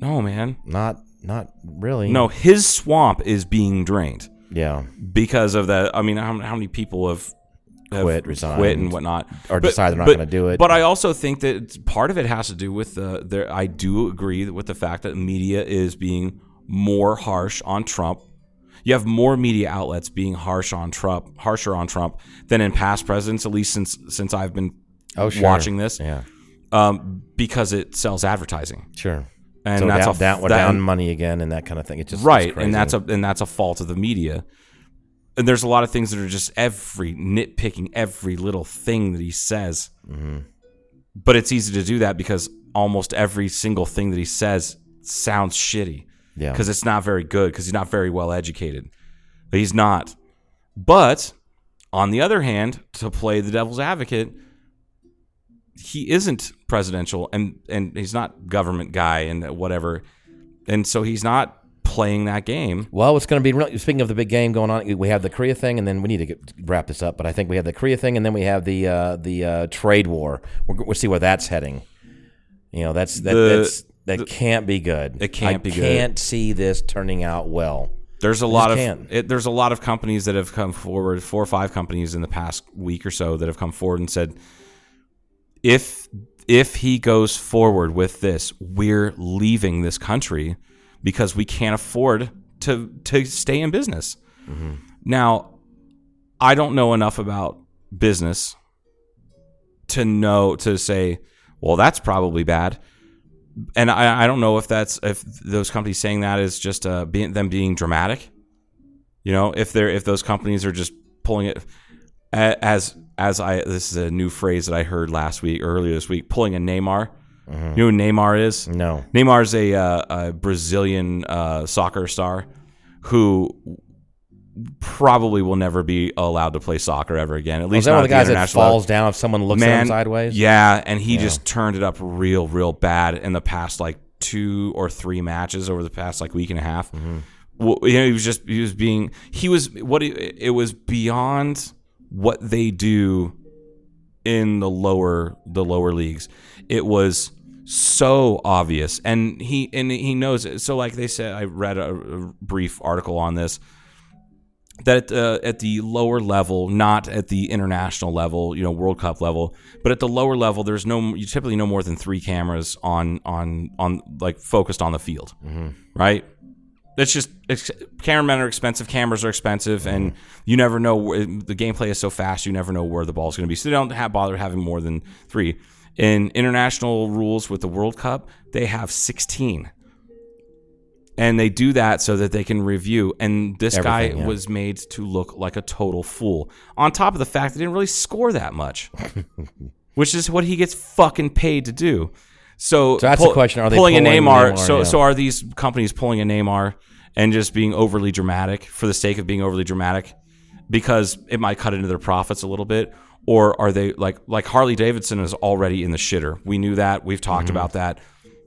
No, man,
Not, not really.
no, his swamp is being drained
Yeah.
because of that. I mean, how, how many people have, have
Quit, resigned,
quit, and whatnot,
or decided they're not gonna do it.
But I also think that it's- part of it has to do with the. There, I do agree with the fact that media is being more harsh on Trump. You have more media outlets being harsh on Trump, harsher on Trump than in past presidents, at least since since I've been
Oh, sure.
watching this,
Yeah.
um, because it sells advertising,
Sure.
and
so
that's
down,
a
down, we're
that-
down money again and that kind of thing. It's just
right
it's
and that's
crazy.
a and that's a fault of the media and there's a lot of things that are just every nitpicking every little thing that he says
Mm-hmm.
but it's easy to do that because almost every single thing that he says sounds shitty
Yeah.
because it's not very good because he's not very well educated he's not but on the other hand to play the devil's advocate he isn't presidential and and he's not government guy and whatever and so he's not playing that game
Well, it's going to be really, speaking of the big game going on. We have the Korea thing, and then we need to get, wrap this up. But I think we have the Korea thing, and then we have the uh, the uh, trade war. We're, we'll see where that's heading. You know, that's that
The-
that's, that can't be good.
It can't
I
be good.
Can't see this turning out well.
there's a lot of
can't.
it, there's a lot of companies that have come forward four or five companies in the past week or so that have come forward and said if if he goes forward with this we're leaving this country because we can't afford to to stay in business now i don't know enough about business to know to say well that's probably bad and I, I don't know if that's if those companies saying that is just uh, being, them being dramatic. You know, if they're if those companies are just pulling it a- as as I this is a new phrase that I heard last week earlier this week pulling a Neymar.
Mm-hmm.
You know who Neymar is?
No.
Neymar is a, uh, a Brazilian uh, soccer star who probably will never be allowed to play soccer ever again. At
Is
least
that
not
one
at
of the guys that
international level.
falls down if someone looks at him sideways?
Yeah, and he just turned it up real, real bad in the past like two or three matches over the past like week and a half.
Mm-hmm.
Well, you know, he was just he was being he was what he, it was beyond what they do in the lower the lower leagues. It was so obvious, and he and he knows it. So like they said, I read a, a brief article on this that at the, at the lower level, not at the international level, you know, World Cup level, but at the lower level, there's no you typically no more than three cameras on on on like focused on the field, right? That's just ex- cameramen are expensive, cameras are expensive, and you never know where, the gameplay is so fast, you never know where the ball's going to be. So they don't have, bother having more than three. In international rules with the World Cup, they have 16 and they do that so that they can review. And this guy
Everything, yeah.
was made to look like a total fool. On top of the fact, they didn't really score that much, which is what he gets fucking paid to do. So,
So that's the question, are they
pulling, a
pulling
Neymar?
Neymar,
so,
yeah.
so are these companies pulling a Neymar and just being overly dramatic for the sake of being overly dramatic because it might cut into their profits a little bit? Or are they like like Harley Davidson is already in the shitter? We knew that. We've talked
Mm-hmm.
about that.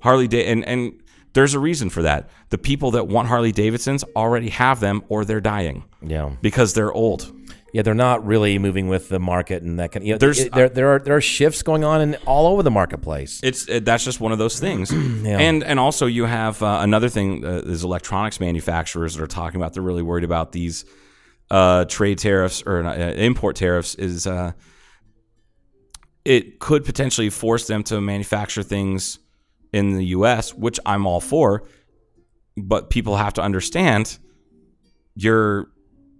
Harley da- and and there's a reason for that. The people that want Harley Davidsons already have them, or they're dying
Yeah.
because they're old.
Yeah, they're not really moving with the market and that kind. You know,
There's-
it- there there are there are shifts going on in all over the marketplace.
It's it, that's just one of those things. And and also you have uh, another thing uh, is electronics manufacturers that are talking about they're really worried about these uh, trade tariffs or uh, import tariffs is uh, it could potentially force them to manufacture things in the U.S., which I'm all for. But people have to understand your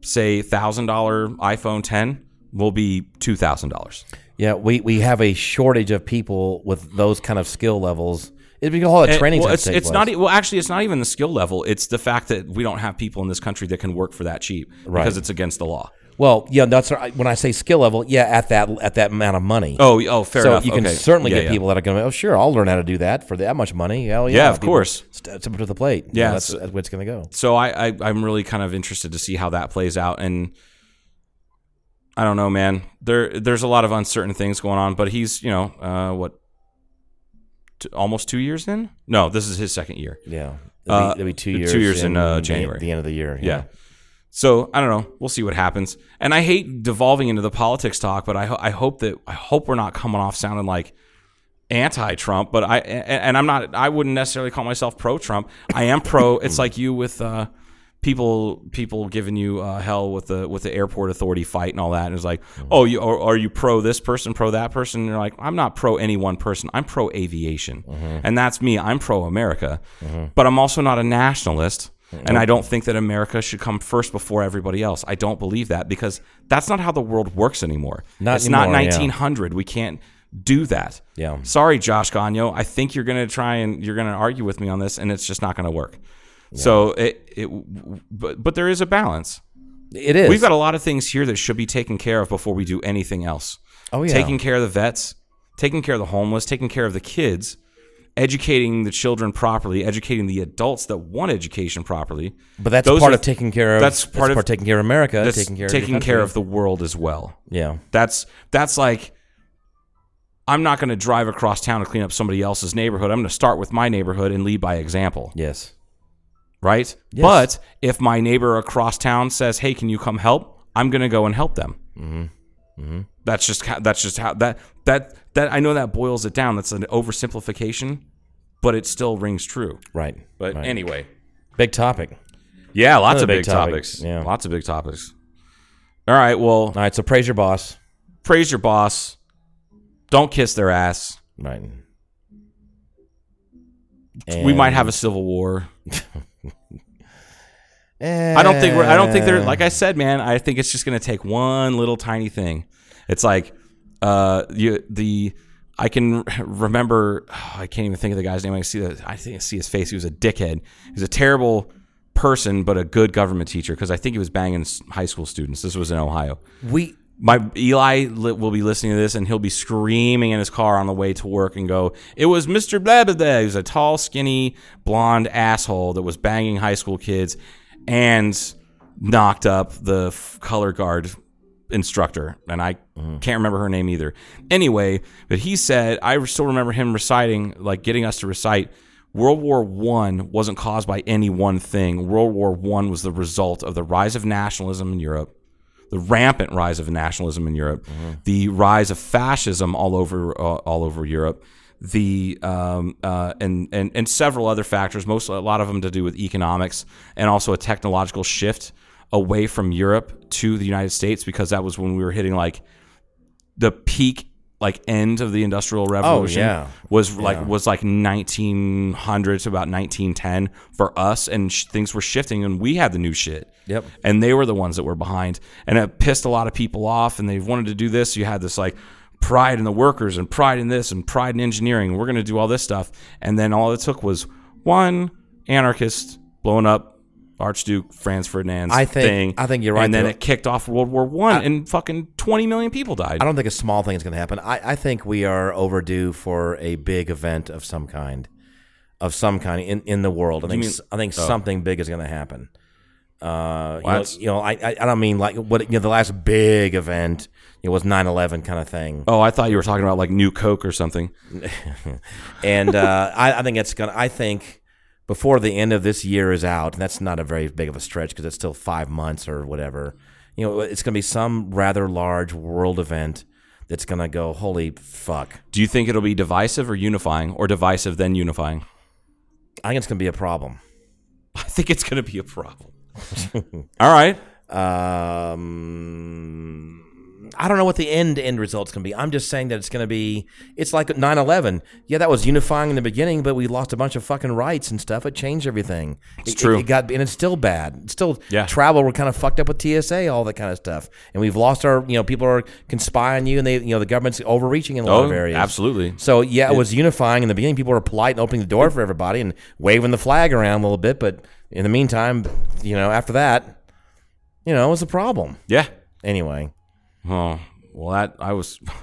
say thousand dollar iPhone 10 will be two thousand dollars.
Yeah, we, we have a shortage of people with those kind of skill levels. It'd be all that
And-
training.
Eh, well,
to
it's,
take
it's
place.
not e- well actually it's not even the skill level it's the fact that we don't have people in this country that can work for that cheap
Right.
because it's against the law
Well, yeah, that's what I- when I say skill level. Yeah, at that at that amount of money.
oh y- oh fair
so
enough
you can
Okay.
certainly
Yeah,
get
yeah.
people that are going to. Oh, sure, I'll learn how to do that for that much money. Hell yeah,
Yeah, of
people
course.
st- Step up to the plate. You
Yeah,
know, that's,
so-
that's where it's going to go.
so I, I i'm really kind of interested to see how that plays out and i don't know man there there's a lot of uncertain things going on but he's you know uh what t- almost two years in no this is his second year
Yeah,
Uh,
it'll be two
two
years.
years in, uh,
the-
January.
the, end of the year.
Yeah. So I don't know. We'll see what happens. And I hate devolving into the politics talk, but I, ho- I hope that I hope we're not coming off sounding like anti-Trump. But I a- and I'm not. I wouldn't necessarily call myself pro-Trump. I am pro. it's like you with uh, people people giving you uh, hell with the with the airport authority fight and all that. And it's like,
Mm-hmm.
oh, you are, are you pro this person, pro that person? And you're like, I'm not pro any one person. I'm pro aviation,
Mm-hmm.
and that's me. I'm pro America, but I'm also not a nationalist.
Mm-hmm.
And I don't think that America should come first before everybody else. I don't believe that because that's not how the world works anymore.
Not
it's not
anymore, yeah.
1900. We can't do that.
Yeah.
Sorry, Josh Gagno. I think you're going to try and you're going to argue with me on this, and it's just not going to work. So it it but but there is a balance.
it is.
We've got a lot of things here that should be taken care of before we do anything else.
Oh, yeah.
Taking care of the vets, taking care of the homeless, taking care of the kids, educating the children properly, educating the adults that want education properly.
but that's
Those
part
are-
of taking care of.
That's part of
taking care of America.
that's
taking care
taking
of
care
your
of
country.
the world as well.
Yeah.
That's that's like I'm not going to drive across town to clean up somebody else's neighborhood. I'm going to start with my neighborhood and lead by example,
Yes.
right?
Yes.
But if my neighbor across town says, "Hey, can you come help?" I'm going to go and help them. Mm-hmm. Mm-hmm. That's just how, that's just how that that that I know that boils it down. That's an oversimplification, but it still rings true.
Right.
But
Right.
anyway,
big topic.
yeah, lots
Another
of big,
big topic.
topics.
Yeah.
lots of big topics. All right, well,
All right. So praise your boss.
praise your boss. Don't kiss their ass.
Right.
we might
And-
have a civil war. I don't think we're. I don't think they're. Like I said, man, I think it's just going to take one little tiny thing. It's like, uh, you the. I can remember. <sighs> I can't even think of the guy's name. I see the. I think I see his face. He was a dickhead. He was a terrible person, but a good government teacher because I think he was banging s- high school students. This was in Ohio.
we
My Eli li- will be listening to this, and he'll be screaming in his car on the way to work and go, "It was Mr. Blah blah blah." He was a tall, skinny, blonde asshole that was banging high school kids and knocked up the f- color guard instructor, and I can't remember her name either. Anyway, but he said, I still remember him reciting, like getting us to recite. World War One wasn't caused by any one thing. World War One was the result of the rise of nationalism in Europe the rampant rise of nationalism in Europe,
Mm-hmm.
the rise of fascism all over uh, all over Europe, the um, uh, and and and several other factors, most a lot of them to do with economics and also a technological shift away from Europe to the United States because that was when we were hitting like the peak like end of the industrial revolution
Oh, yeah.
was like was like 1900 to about 1910 for us and sh- things were shifting and we had the new shit
Yep.
and they were the ones that were behind and it pissed a lot of people off and they wanted to do this you had this like pride in the workers and pride in this and pride in engineering and we're going to do all this stuff and then all it took was one anarchist blowing up archduke franz ferdinand's
I think-
thing
I think you're right,
and then
though.
it kicked off world war one and fucking 20 million people died
I don't think a small thing is going to happen. I, I think we are overdue for a big event of some kind, of some kind in, in the world. I think
mean-
s- I think something big is going to happen. Uh, you know,
that's-
you know, I, I I don't mean like what you know the last big event you know, was 9-11 kind of thing,
Oh, I thought you were talking about like new Coke or something.
and uh, I, I think it's gonna. I think before the end of this year is out, and that's not a very big of a stretch because it's still five months or whatever. You know, it's going to be some rather large world event that's going to go. Holy fuck!
Do you think it'll be divisive or unifying, or divisive then unifying? <laughs>
I think it's going to be a problem.
I think it's going to
<laughs>
be a problem. All right.
Um, I don't know what the end end result's going to be. I'm just saying that it's going to be. It's like 9/11. Yeah, that was unifying in the beginning, but we lost a bunch of fucking rights and stuff. It changed everything. It's
true.
It, got and it's still bad. It's still
Yeah.
travel. We're kind of fucked up with TSA, all that kind of stuff, and we've lost our. You know, people are conspiring you, and they. You know, the government's overreaching in a lot
Oh,
of areas.
absolutely.
So yeah, it was unifying in the beginning. People were polite and opening the door for everybody and waving the flag around a little bit, but in the meantime, you know, after that, you know, it was a problem.
Yeah.
Anyway.
Oh well, that I was. <laughs> I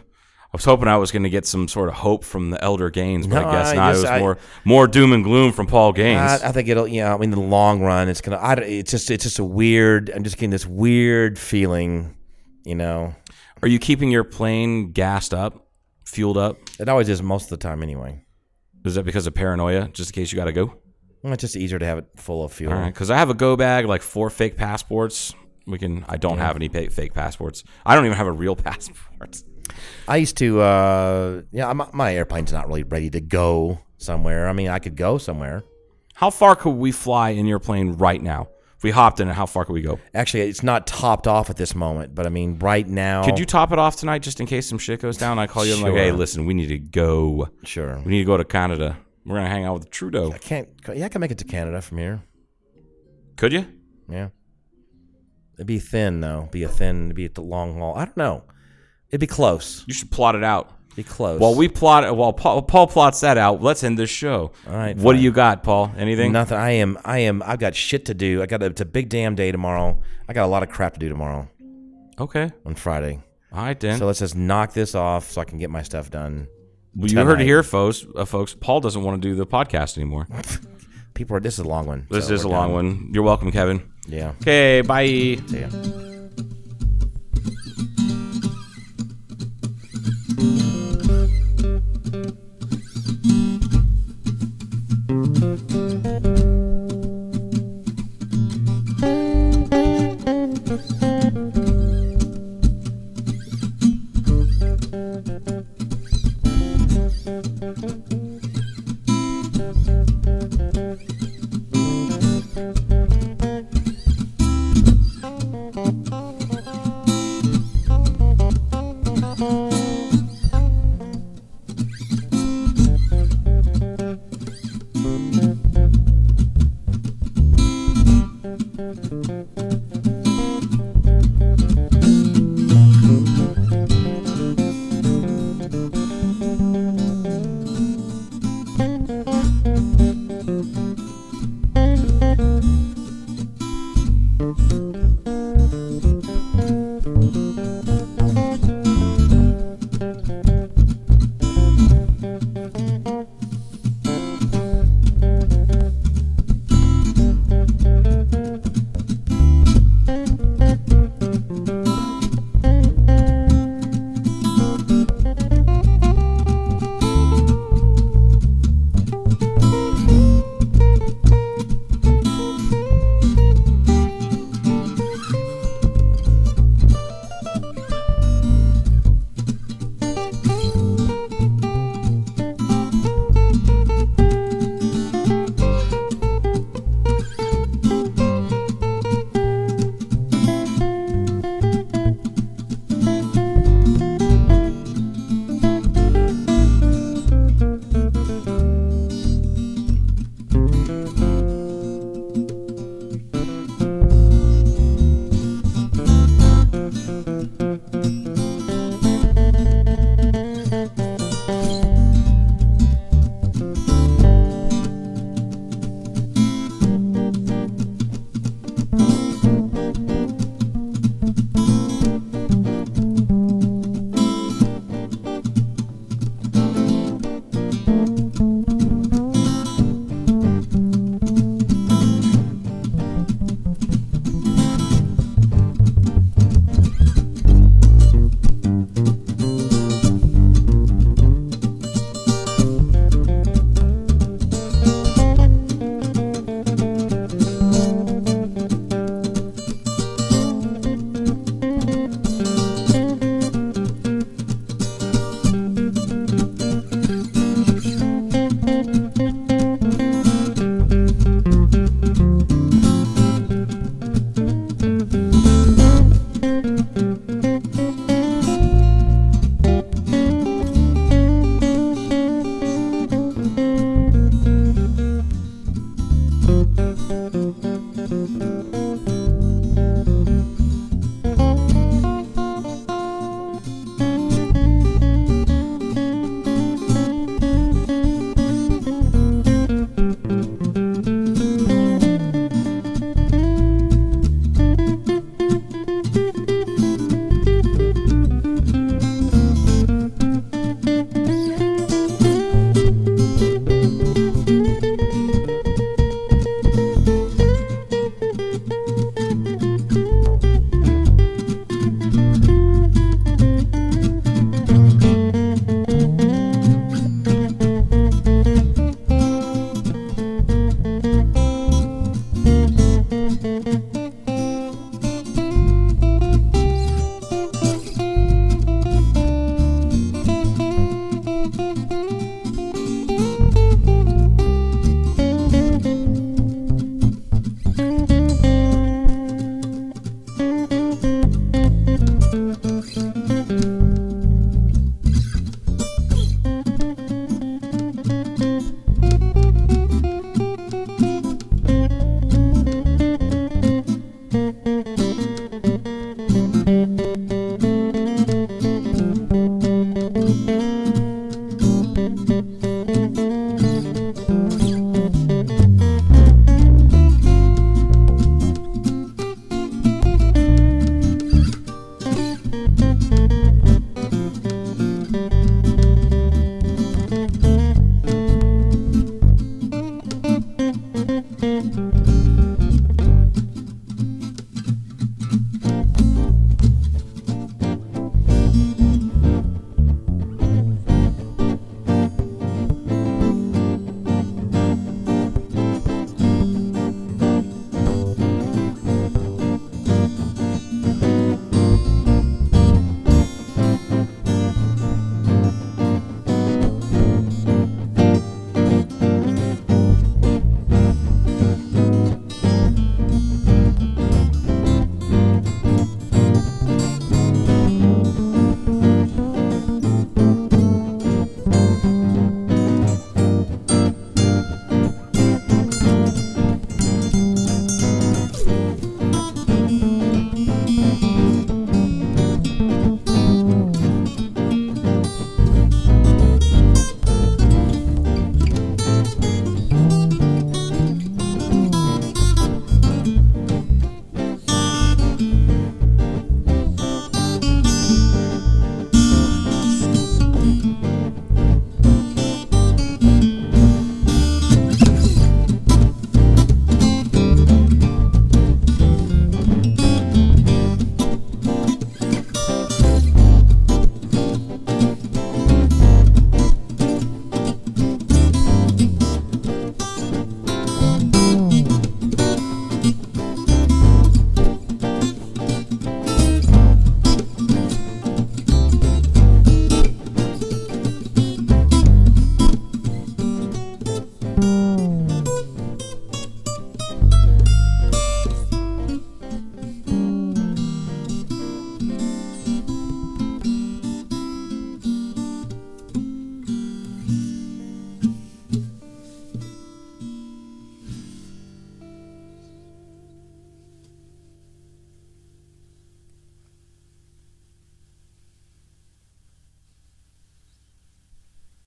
was hoping I was going to get some sort of hope from the Elder Gaines, but
No,
I guess
I
not.
just-
it was
I-
more more doom and gloom from Paul Gaines.
I, I think it'll, you know, in the long run, it's gonna. I, don't- it's just, it's just a weird. I'm just getting this weird feeling, you know.
Are you keeping your plane gassed up, fueled up?
It always is most of the time, anyway.
Is that because of paranoia, just in case you got to go?
Well, It's just easier to have it full of fuel.
All right, because I have a go bag, like four fake passports. We can. I don't have any pa- fake passports. I don't even have a real <laughs> passport.
I used to, uh, yeah, my, my airplane's not really ready to go somewhere. I mean, I could go somewhere.
How far could we fly in your plane right now? If we hopped in it, how far could we go?
Actually, it's not topped off at this moment, but I mean, right now.
Could you top it off tonight, just in case some shit goes down? I call you. I'm like,
Oh. Sure.
hey, listen, we need to go.
Sure.
We need to go to Canada. We're gonna hang out with Trudeau.
I can't. Yeah, I can make it to Canada from here.
Could you?
Yeah. It'd be thin though. Be a thin. It'd be at the long haul. I don't know. It'd be close.
You should plot it out.
Be close.
While we plot, while Paul, Paul plots that out, let's end this show. All
right,
What do
fine.
you got, Paul? Anything?
nothing. I am. I am. I've got shit to do. I got. It's a big damn day tomorrow. I got a lot of crap to do tomorrow
Okay.
on Friday.
All right, then.
So let's just knock this off so I can get my stuff done.
Well, you heard it
tonight.
here, folks. Uh, folks, Paul doesn't want to do the podcast anymore.
People are. This is a long one.
This
so
is a
we're
long
done.
one. You're welcome, Kevin.
Yeah.
Okay, bye.
See ya.